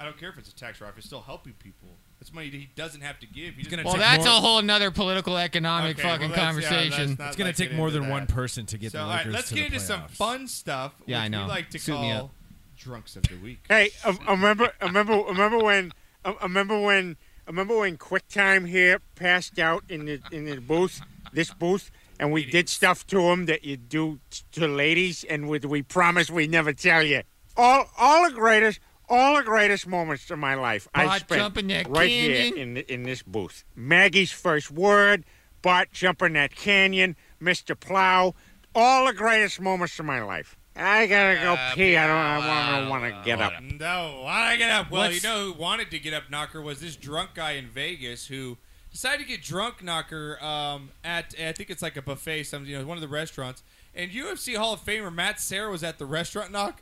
I don't care if it's a tax write-off. It's still helping people. It's money that he doesn't have to give. He's Well, that's a whole nother political economic Okay, well, fucking that's- yeah, that's conversation. not It's gonna like take it more into than that. one person to get so, the all right, Lakers let's to get the into some playoffs. fun stuff. Yeah, which I know. We like to Suit me call up. drunks of the week. Hey, I, I remember, I remember, I remember when, I I remember when, I remember when QuickTime here passed out in the in the booth, this booth, and we did stuff to him that you do t- to ladies, and we, we promise we never tell you. All, all the greatest, all the greatest moments of my life I Bart spent jumping that right canyon. here in the, in this booth. Maggie's first word, Bart jumping that canyon, Mister Plow, all the greatest moments of my life. I gotta go pee. I don't. I don't want to get up. No, why did oh, I get up? Well, What's- you know who wanted to get up, Knocker, was this drunk guy in Vegas who decided to get drunk, Knocker, um, at I think it's like a buffet, some you know, one of the restaurants. And UFC Hall of Famer Matt Sarah was at the restaurant, Knock,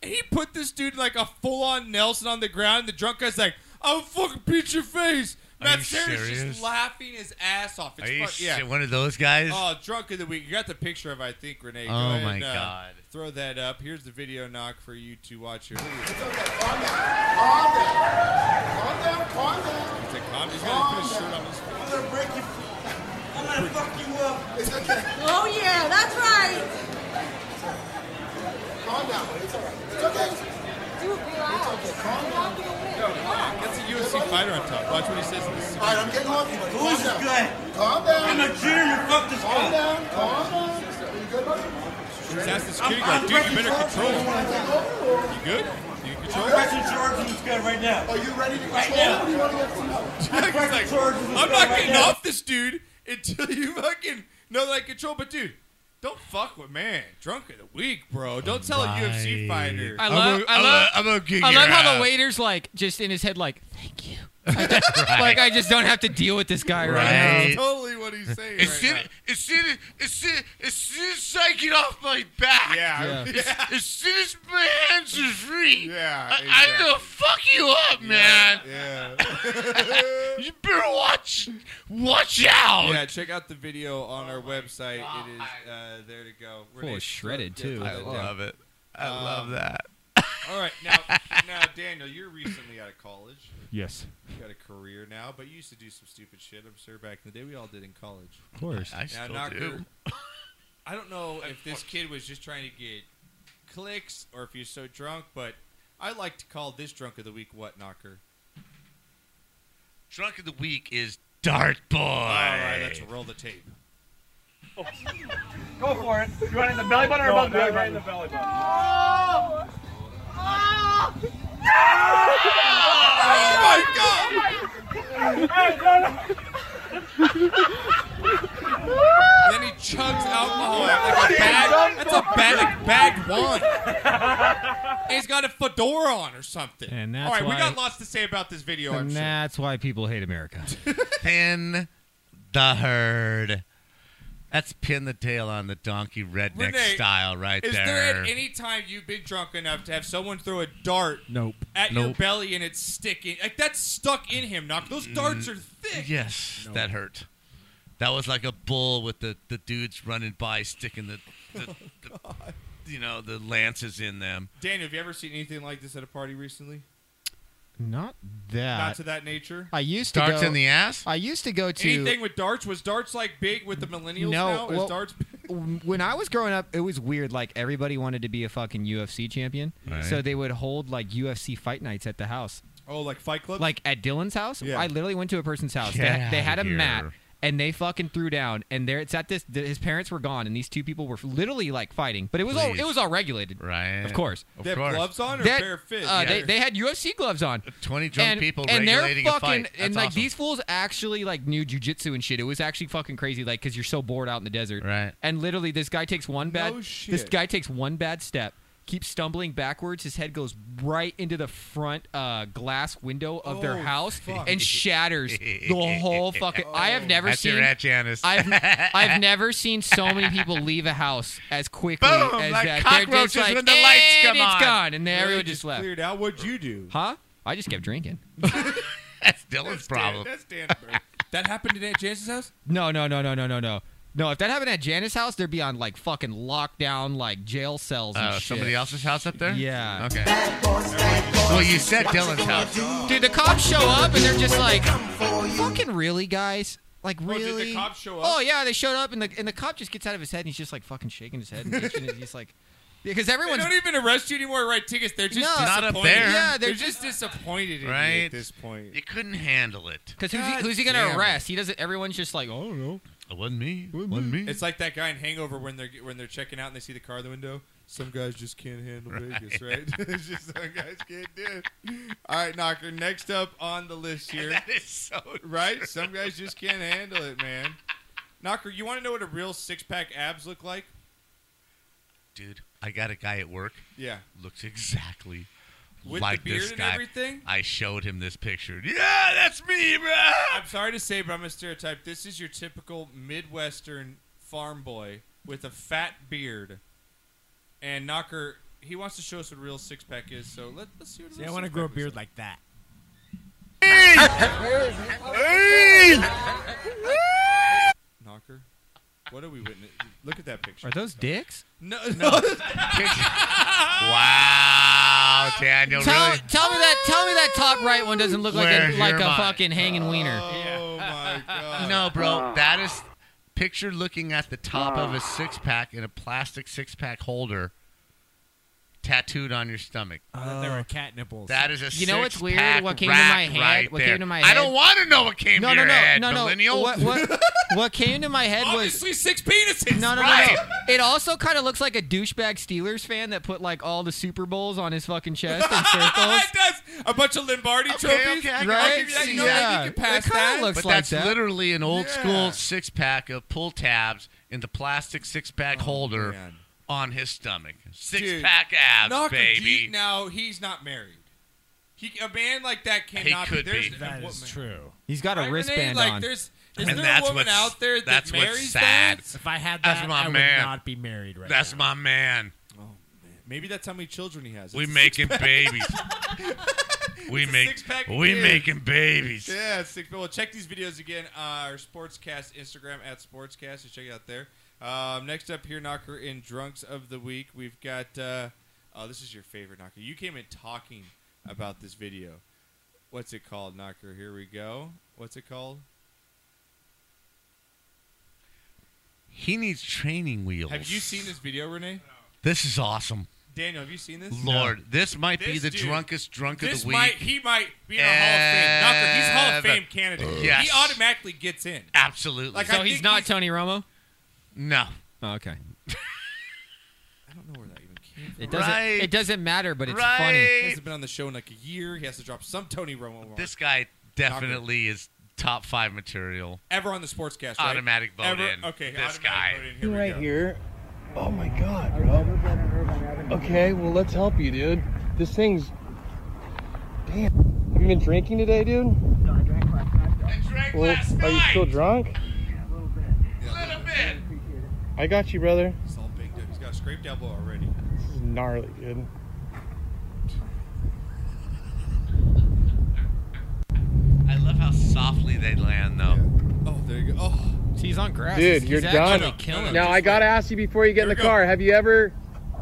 he put this dude like a full on Nelson on the ground. And the drunk guy's like, "I'll fucking beat your face." Are Matt you Sarah's serious? just laughing his ass off. It's Are you fuck- yeah. shit- one of those guys? Oh, drunk of the week. You got the picture of I think Renee. Go Oh, ahead my and, uh, God. Throw that up. Here's the video knock for you to watch. Here. Calm down, calm down. He's like, "Calm- he's Calm gotta put his down. shirt on. I'm gonna break you. I'm gonna fuck you up. It's okay. Oh, yeah, that's right. Calm down. It's alright. It's okay. Dude, relax. It's okay. Calm down. That's a UFC fighter on top. Watch what he says. in this- All right, I'm getting off you. buddy. Calm down. Calm down. I'm a junior. Fuck this Calm guy. down. Calm down. You good, buddy? Just ask the security guard, dude, you better control him. You good? You can control I'm him? pressing George in this gun right now. Are you ready to Right control now. him? What do you want to get to know? He's like, I'm not getting off this dude until you fucking know that I control. But dude, don't fuck with man. Drunk of the week, bro. Don't tell a UFC fighter. I love, I love, I love how the waiter's like just in his head, like, thank you. I just- Right. Like I just don't have to deal with this guy right, That's now. totally what he's saying. As soon, as soon as as soon as soon as I get off my back, Yeah. Yeah. As, as soon as my hands are free, yeah, I, I'm gonna fuck you up, man. you better watch watch out. Yeah, check out the video on our website. It is uh, there to go. Full of shredded, too. I love it. I Um, love that. All right, now, now Daniel, you're recently out of college. Yes. You got a career now, but you used to do some stupid shit. I'm sure back in the day we all did in college. Of course. I- I Now, still Knocker, do. I don't know if this kid was just trying to get clicks or if he's so drunk, but I like to call this drunk of the week what Knocker. Drunk of the week is Dart Boy. All right, let's roll the tape. Go for it. You want it in the belly button or above the belly in the belly button. And then he chugs alcohol out like a bag. That's a bag, like bagged wine. And he's got a fedora on or something. And that's all right, we why- got lots to say about this video. I'm And sure. that's why people hate America. Pin the herd. That's pin the tail on the donkey redneck Renee, style right is there. at any time you've been drunk enough to have someone throw a dart Nope. at your Nope. belly and it's sticking? Like that's stuck in him. Knock. Mm, Those darts are thick. Yes, that hurt. That was like a bull with the, the dudes running by sticking the, the, the you know the lances in them. Daniel, have you ever seen anything like this at a party recently? Not that. Not to that nature. I used to go, I used to go to Anything with darts was darts like big with the millennials now? Is well, darts when I was growing up, it was weird. Like everybody wanted to be a fucking UFC champion, Right. so they would hold like UFC fight nights at the house. Oh, like Fight Club? Like at Dylan's house, I literally went to a person's house. Get They, they outta had a here. mat and they fucking threw down. And there, it's at this. th- his parents were gone, and these two people were literally like fighting. But it was all Please. it was all regulated, right? Of course. Of They had course. gloves on or That- bare fists? uh, Yeah. they, they had UFC gloves on. Twenty drunk people regulating a they're fucking, fight. And That's like awesome. these fools actually like knew jujitsu and shit. It was actually fucking crazy, like because you're so bored out in the desert. Right. And literally, this guy takes one bad. This shit. guy takes one bad step. Keeps stumbling backwards. His head goes right into the front uh, glass window of their Oh, house fuck. and shatters the whole fucking. I have never That's seen. your Aunt Janice. I've I've never seen so many people leave a house as quickly Boom, uh, as like that. They're cockroaches just like, when the lights "And come it's on." gone, and then Really everyone just just, left. Cleared out. What'd you do? Huh? I just kept drinking. That's Dylan's problem. That's Danberg. that happened at Aunt Janice's house? No, no, no, no, no, no, no. No, if that happened at Janice's house, they'd be on like fucking lockdown, like jail cells and Oh, shit. somebody else's house up there? Yeah. Okay. Well, you said Dylan's house. Dude, the cops show up and they're just like, fucking really, guys? Like really? Oh, did the cops show up? Oh yeah, they showed up and the and the cop just gets out of his head and he's just like fucking shaking his head and itching and he's like, because They everyone's don't even arrest you anymore. Right tickets. They're just No, disappointed. Not up there. Yeah, Yeah, they're, they're just disappointed in you Right? at this point. You couldn't handle it. because who's he, who's he God gonna damn arrest? He doesn't. Everyone's just like, oh no. It wasn't me. It wasn't me. It's like that guy in Hangover when they're when they're checking out and they see the car in the window. Some guys just can't handle Vegas, right? it's just some guys can't do it. All right, Knocker. Next up on the list here. that is so right. Some guys just can't handle it, man. Knocker, you want to know what a real six pack abs look like? Dude, I got a guy at work. Yeah. Looks exactly With the like beard this and guy. everything? I showed him this picture. Yeah, that's me, bro. I'm sorry to say, but I'm a stereotype. This is your typical Midwestern farm boy with a fat beard. And Knocker, he wants to show us what a real six pack is. So let, let's see what. a See, I real want to six-pack grow a beard like that. Knocker. What are we witness? Look at that picture. Are those dicks? No, No. no. Wow, Daniel, Tell, really? tell me that. Tell me that top right one doesn't look like Where's a like your a mind? fucking hanging wiener. No, bro, that is picture looking at the top of a six pack in a plastic six pack holder, tattooed on your stomach. They were cat nipples. That is a You know what's weird? six-pack What came to rack my head? right what there. came to my I head? don't wanna know what came no, to no, your no, head, No, no, millennial. What, what, what came to my head was obviously six penises. No, no, right. no, no. It also kind of looks like a douchebag Steelers fan that put like all the Super Bowls on his fucking chest in circles. it does. A bunch of Lombardi trophies. okay, I can- I right? can see you know, that. You can pass It kinda that. looks but like that's that. literally an old Yeah. school six pack of pull tabs in the plastic six pack holder on his stomach. Six Dude, pack abs, Knocker baby. Deep, now he's not married. He, a man like that cannot could be. There's be. a That woman. true. He's got a Right, Renee? wristband like, on. There's, is And there that's a woman what's- out there that that's what's marries sad. that? If I had That's that, my I man. would not be married right That's my man. Oh, Maybe that's how many children he has. We It's a making six-pack. babies. We It's a make- six-pack we beer. making babies. Yeah, it's six. Well, check these videos again. Uh, our Sportscast Instagram at Sportscast. You check it out there. Um, next up here, Knocker in Drunks of the Week. We've got. Uh, oh, this is your favorite, Knocker. You came in talking about this video. What's it called, Knocker? Here we go. What's it called? He needs training wheels. Have you seen this video, Renee? This is awesome. Daniel, have you seen this? Lord, this might be the dude- drunkest drunk of this the week. Might, he might be in a Hall of Fame. Knocker, he's a Hall of Ever. Fame candidate. Yes. He automatically gets in. Absolutely. Like, I so he's think not he's- Tony Romo. No. Oh, okay. I don't know where that even came from. It doesn't. It doesn't matter, but it's He funny. hasn't been on the show in like a year. He has to drop some Tony Romo. remark. This guy definitely is top five material. ever on the sportscast. Right? Automatic vote Ever- in. Okay, This automatic guy. vote in. Here we Right go. here. Oh my god, bro. Okay, well let's help you, dude. This thing's. Damn. Have you been drinking today, dude? No, I drank last night. I drank well, last Are you night. still drunk? I got you, brother. He's all banged up. He's got a scraped elbow already. This is gnarly, dude. I love how softly they land, though. Oh, there you go. Oh, he's on grass. Dude, you're done. Now I gotta ask you before you get in the car. Have you ever?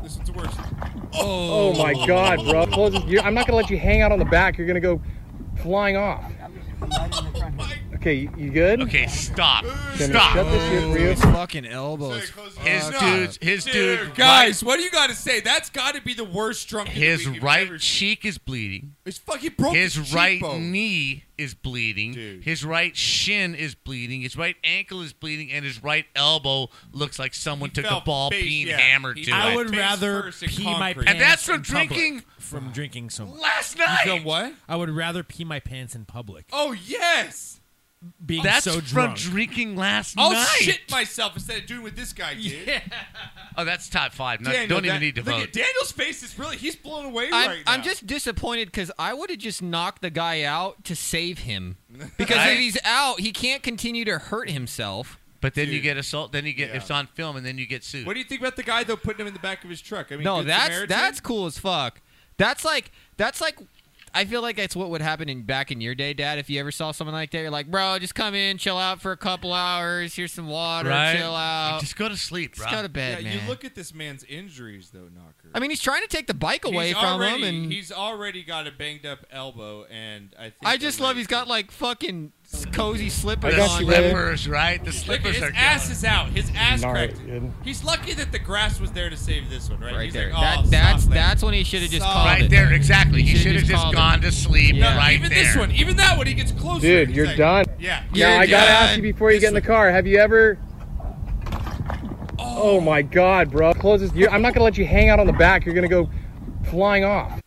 Listen to words. Oh, my god, bro. Close this- you're- I'm not gonna let you hang out on the back. You're gonna go flying off. Okay, you- you good? Okay, stop. Then Stop. Shut this shit, Ryu. His fucking elbows. His dude's, his Dude, Uh, dude, guys, what do you got to say? That's got to be the worst drunk. right- of the his week you've right ever seen. cheek is bleeding. It's fucking broke. his right cheekbone. knee is bleeding. His right shin is bleeding. His right ankle is bleeding, and his right elbow looks like someone took a fell ball face- being yeah. hammered He to fell it. I would face rather first in pee my concrete. pants. And that's from in public drinking- From drinking so much. Last night. You go what? I would rather pee my pants in public. Oh yes. Being That's so from drunk. drinking last Oh, I'll night. shit myself instead of doing what this guy did. Oh, that's top five. Not, Daniel, don't even that- need to look vote. At Daniel's face is really, he's blown away I'm, right now. I'm just disappointed because I would have just knocked the guy out to save him. Because Right? if he's out, he can't continue to hurt himself. But then you get assault. Then you get Yeah. it's on film, and then you get sued. What do you think about the guy though putting him in the back of his truck? I mean, no, Good that's Samaritan? that's cool as fuck. That's like that's like I feel like that's what would happen in back in your day, Dad. If you ever saw someone like that, you're like, bro, just come in, chill out for a couple hours. Here's some water, Right? chill out. Just go to sleep, Just bro. go to bed, yeah, man. You look at this man's injuries though, Knocker. I mean, he's trying to take the bike away He's from already, him, and he's already got a banged up elbow, and I think I just the love he's got like fucking s- cozy slippers I got on. you, babe. Slippers, right? The Look, slippers his are ass killing is out. His ass Gnarly, cracked. dude. He's lucky that the grass was there to save this one, right? Right he's there. Like, oh, That- soft that's- landing. that's when he shoulda just Soft called Right it. there, exactly. He Should've should have just just, called gone to sleep No, right even there. this one, even that one, he gets closer. Dude, He's you're like, done. Yeah. Now I gotta ask you before you get in the car. Have you ever? Oh, my god, bro. Close this. You're, I'm not gonna let you hang out on the back. You're gonna go flying off.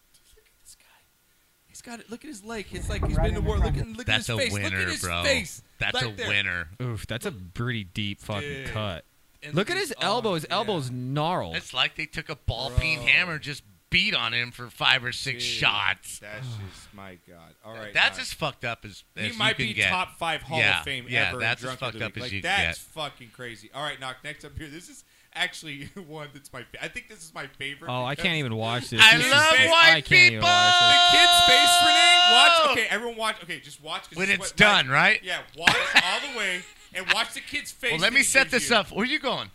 He's got it. Look at his leg. It's like he's been to war. Look at, look at his That's a face. look winner, at his bro. face. That's Right a there. winner. Oof, that's a pretty deep fucking Dude. cut. And oh, Look at his elbow. His elbow's gnarled. It's like they took a ball peen hammer, and just beat on him for five or six shots. That's just my god. All right, That's now- as fucked up as, He as you might can be get. top five Hall yeah, of Fame yeah, ever. in That's drunk as fucked Dude. up as like, you can That's get. fucking crazy. All right, knock. Next up here. This is actually one that's my. Fa- I think this is my favorite. Oh, I can't because- even watch this. I This is- love I white can't even watch this. The kids face Renee. Watch. Okay, everyone watch. Okay, just watch. 'cause Oh! When this is it's what my- done, right? Yeah, watch all the way and watch the kid's face. Well, let that me he set gives this you. up. Where are you going?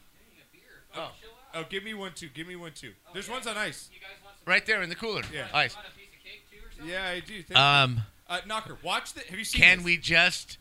Oh. oh, give me one too. Give me one too. There's ones on ice. Right there in the cooler. Yeah. Ice. Yeah, I do. Thank you. Um, uh, Knocker, watch the. Have you seen? Can this? we just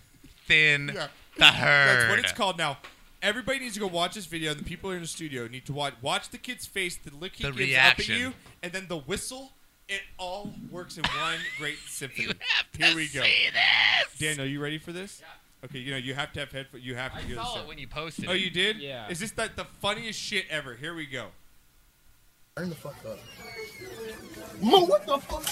thin Yeah. the herd? That's what it's called now. Everybody needs to go watch this video. and The people in the studio need to watch watch the kid's face, the look he The gives reaction. up at you, and then the whistle. It all works in one great symphony. to Here we go. see this. Daniel, you ready for this? Okay, you know you have to have headphones. You have to. I hear saw this it out. when you posted Oh, it. you did? Yeah. Is this the, the funniest shit ever? Here we go. Turn the fuck up. Mo, what the fuck?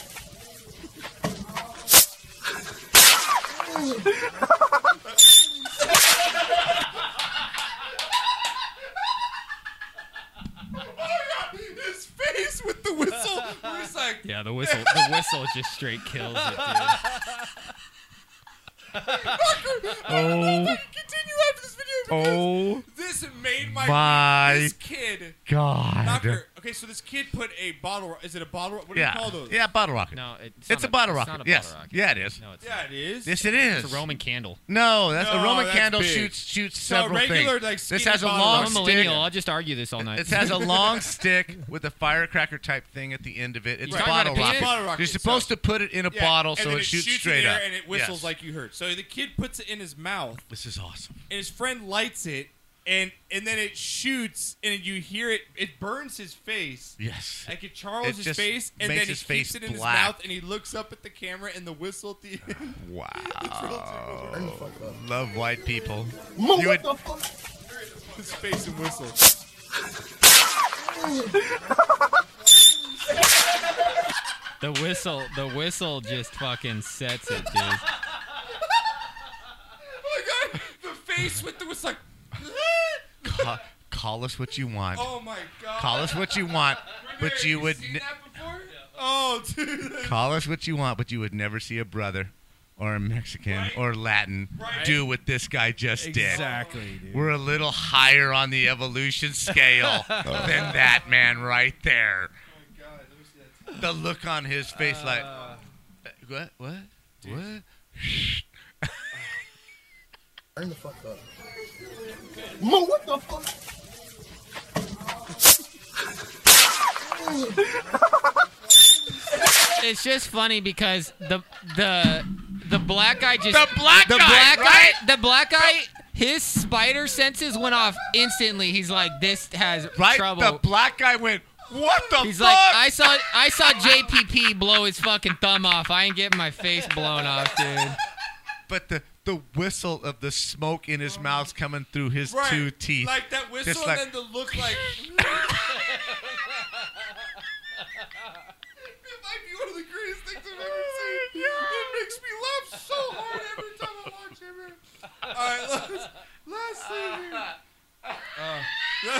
His face with the whistle. We're just like. Yeah, the whistle. The whistle just straight kills it, dude. oh. Continue after this video. because Oh. This made my, My this kid. God. Knocker. Okay, so this kid put a bottle. Is it a bottle? What do yeah. you call those? Yeah, bottle rocket. No, it's it's not a, a- bottle it's rocket. not a yes. bottle rocket. Yeah, it is. No, it's Yeah, it is. Yes, it is. It's a Roman candle. No, that's a No, Roman that's candle big. shoots shoots No, several regular, things. like, this skinny has a bottle long rocket. I'm a stick. millennial. I'll just argue this all night. This has a long stick with a firecracker type thing at the end of it. It's Right. a Talking about a bottle rocket. penis? Bottle rocket, You're supposed to put it in a Yeah, bottle and so then it shoots shoots in straight the air up. And it whistles Yes. like you heard. So the kid puts it in his mouth. This is awesome. And his friend lights it, and and then it shoots, and you hear it. It burns his face. Yes. Like it charles It his just face, and makes then he his face keeps it in black. his mouth, and he looks up at the camera, and the whistle at the end. Ah, Wow. Love white people. Mo, You what would- his face and whistle. The whistle. The whistle just fucking sets it, dude. Oh my god! The face with the whistle. Like, Ca- call us what you want. oh my god! Call us what you want, but you would Seen ne- that before? Oh, dude. call us what you want, but you would never see a brother or a Mexican or Latin Right. do what this guy just did. Exactly, dude. We're a little higher on the evolution scale than that man right there. The look on his face, like, Uh. what, what, what? Turn the fuck up. Mo, what the fuck? It's just funny because the the the black guy just The black the guy, black right? guy the black guy his spider senses went off instantly. He's like, this has Right? trouble. The black guy went, what the He's fuck? like, I saw I saw JPP blow his fucking thumb off. I ain't getting my face blown off, dude. but the the whistle of the smoke in his mouth's coming through his Uh. Right. two teeth. Like that whistle Just like, and then the look like. it might be one of the greatest things I've ever seen. It makes me laugh so hard every time I watch it. man. All right, last, last thing here. Uh,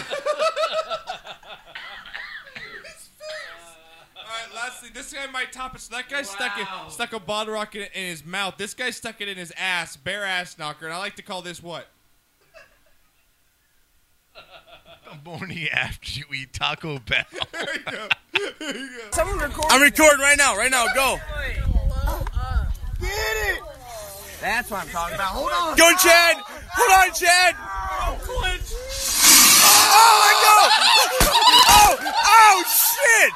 His face. All right, lastly, this guy might top it. So that guy stuck it, stuck a bottle rocket in his mouth. This guy stuck it in his ass, bare ass knocker, and I like to call this what? the morning after you eat Taco Bell. I'm recording right now, right now, go. Get it! That's what I'm talking about. Hold on. Go, Chad. Hold on, Chad. Oh, my God. Oh, oh, shit.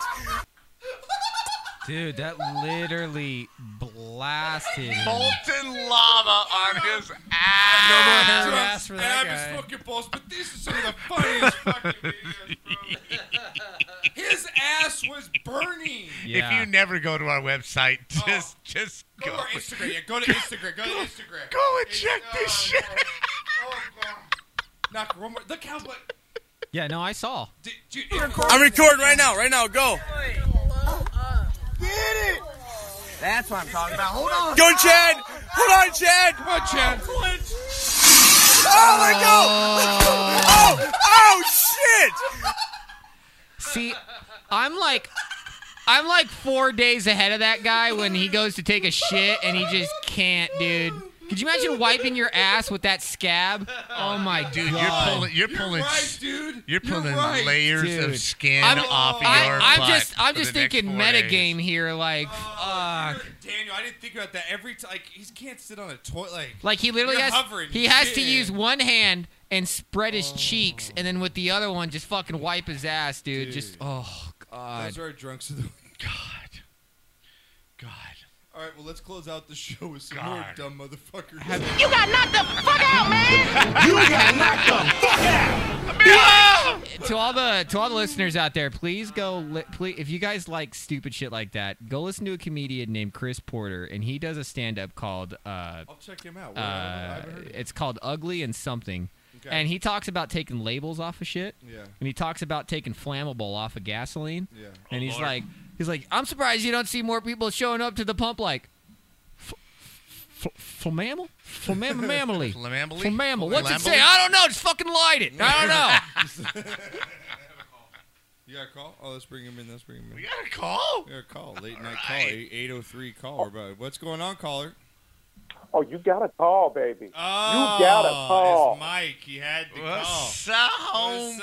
Dude, that literally blasted. him. Molten lava on his ass. No more hair ass for that and I'm guy. his fucking boss, but these are some of the funniest fucking videos, bro. His ass was burning. If you never go to our website, Oh. just just Go go. to our Instagram. Yeah, go to Instagram. Go to Instagram. oh, Go and check this shit. Knock one more. Look how much. Yeah, no, I saw. Dude, I'm recording right now, right now, go. Get it! That's what I'm talking about. Hold on. Go, Chad. Hold on, Chad. Come on, Chad. Oh, my Oh, God. Oh, oh, shit. See, I'm like, I'm like four days ahead of that guy when he goes to take a shit and he just can't, dude. Could you imagine wiping your ass with that scab? Oh my Dude, you're God. pulling, you're pulling, s- You're pulling right. layers of Dude. skin I'm, off I, your I'm butt just, I'm for just the next thinking four days. metagame here, like, fuck. Daniel, I didn't think about that. Every time, like, he can't sit on a toilet. Like, Like he literally you're has hovering. he has to Yeah. use one hand and spread his cheeks, and then with the other one just fucking wipe his ass, dude. Just oh god. Those are our drunks of the week. God. God. All right, well, let's close out the show with some more God. dumb motherfuckers. You got knocked the fuck out, man! You got knocked the fuck out! to all the to all the listeners out there, please go. Li- please, if you guys like stupid shit like that, go listen to a comedian named Chris Porter, and he does a stand up called. Uh, I'll check him out. What- I Uh, haven't heard of it's called Ugly and Something, Okay. and he talks about taking labels off of shit. Yeah. And he talks about taking flammable off of gasoline. Yeah. And Oh, he's Lord. like, he's like, I'm surprised you don't see more people showing up to the pump like. "F- f- Flamammal? Flamamammally. Flamammally? Flamammally. What's it Flamammally? say? I don't know. Just fucking light it. I don't know. You got a call? Oh, let's bring him in. Let's bring him in. We got a call? We got a call. Late night call. Eight- 803 call. We're about- What's going on, caller? Oh, you got to call, baby. Oh, you got to it's call. Mike, he had to What's call.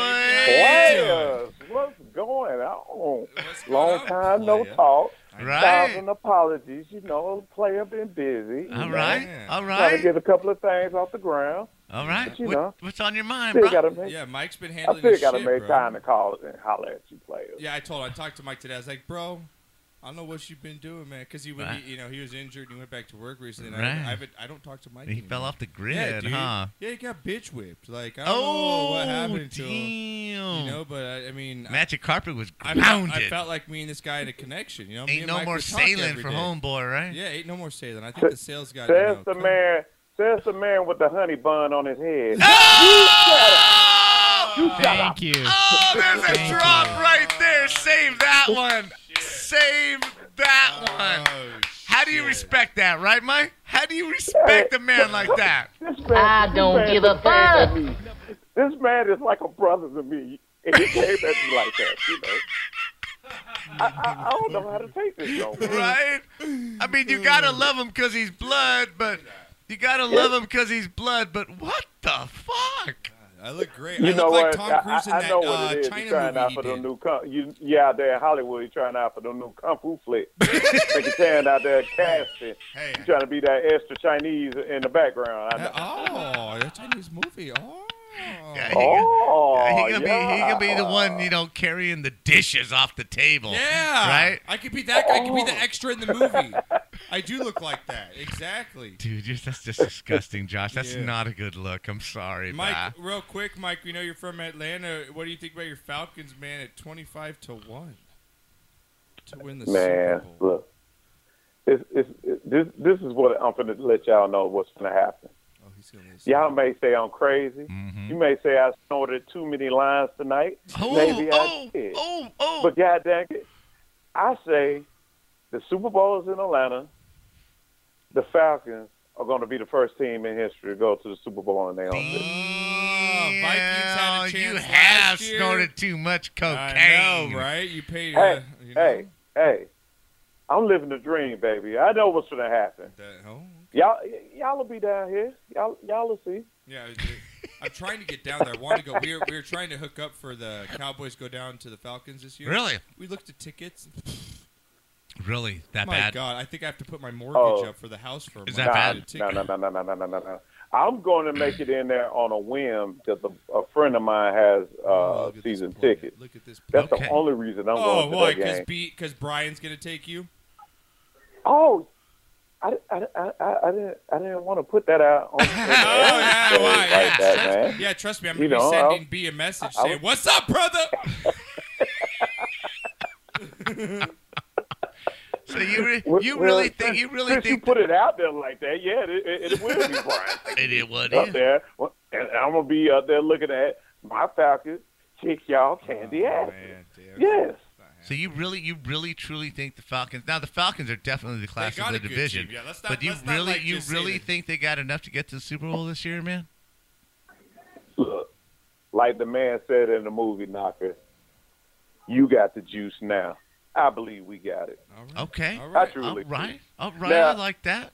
up, Players, what's going on? Long time no talk. Right. Thousand apologies. You know, player been busy. All All right, right, all Trying right. to get a couple of things off the ground. All right. But, you What- know, what's on your mind, still bro? Gotta make, Yeah, Mike's been I handling still his got to shit, make bro. time to call and holler at you players. Yeah, I told him. I talked to Mike today. I was like, bro, I don't know what you've been doing, man. Because he, went- Right. he, you know, he was injured and he went back to work recently. And I, Right. haven't- I, haven't, I don't talk to Mike. He anymore. fell off the grid, yeah, dude. huh? Yeah, he got bitch whipped. Like, I don't know what Oh, happened to him. damn. You know, but I, I mean, Magic Carpet was I, felt- grounded. I felt like me and this guy had a connection. You know, Me Ain't and no Mike more would talk every sailing for day. homeboy, right? Yeah, ain't no more sailing. I think the sales guy. you Says know, the man. Says the man with the honey bun on his head. You shut up. You shut up. Thank you. Oh, there's a drop right there. Save that Oh, one. Save that one. How do you respect that, right, Mike? How do you respect a man like that? I don't give a fuck. This man is like a brother to me, and he came at me like that. You know, I, I, I don't know how to take this though. Right? I mean, you gotta Mm. love him because he's blood, but you gotta love him because he's blood, but what the fuck? I look great. You I know look like what? Tom I- Cruise I, in I that, know what uh, it is. China He's trying movie out he for them did. new kung. You, you out there in Hollywood, you trying out for them new kung fu flick. they can stand out there casting. Hey. You trying to be that extra Chinese in the background. I know. Oh, a Chinese movie. Oh. Yeah, he Oh, could- he could be he could be yeah. the one you know carrying the dishes off the table. Yeah. right. I could be that. guy. I could be the extra in the movie. I do look like that. Exactly. Dude, just, that's just disgusting, Josh. That's Yeah. not a good look. I'm sorry, Mike, brah. real quick, Mike. We know you're from Atlanta. What do you think about your Falcons, man? At 25 to one to win the Super Man, Bowl. look, it's, it's, it- this this is what I'm finna let y'all know what's gonna happen. Y'all may say I'm crazy. Mm-hmm. You may say I snorted too many lines tonight. Maybe I did. Oh, oh. But God dang it, I say the Super Bowl is in Atlanta. The Falcons are going to be the first team in history to go to the Super Bowl in their own city. Hell, you have snorted too much cocaine. I know, right? You paid. Hey, hey, hey! I'm living the dream, baby. I know what's going to happen. oh. Y'all, y'all will be down here. Y'all, y'all will see. Yeah, I'm trying to get down there. I want to go. We were, we were trying to hook up for the Cowboys go down to the Falcons this year. Really? We looked at tickets. Really, that my bad? God, I think I have to put my mortgage Oh. up for the house for a Is month. that bad? No, no, no, no, no, no, no, no. I'm going to make it in there on a whim because a, a friend of mine has Oh, uh, season ticket. Look at this. That's the only reason I'm oh, going to why? that game. because Brian's gonna take you. Oh, I, I, I, I, I didn't I didn't want to put that out on. oh yeah, why, Like that, man. Yeah, trust me. I'm You gonna know, be I'll- sending B a message I- I saying, "What's up, brother?" So you re- Well, you well, really think you since- really since think you put it out there like that? Yeah, it, it, it will be Brian. it is what up it is. there, well, and I'm gonna be up there looking at my Falcons kick y'all Oh, candy ass. Yes. So you really you really truly think the Falcons? Now the Falcons are definitely the class got of the a good division. team. Yeah, let's but not- you let's not, really like, you just say really that- think they got enough to get to the Super Bowl this year, man? Look, like the man said in the movie Knocker, you got the juice now. I believe we got it. Okay. All I truly right. All do. right. Now- I like that.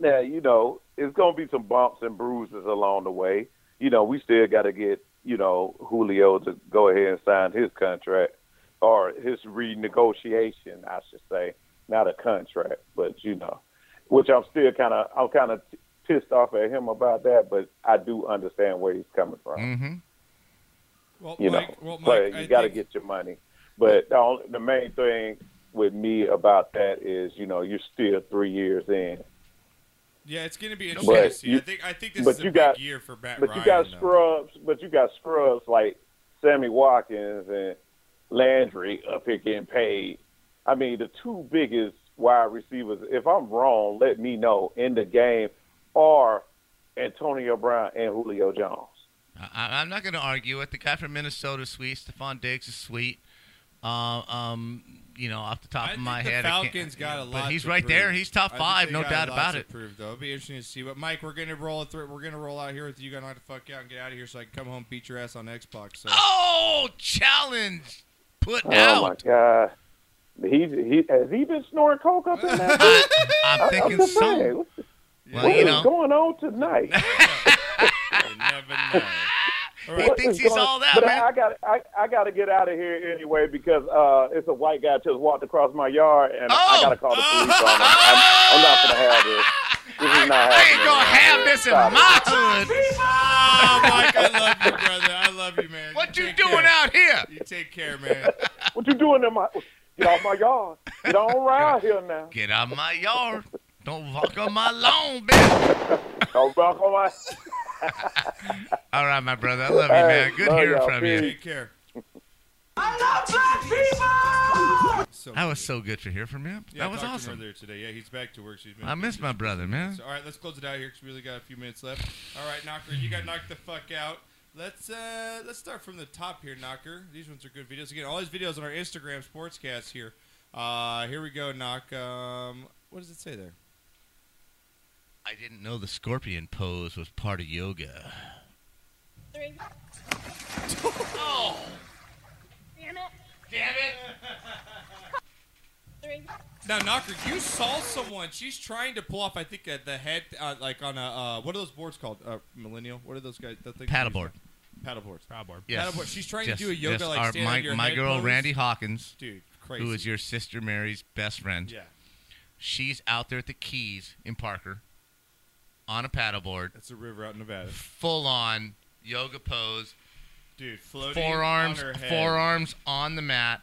Now, you know, it's going to be some bumps and bruises along the way. You know, we still got to get, you know, Julio to go ahead and sign his contract or his renegotiation, I should say, not a contract, but, you know, which I'm still kind of, I'm kind of pissed off at him about that, but I do understand where he's coming from. Mm-hmm. Well, you Mike, know, well, Mike, player, I you got to think- get your money. But the, only, the main thing with me about that is, you know, you're still three years in. Yeah, it's going to be But interesting. to see. you- I think I think this but is a you big got- year for Matt But Ryan. you got though. scrubs. But you got scrubs like Sammy Watkins and Landry up here getting paid. I mean, the two biggest wide receivers. If I'm wrong, let me know in the game are Antonio Brown and Julio Jones. I, I'm not going to argue it. The guy from Minnesota's sweet. Stephon Diggs is sweet. Uh, um, you know, off the top of my the head, I can't- Falcons got a lot. But he's to right there. prove. He's top I think five, they no got a doubt lot about to it. Prove though, it'll be interesting to see. But Mike, we're gonna roll through. We're gonna roll out here with you. You're Gonna have to fuck out and get out of here so I can come home beat your ass on Xbox. So. Oh, challenge put Oh my god. He's, he has he been snoring coke up in there? I'm thinking so. What's, Well, what you is know. going on tonight? He thinks he's all that, but man. I, I got I, I got to get out of here anyway because uh, it's a white guy just walked across my yard and Oh! I got to call the police on him. I'm, I'm not gonna have this. This is not I happening. ain't gonna have this in my hood. Oh, Mike, I love you, brother. I love you, man. What you, doing out here? You take care, man. What you doing in my? Get off my yard. Get on around here now. Get out of my yard. Don't walk on my lawn, bitch. Don't walk on my. All right, my brother. I love you, man. Good Love hearing y'all. from you. Take care. Oh! So That was so good to hear from him. Yeah, I that was talked to him awesome. earlier today. Yeah, he's back to work. So he's been I miss my brother, man. So, all right, let's close it out here because we really got a few minutes left. All right, Knocker, you got knocked the fuck out. Let's uh, let's start from the top here, Knocker. These ones are good videos. Again, all these videos on our Instagram Sportscast here. Uh, here we go, Knock. Um, what does it say there? I didn't know the scorpion pose was part of yoga. Three. oh. Damn it. Damn it. Three. Now, Knocker, you saw someone. She's trying to pull off. I think uh, the head, uh, like on a uh, what are those boards called? Uh, millennial. What are those guys? That thing Paddleboard. Paddleboard. Paddleboard. Yes. Paddleboard. She's trying Yes, to do a yoga yes. like Our- stand my, on your my head girl pose. Randy Hawkins, Dude, who crazy. is your sister Mary's best friend. Yeah. She's out there at the Keys in Parker on a paddleboard. That's a river out in Nevada. Full on yoga pose. Dude, floating Forearms, on her head. forearms on the mat,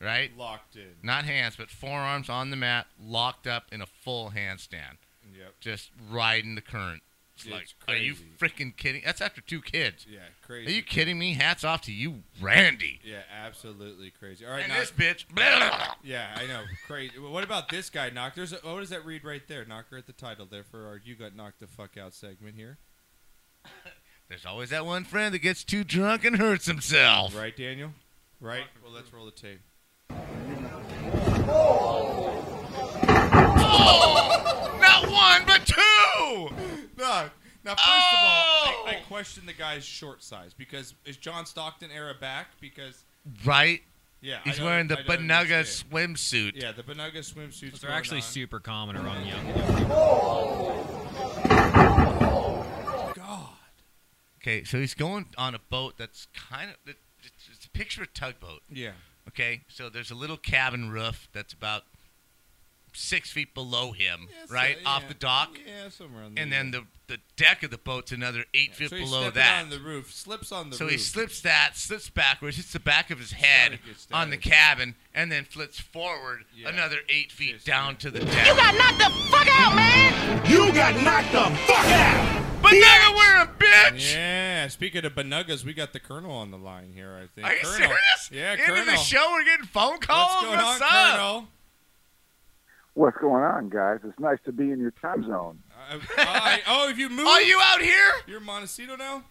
right? Locked in. Not hands, but forearms on the mat, locked up in a full handstand. Yep. Just riding the current. It's Dude, like, it's are you freaking kidding? That's after two kids. Yeah, Are crazy. you kidding me? Hats off to you, Randy. Yeah, absolutely crazy. All right, And Knock. this bitch. Blah. Yeah, I know, crazy. Well, What about this guy, Knock? There's a, what does that read right there, Knocker, at the title there for our "You Got Knocked the Fuck Out" segment here. There's always that one friend that gets too drunk and hurts himself. Right, Daniel. Right. Well, let's roll the tape. Oh, not one, but two. No. Now, first of all, Oh! I, I question the guy's short size because is John Stockton era back? Because Right? Yeah, I He's don't- wearing the I don't Banaga swimsuit. yeah, the Benaga swimsuits They're actually super common around young. Okay, so he's going on a boat that's kind of it's, it's a picture of a tugboat. Yeah. Okay, so there's a little cabin roof that's about six feet below him, Yes, right uh, off yeah. the dock. Yeah, somewhere on And there, then the the deck of the boat's another eight feet so he's below stepping that. on the roof, slips on the so roof. he slips that, slips backwards, hits the back of his head Static is on the cabin, and then flips forward another eight feet down to the deck. You got knocked the fuck out, man. You got knocked the fuck out! But nigga, we're a bitch! Yeah. Speaking of Benugas, we got the Colonel on the line here. I think. Are you Colonel. serious? Yeah, End Colonel. of the show, we're getting phone calls? going What's on, up? Colonel? What's going on, guys? It's nice to be in your time zone. I- oh, if you moved. Are you out here? You're Montecito now.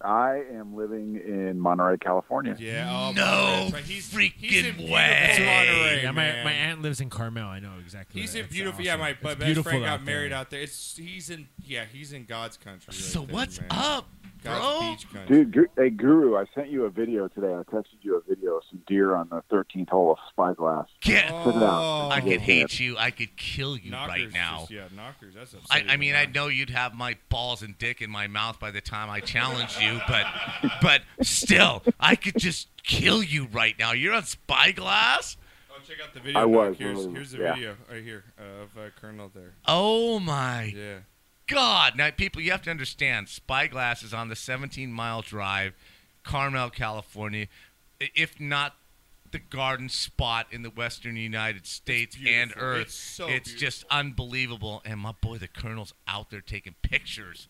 I am living in Monterey, California. Yeah. Oh, No Monterey, right. he's, freaking he's in beautiful Monterey, Yeah, my, man. my aunt lives in Carmel. I know exactly. He's where- in it's beautiful. awesome. Yeah, my It's my best beautiful friend out got there. married out there. It's he's in. Yeah, he's in God's country. Right So there, what's man. up? God's beach country. Dude, Gu- hey Guru, I sent you a video today. I texted you a video of some deer on the 13th hole of Spyglass. Get- Check it Oh. out. I Yeah. could hate you. I could kill you right now. just- yeah, knockers, that's I, upsetting I mean, to I know you'd have my balls and dick in my mouth by the time I challenged you, but but still, I could just kill you right now. You're on Spyglass. Oh, check out the video. I Doc. was, Here's, really, here's the yeah. video right here of uh, Colonel there. Oh my Yeah. God! Now, people, you have to understand. Spyglass is on the 17-mile drive, Carmel, California. I- If not the garden spot in the western United States and beautiful. Earth, It's so it's just unbelievable. And my boy, the Colonel's out there taking pictures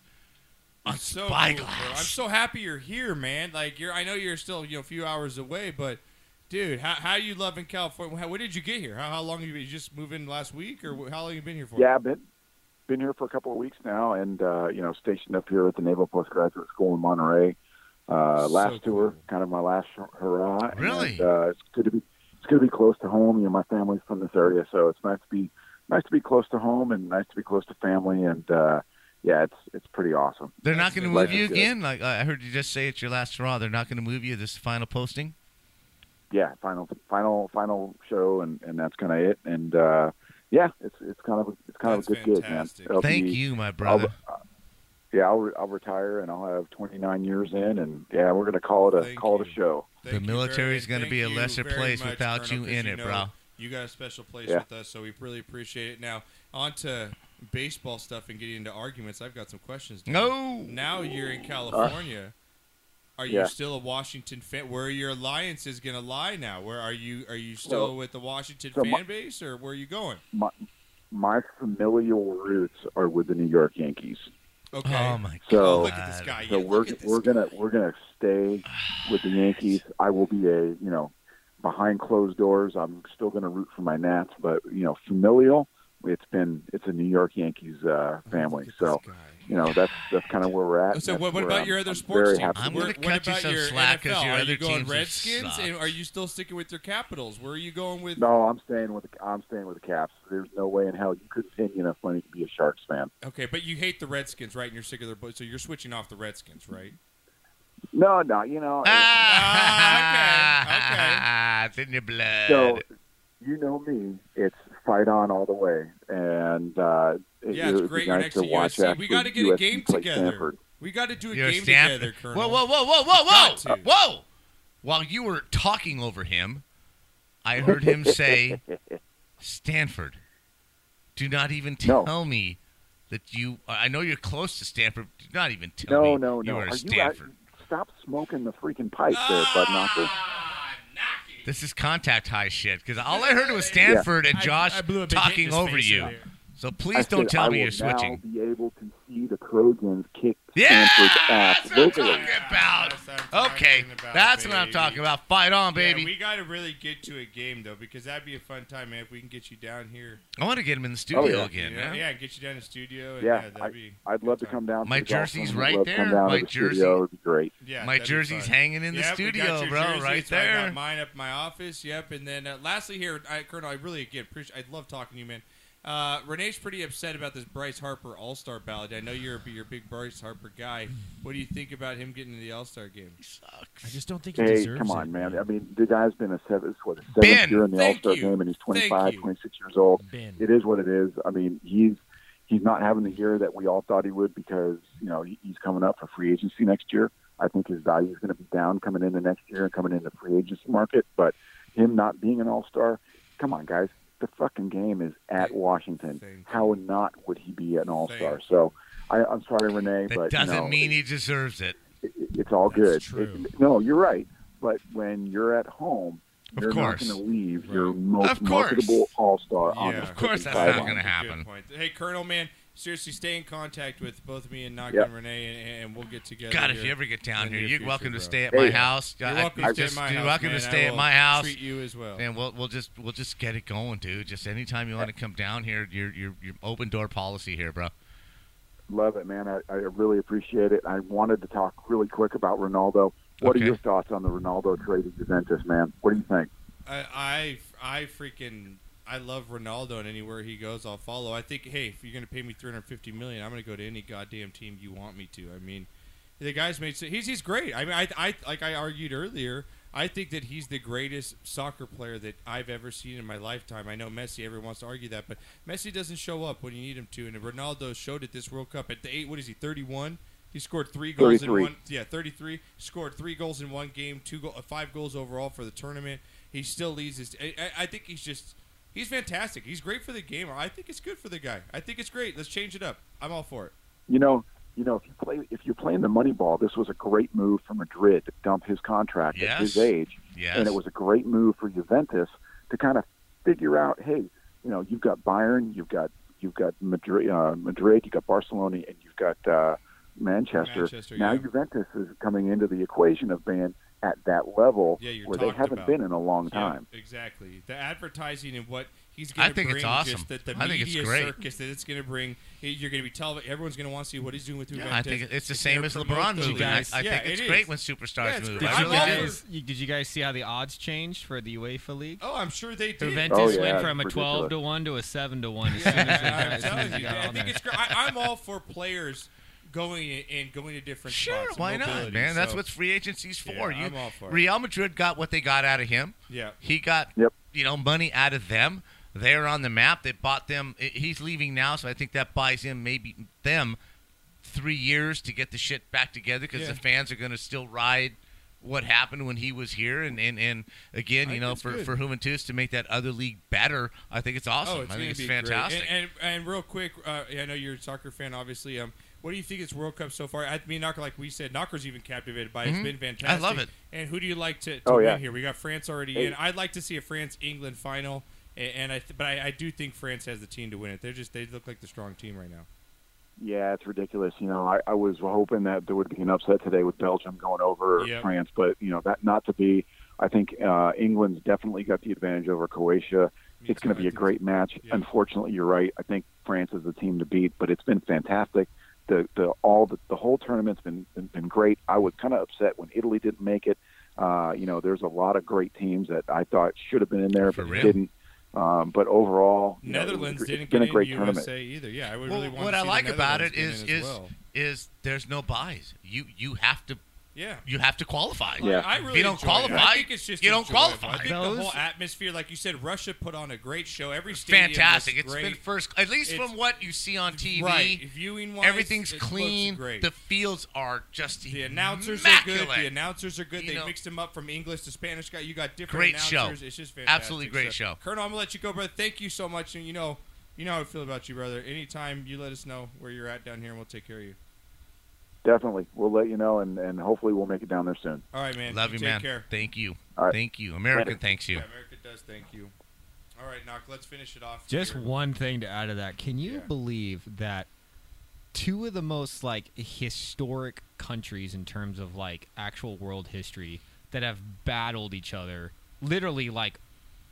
on It's so cool, bro. Spyglass. I'm so happy you're here, man. Like you're, I know you're still you know a few hours away, but dude, how how you loving California? How, when did you get here? How, how long have you been? You just moved in last week, or wh- how long you been here for? Yeah, I've been been here for a couple of weeks now, and uh, you know, stationed up here at the Naval Postgraduate School in Monterey. So Uh, last tour, kind of my last hurrah. Really? And, uh, it's good to be it's good to be close to home. You know, my family's from this area, so it's nice to be nice to be close to home and nice to be close to family. And uh, yeah, it's it's pretty awesome. They're not going to Life move you is good. again. Like I I heard you just say it's your last hurrah. They're not going to move you. This is final posting. yeah, final, final, final show, and and that's kind of it. And uh, yeah, it's it's kind of a, it's kind of a good gig, man. It'll Thank be- you, my I'll, brother. uh, yeah, I'll re- I'll retire and I'll have 29 years in, and yeah, we're gonna call it a call it a show. the military is going to Thank be a you lesser very place much, without Colonel, you 'cause in it, know bro. You got a special place Yeah. with us, so we really appreciate it. Now, on to baseball stuff and getting into arguments. I've got some questions. Dan. No. Now you're in California. are you Uh, Yeah. still a Washington fan? Where are your alliances going to lie now? Where are you? Are you still Well, with the Washington so fan my- base, or where are you going? My my familial roots are with the New York Yankees. Okay. Oh my So, Look at this guy. so Yeah, we're look at this we're gonna we're gonna stay with the Yankees. I will be a you know behind closed doors. I'm still gonna root for my Nats, but you know familial. It's been it's a New York Yankees uh, family, so you know that's that's kind of where we're at. So That's what, what where about I'm- your other I'm sports very teams? happy What- with. what cut you about some your slack 'cause NFL? your are other you going teams have Redskins? sucked. And are you still sticking with your Capitals? Where are you going with? No, I'm staying with the, I'm staying with the Caps. There's no way in hell you could pin enough money to be a Sharks fan. Okay, but you hate the Redskins, right? And you're sick of their bo- so you're switching off the Redskins, right? No, no, you know. Ah, it's in your blood. So you know me, it's fight on all the way, and uh, it- Yeah, it it's would great. be You're nice next to to watch USC. We actually gotta get a USC game play together. Stanford. We got to do a You're game Stanford. together, Colonel. Whoa, whoa, whoa, whoa, whoa, whoa, whoa! While you were talking over him, I heard him say, "Stanford, do not even tell me that you. I know you're close to Stanford. Do not even tell No, me no, you no. are Are at you at- Stanford. Stop smoking the freaking pipe, there, Ah, Bud Knocker. This is contact high shit. Because all I heard was Stanford Yeah. and Josh talking over you. So I please said don't I tell me will you're switching. Now be able to see the Trojans kick Yeah, Stanford's ass locally. about. Okay, that's what I'm talking about. Fight on, baby. Yeah, we got to really get to a game though, because that'd be a fun time, man. If we can get you down here. I want to get him in the studio Oh, yeah. again. yeah, man. yeah, get you down to the studio. And, Oh, yeah, Yeah, that'd be. I, I'd love to come down. to My the golf jersey's room. I'd right love to come there. down to My the jersey- Studio. It'd be great. Yeah, My that'd be jersey's fun. hanging Yep, in the we got studio, your bro, jersey. right It's why I there. got mine up in my office. Yep. And then uh, lastly, here, I, Colonel, I really again appreciate. I love talking to you, man. Uh, Renee's pretty upset about this Bryce Harper All Star ballot. I know you're a, you're a big Bryce Harper guy. What do you think about him getting in the All Star game? He I just don't think he Hey, deserves come it. on, man. I mean, the guy's been a seventh, what, a seventh Ben, year in the All thank Star you. game, and he's Thank 25, you. 26 years old. Ben. It is what it is. I mean, he's he's not having the year that we all thought he would because you know he, he's coming up for free agency next year. I think his value is going to be down coming into next year and coming into free agency market. But him not being an All Star, come on, guys. The fucking game is at Washington. How not would he be an All Star? So I, I'm sorry, Renee, That but doesn't you know, mean he deserves it. it's all good. It- no, you're right. But when you're at home, Of you're not course. going to leave your most Of course. marketable all star on the Yeah. freaking Of course that's not sideline. gonna happen. Good point. Hey, Colonel, man, seriously, stay in contact with both me and Knock Yeah. and Renee, and, and we'll get together. God, if here you ever get down in here, the you're near welcome future, bro. to stay at Hey, my house. You're I- welcome I to stay at just- my you're house, welcome man. to I stay at will my house. Treat you as well. And we'll we'll just we'll just get it going, dude. Just anytime you want to come down here, your your your open door policy here, bro. Love it, man. I, I really appreciate it. I wanted to talk really quick about Ronaldo. What Okay. are your thoughts on the Ronaldo trade to Juventus, man? What do you think? I, I, I freaking, I love Ronaldo, and anywhere he goes, I'll follow. I think, hey, if you're gonna pay me 350 million, I'm gonna go to any goddamn team you want me to. I mean, The guy's made. He's he's great. I mean, I, I like I argued earlier. I think that he's the greatest soccer player that I've ever seen in my lifetime. I know Messi. Everyone wants to argue that, but Messi doesn't show up when you need him to. And Ronaldo showed it this World Cup at the eight. What is he? Thirty-one. He scored three goals in 33. one. Yeah, thirty-three. Scored three goals in one game. Two go, uh, five goals overall for the tournament. He still leads his. I, I- I think he's just. He's fantastic. He's great for the game. I think it's good for the guy. I think it's great. Let's change it up. I'm all for it. You know, you know, if you play if you're playing the money ball, this was a great move for Madrid to dump his contract at his Yes. age. Yes. And it was a great move for Juventus to kind of figure out, hey, you know, you've got Bayern, you've got you've got Madrid, uh, Madrid, you've got Barcelona, and you've got uh, Manchester. Manchester, now yeah. Juventus is coming into the equation of being at that level Yeah, you're where they talked haven't about. been in a long Yeah, time. exactly. The advertising and what he's I going to think bring. it's awesome. Just that the I think media it's great. circus that it's going to bring. You're going to be telling everyone's going to want to see what he's doing with Yeah, Juventus. I think it's the same gonna as promote LeBron those moving. I- guys. I Yeah, think it's it great is. when superstars Yeah, it's move. great. I I'm really all do. for it. Guys, you- did you guys see how the odds changed for the UEFA League? Oh, I'm sure they did. Juventus Oh, yeah, went it's from a ridiculous. 12 to 1 to a 7 to 1 as soon as they got, Yeah, I'm as soon as telling they you, got I on think there. it's great. I, I'm all for players going in- and going to different Sure, spots. and why not, mobility, man? That's so- what free agency's Yeah, for. you, I'm all for it. Real Madrid got what they got out of him. Yeah. he got you know money out of them. They're on the map. They bought them. I- He's leaving now, so I think that buys him maybe them three years to get the shit back together because Yeah. the fans are going to still ride what happened when he was here. And and, and again, I you think know, it's for good. for Juventus to make that other league better, I think it's awesome. Oh, it's I gonna think it's be fantastic. Great. And, and and real quick, uh, I know you're a soccer fan, obviously. Um, what do you think it's World Cup so far? I mean, Knocker, like we said, Knocker's even captivated by it. Mhm. It's been fantastic. I love it. And who do you like to, to Oh, win yeah. here? We got France already Hey. in. I'd like to see a France England final, a- and I th- but I, I do think France has the team to win it. They're just they look like the strong team right now. Yeah, it's ridiculous. You know, I, I was hoping that there would be an upset today with Belgium going over Yep. France, but you know that not to be. I think uh, England's definitely got the advantage over Croatia. it's going to be a great match. Unfortunately, you're right. I think France is the team to beat, but it's been fantastic. The the all the, the whole tournament's been been, been great. I was kind of upset when Italy didn't make it. Uh, you know, there's a lot of great teams that I thought should have been in there, but real? didn't. Um, but overall, you know, it was a Netherlands gr- didn't it's been get a great in tournament. USA either. Yeah, I would Well, really want what to I see like the about it Netherlands is win as is well. is there's no buys. You you have to Yeah. you have to qualify. Yeah. I really if you don't enjoy qualify. It. I think it's just you don't enjoyable. qualify. I think the whole atmosphere, like you said, Russia put on a great show. Every stadium fantastic. Was It's great. been first, at least It's- from what you see on TV. Right. Viewing-wise, everything's it looks clean. great. The fields are just the announcers are good. immaculate. The announcers are good. You they know- mixed them up from English to Spanish. Guy, you got different Great show. announcers. It's just fantastic. Absolutely great So, show. Colonel, I'm gonna let you go, brother. Thank you so much, and you know, you know how I feel about you, brother. Anytime you let us know where you're at down here, and we'll take care of you. Definitely. We'll let you know, and, and hopefully we'll make it down there soon. All right, man. Love you, You take man. care. Thank you. All right. Thank you. America Later. thanks you. Yeah, America does. Thank you. All right, knock. Let's finish it off. Just here. one thing to add to that. Can you believe that two of the most like historic countries in terms of like actual world history that have battled each other, literally like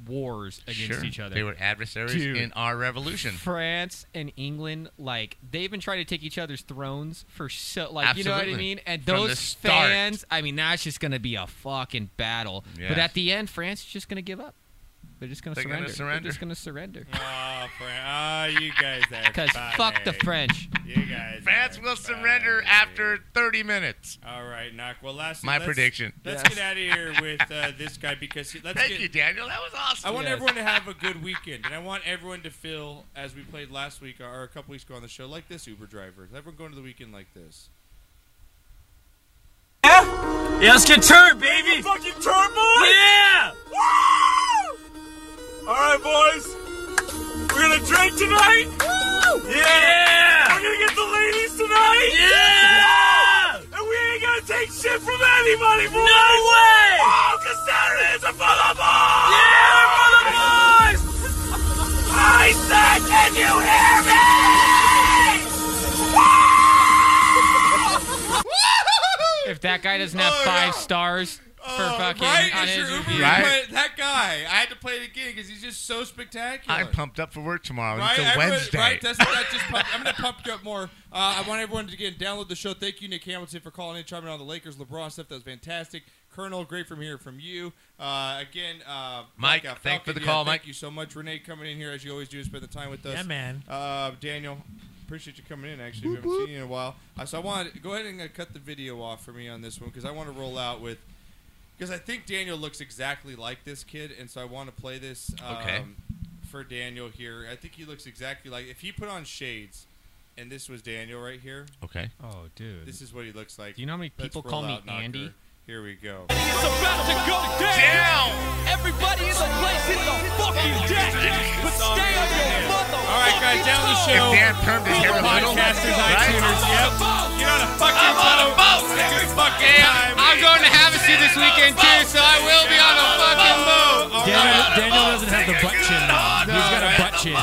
wars against Sure. each other. They were adversaries Dude, in our revolution. France and England, like they even tried to take each other's thrones for so, like you know what I Absolutely. mean. And From the those start. fans, I mean, that's just gonna be a fucking battle. Yes. But at the end, France is just gonna give up. They're just gonna They're surrender. gonna surrender. They're just gonna surrender. Oh, Fran- oh, you guys are Because fuck the funny. French. You guys. France will surrender after 30 minutes. All right, knock. Well, last My let's- prediction. Let's Yes. get out of here with uh, this guy because he, let's Thank get, you, Daniel. That was awesome. I want Yes. everyone to have a good weekend, and I want everyone to feel as we played last week or a couple weeks ago on the show, like this Uber driver. Everyone going to the weekend like this. Yeah, let's get turned, baby. Fucking turn, boy. Yeah. Woo! All right, boys. We're gonna drink tonight. Woo! Yeah. We're gonna get the ladies tonight. Yeah. And we ain't gonna take shit from anybody, boys. No way. Oh, cause Saturdays are for the boys. Yeah, they're for the boys. I said, can you hear me? Oh, If that guy doesn't have five stars for fucking right on as his Uh, your Uber review, went- that guy. I had to play it again because he's just so spectacular. I'm pumped up for work tomorrow. Right, it's a everyone- Wednesday. Right, that's what I just pumped. I'm going to pump you up more. Uh, I want everyone to again download the show. Thank you, Nick Hamilton, for calling in, chiming in on the Lakers, LeBron stuff. That was fantastic. Colonel, great from here from you. Uh, again, uh, Mike, out thanks Falcon, for the yeah, call, thank Mike. you so much, Renee, coming in here as you always do, spending time with us. Yeah, man. Uh, Daniel, Appreciate you coming in. Actually, we haven't seen you in a while. Uh, so I wanted go ahead and uh, cut the video off for me on this one because I want to roll out with because I think Daniel looks exactly like this kid, and so I want to play this um, Okay. for Daniel here. I think he looks exactly like if he put on shades, and this was Daniel right here. Okay. Oh, dude. This is what he looks like. Do you know how many Let's people roll call me out Knocker. Andy? Here we go. It's about to go down. Everybody in the place hit the fucking deck. But stay on your mother. All right, guys, down the show. If Dan Perman Google had a little- Podcasters, Right? iTuners, I'm on yep. a boat. Get on a fucking I'm on a boat. It's a good fucking time. I'm going to Havasu this weekend too, so I will be on a fucking boat. Daniel, Daniel doesn't have the butt chin. though. He's got a butt chin.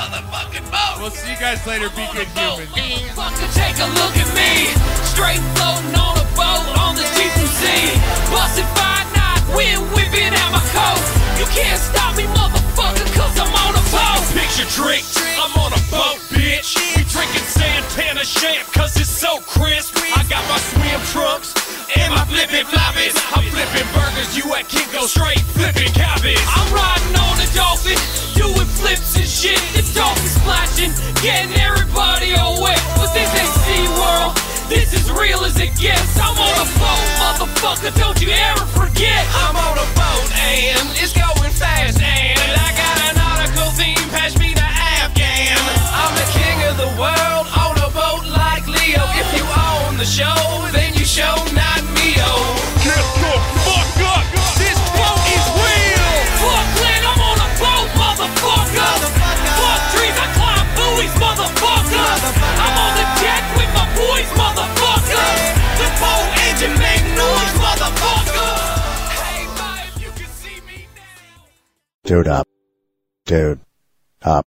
We'll see you guys later. Be good humans. Fucker, take a look at me. Straight floating on a boat on the deep blue sea. Busted by night, wind whipping at my coat. You can't stop me, motherfucker, cause I'm on a boat. Picture trick, I'm on a boat, bitch. We drinking Santana champ, cause it's so crisp. I got my swim trunks. And my flippin' floppies. I'm flipping burgers, you at Kinko straight flipping cabbage. I'm riding on a dolphin, doing flips and shit. The dolphin splashing, getting everybody all wet. But this ain't SeaWorld, this is real as it gets. I'm on a boat, motherfucker, don't you ever forget. I'm on a boat and it's going fast and I got an nautical theme, pass me the Afghan. I'm the king of the world on a boat like Leo. If you own the show, then you show not me. oh. Get the fuck up! This boat is real. Fuck land, I'm on a boat, motherfucker. Fuck trees, I climb buoys, motherfucker. I'm on the deck with my boys, motherfucker. The boat engine make noise, motherfucker. Dude up. Dude up.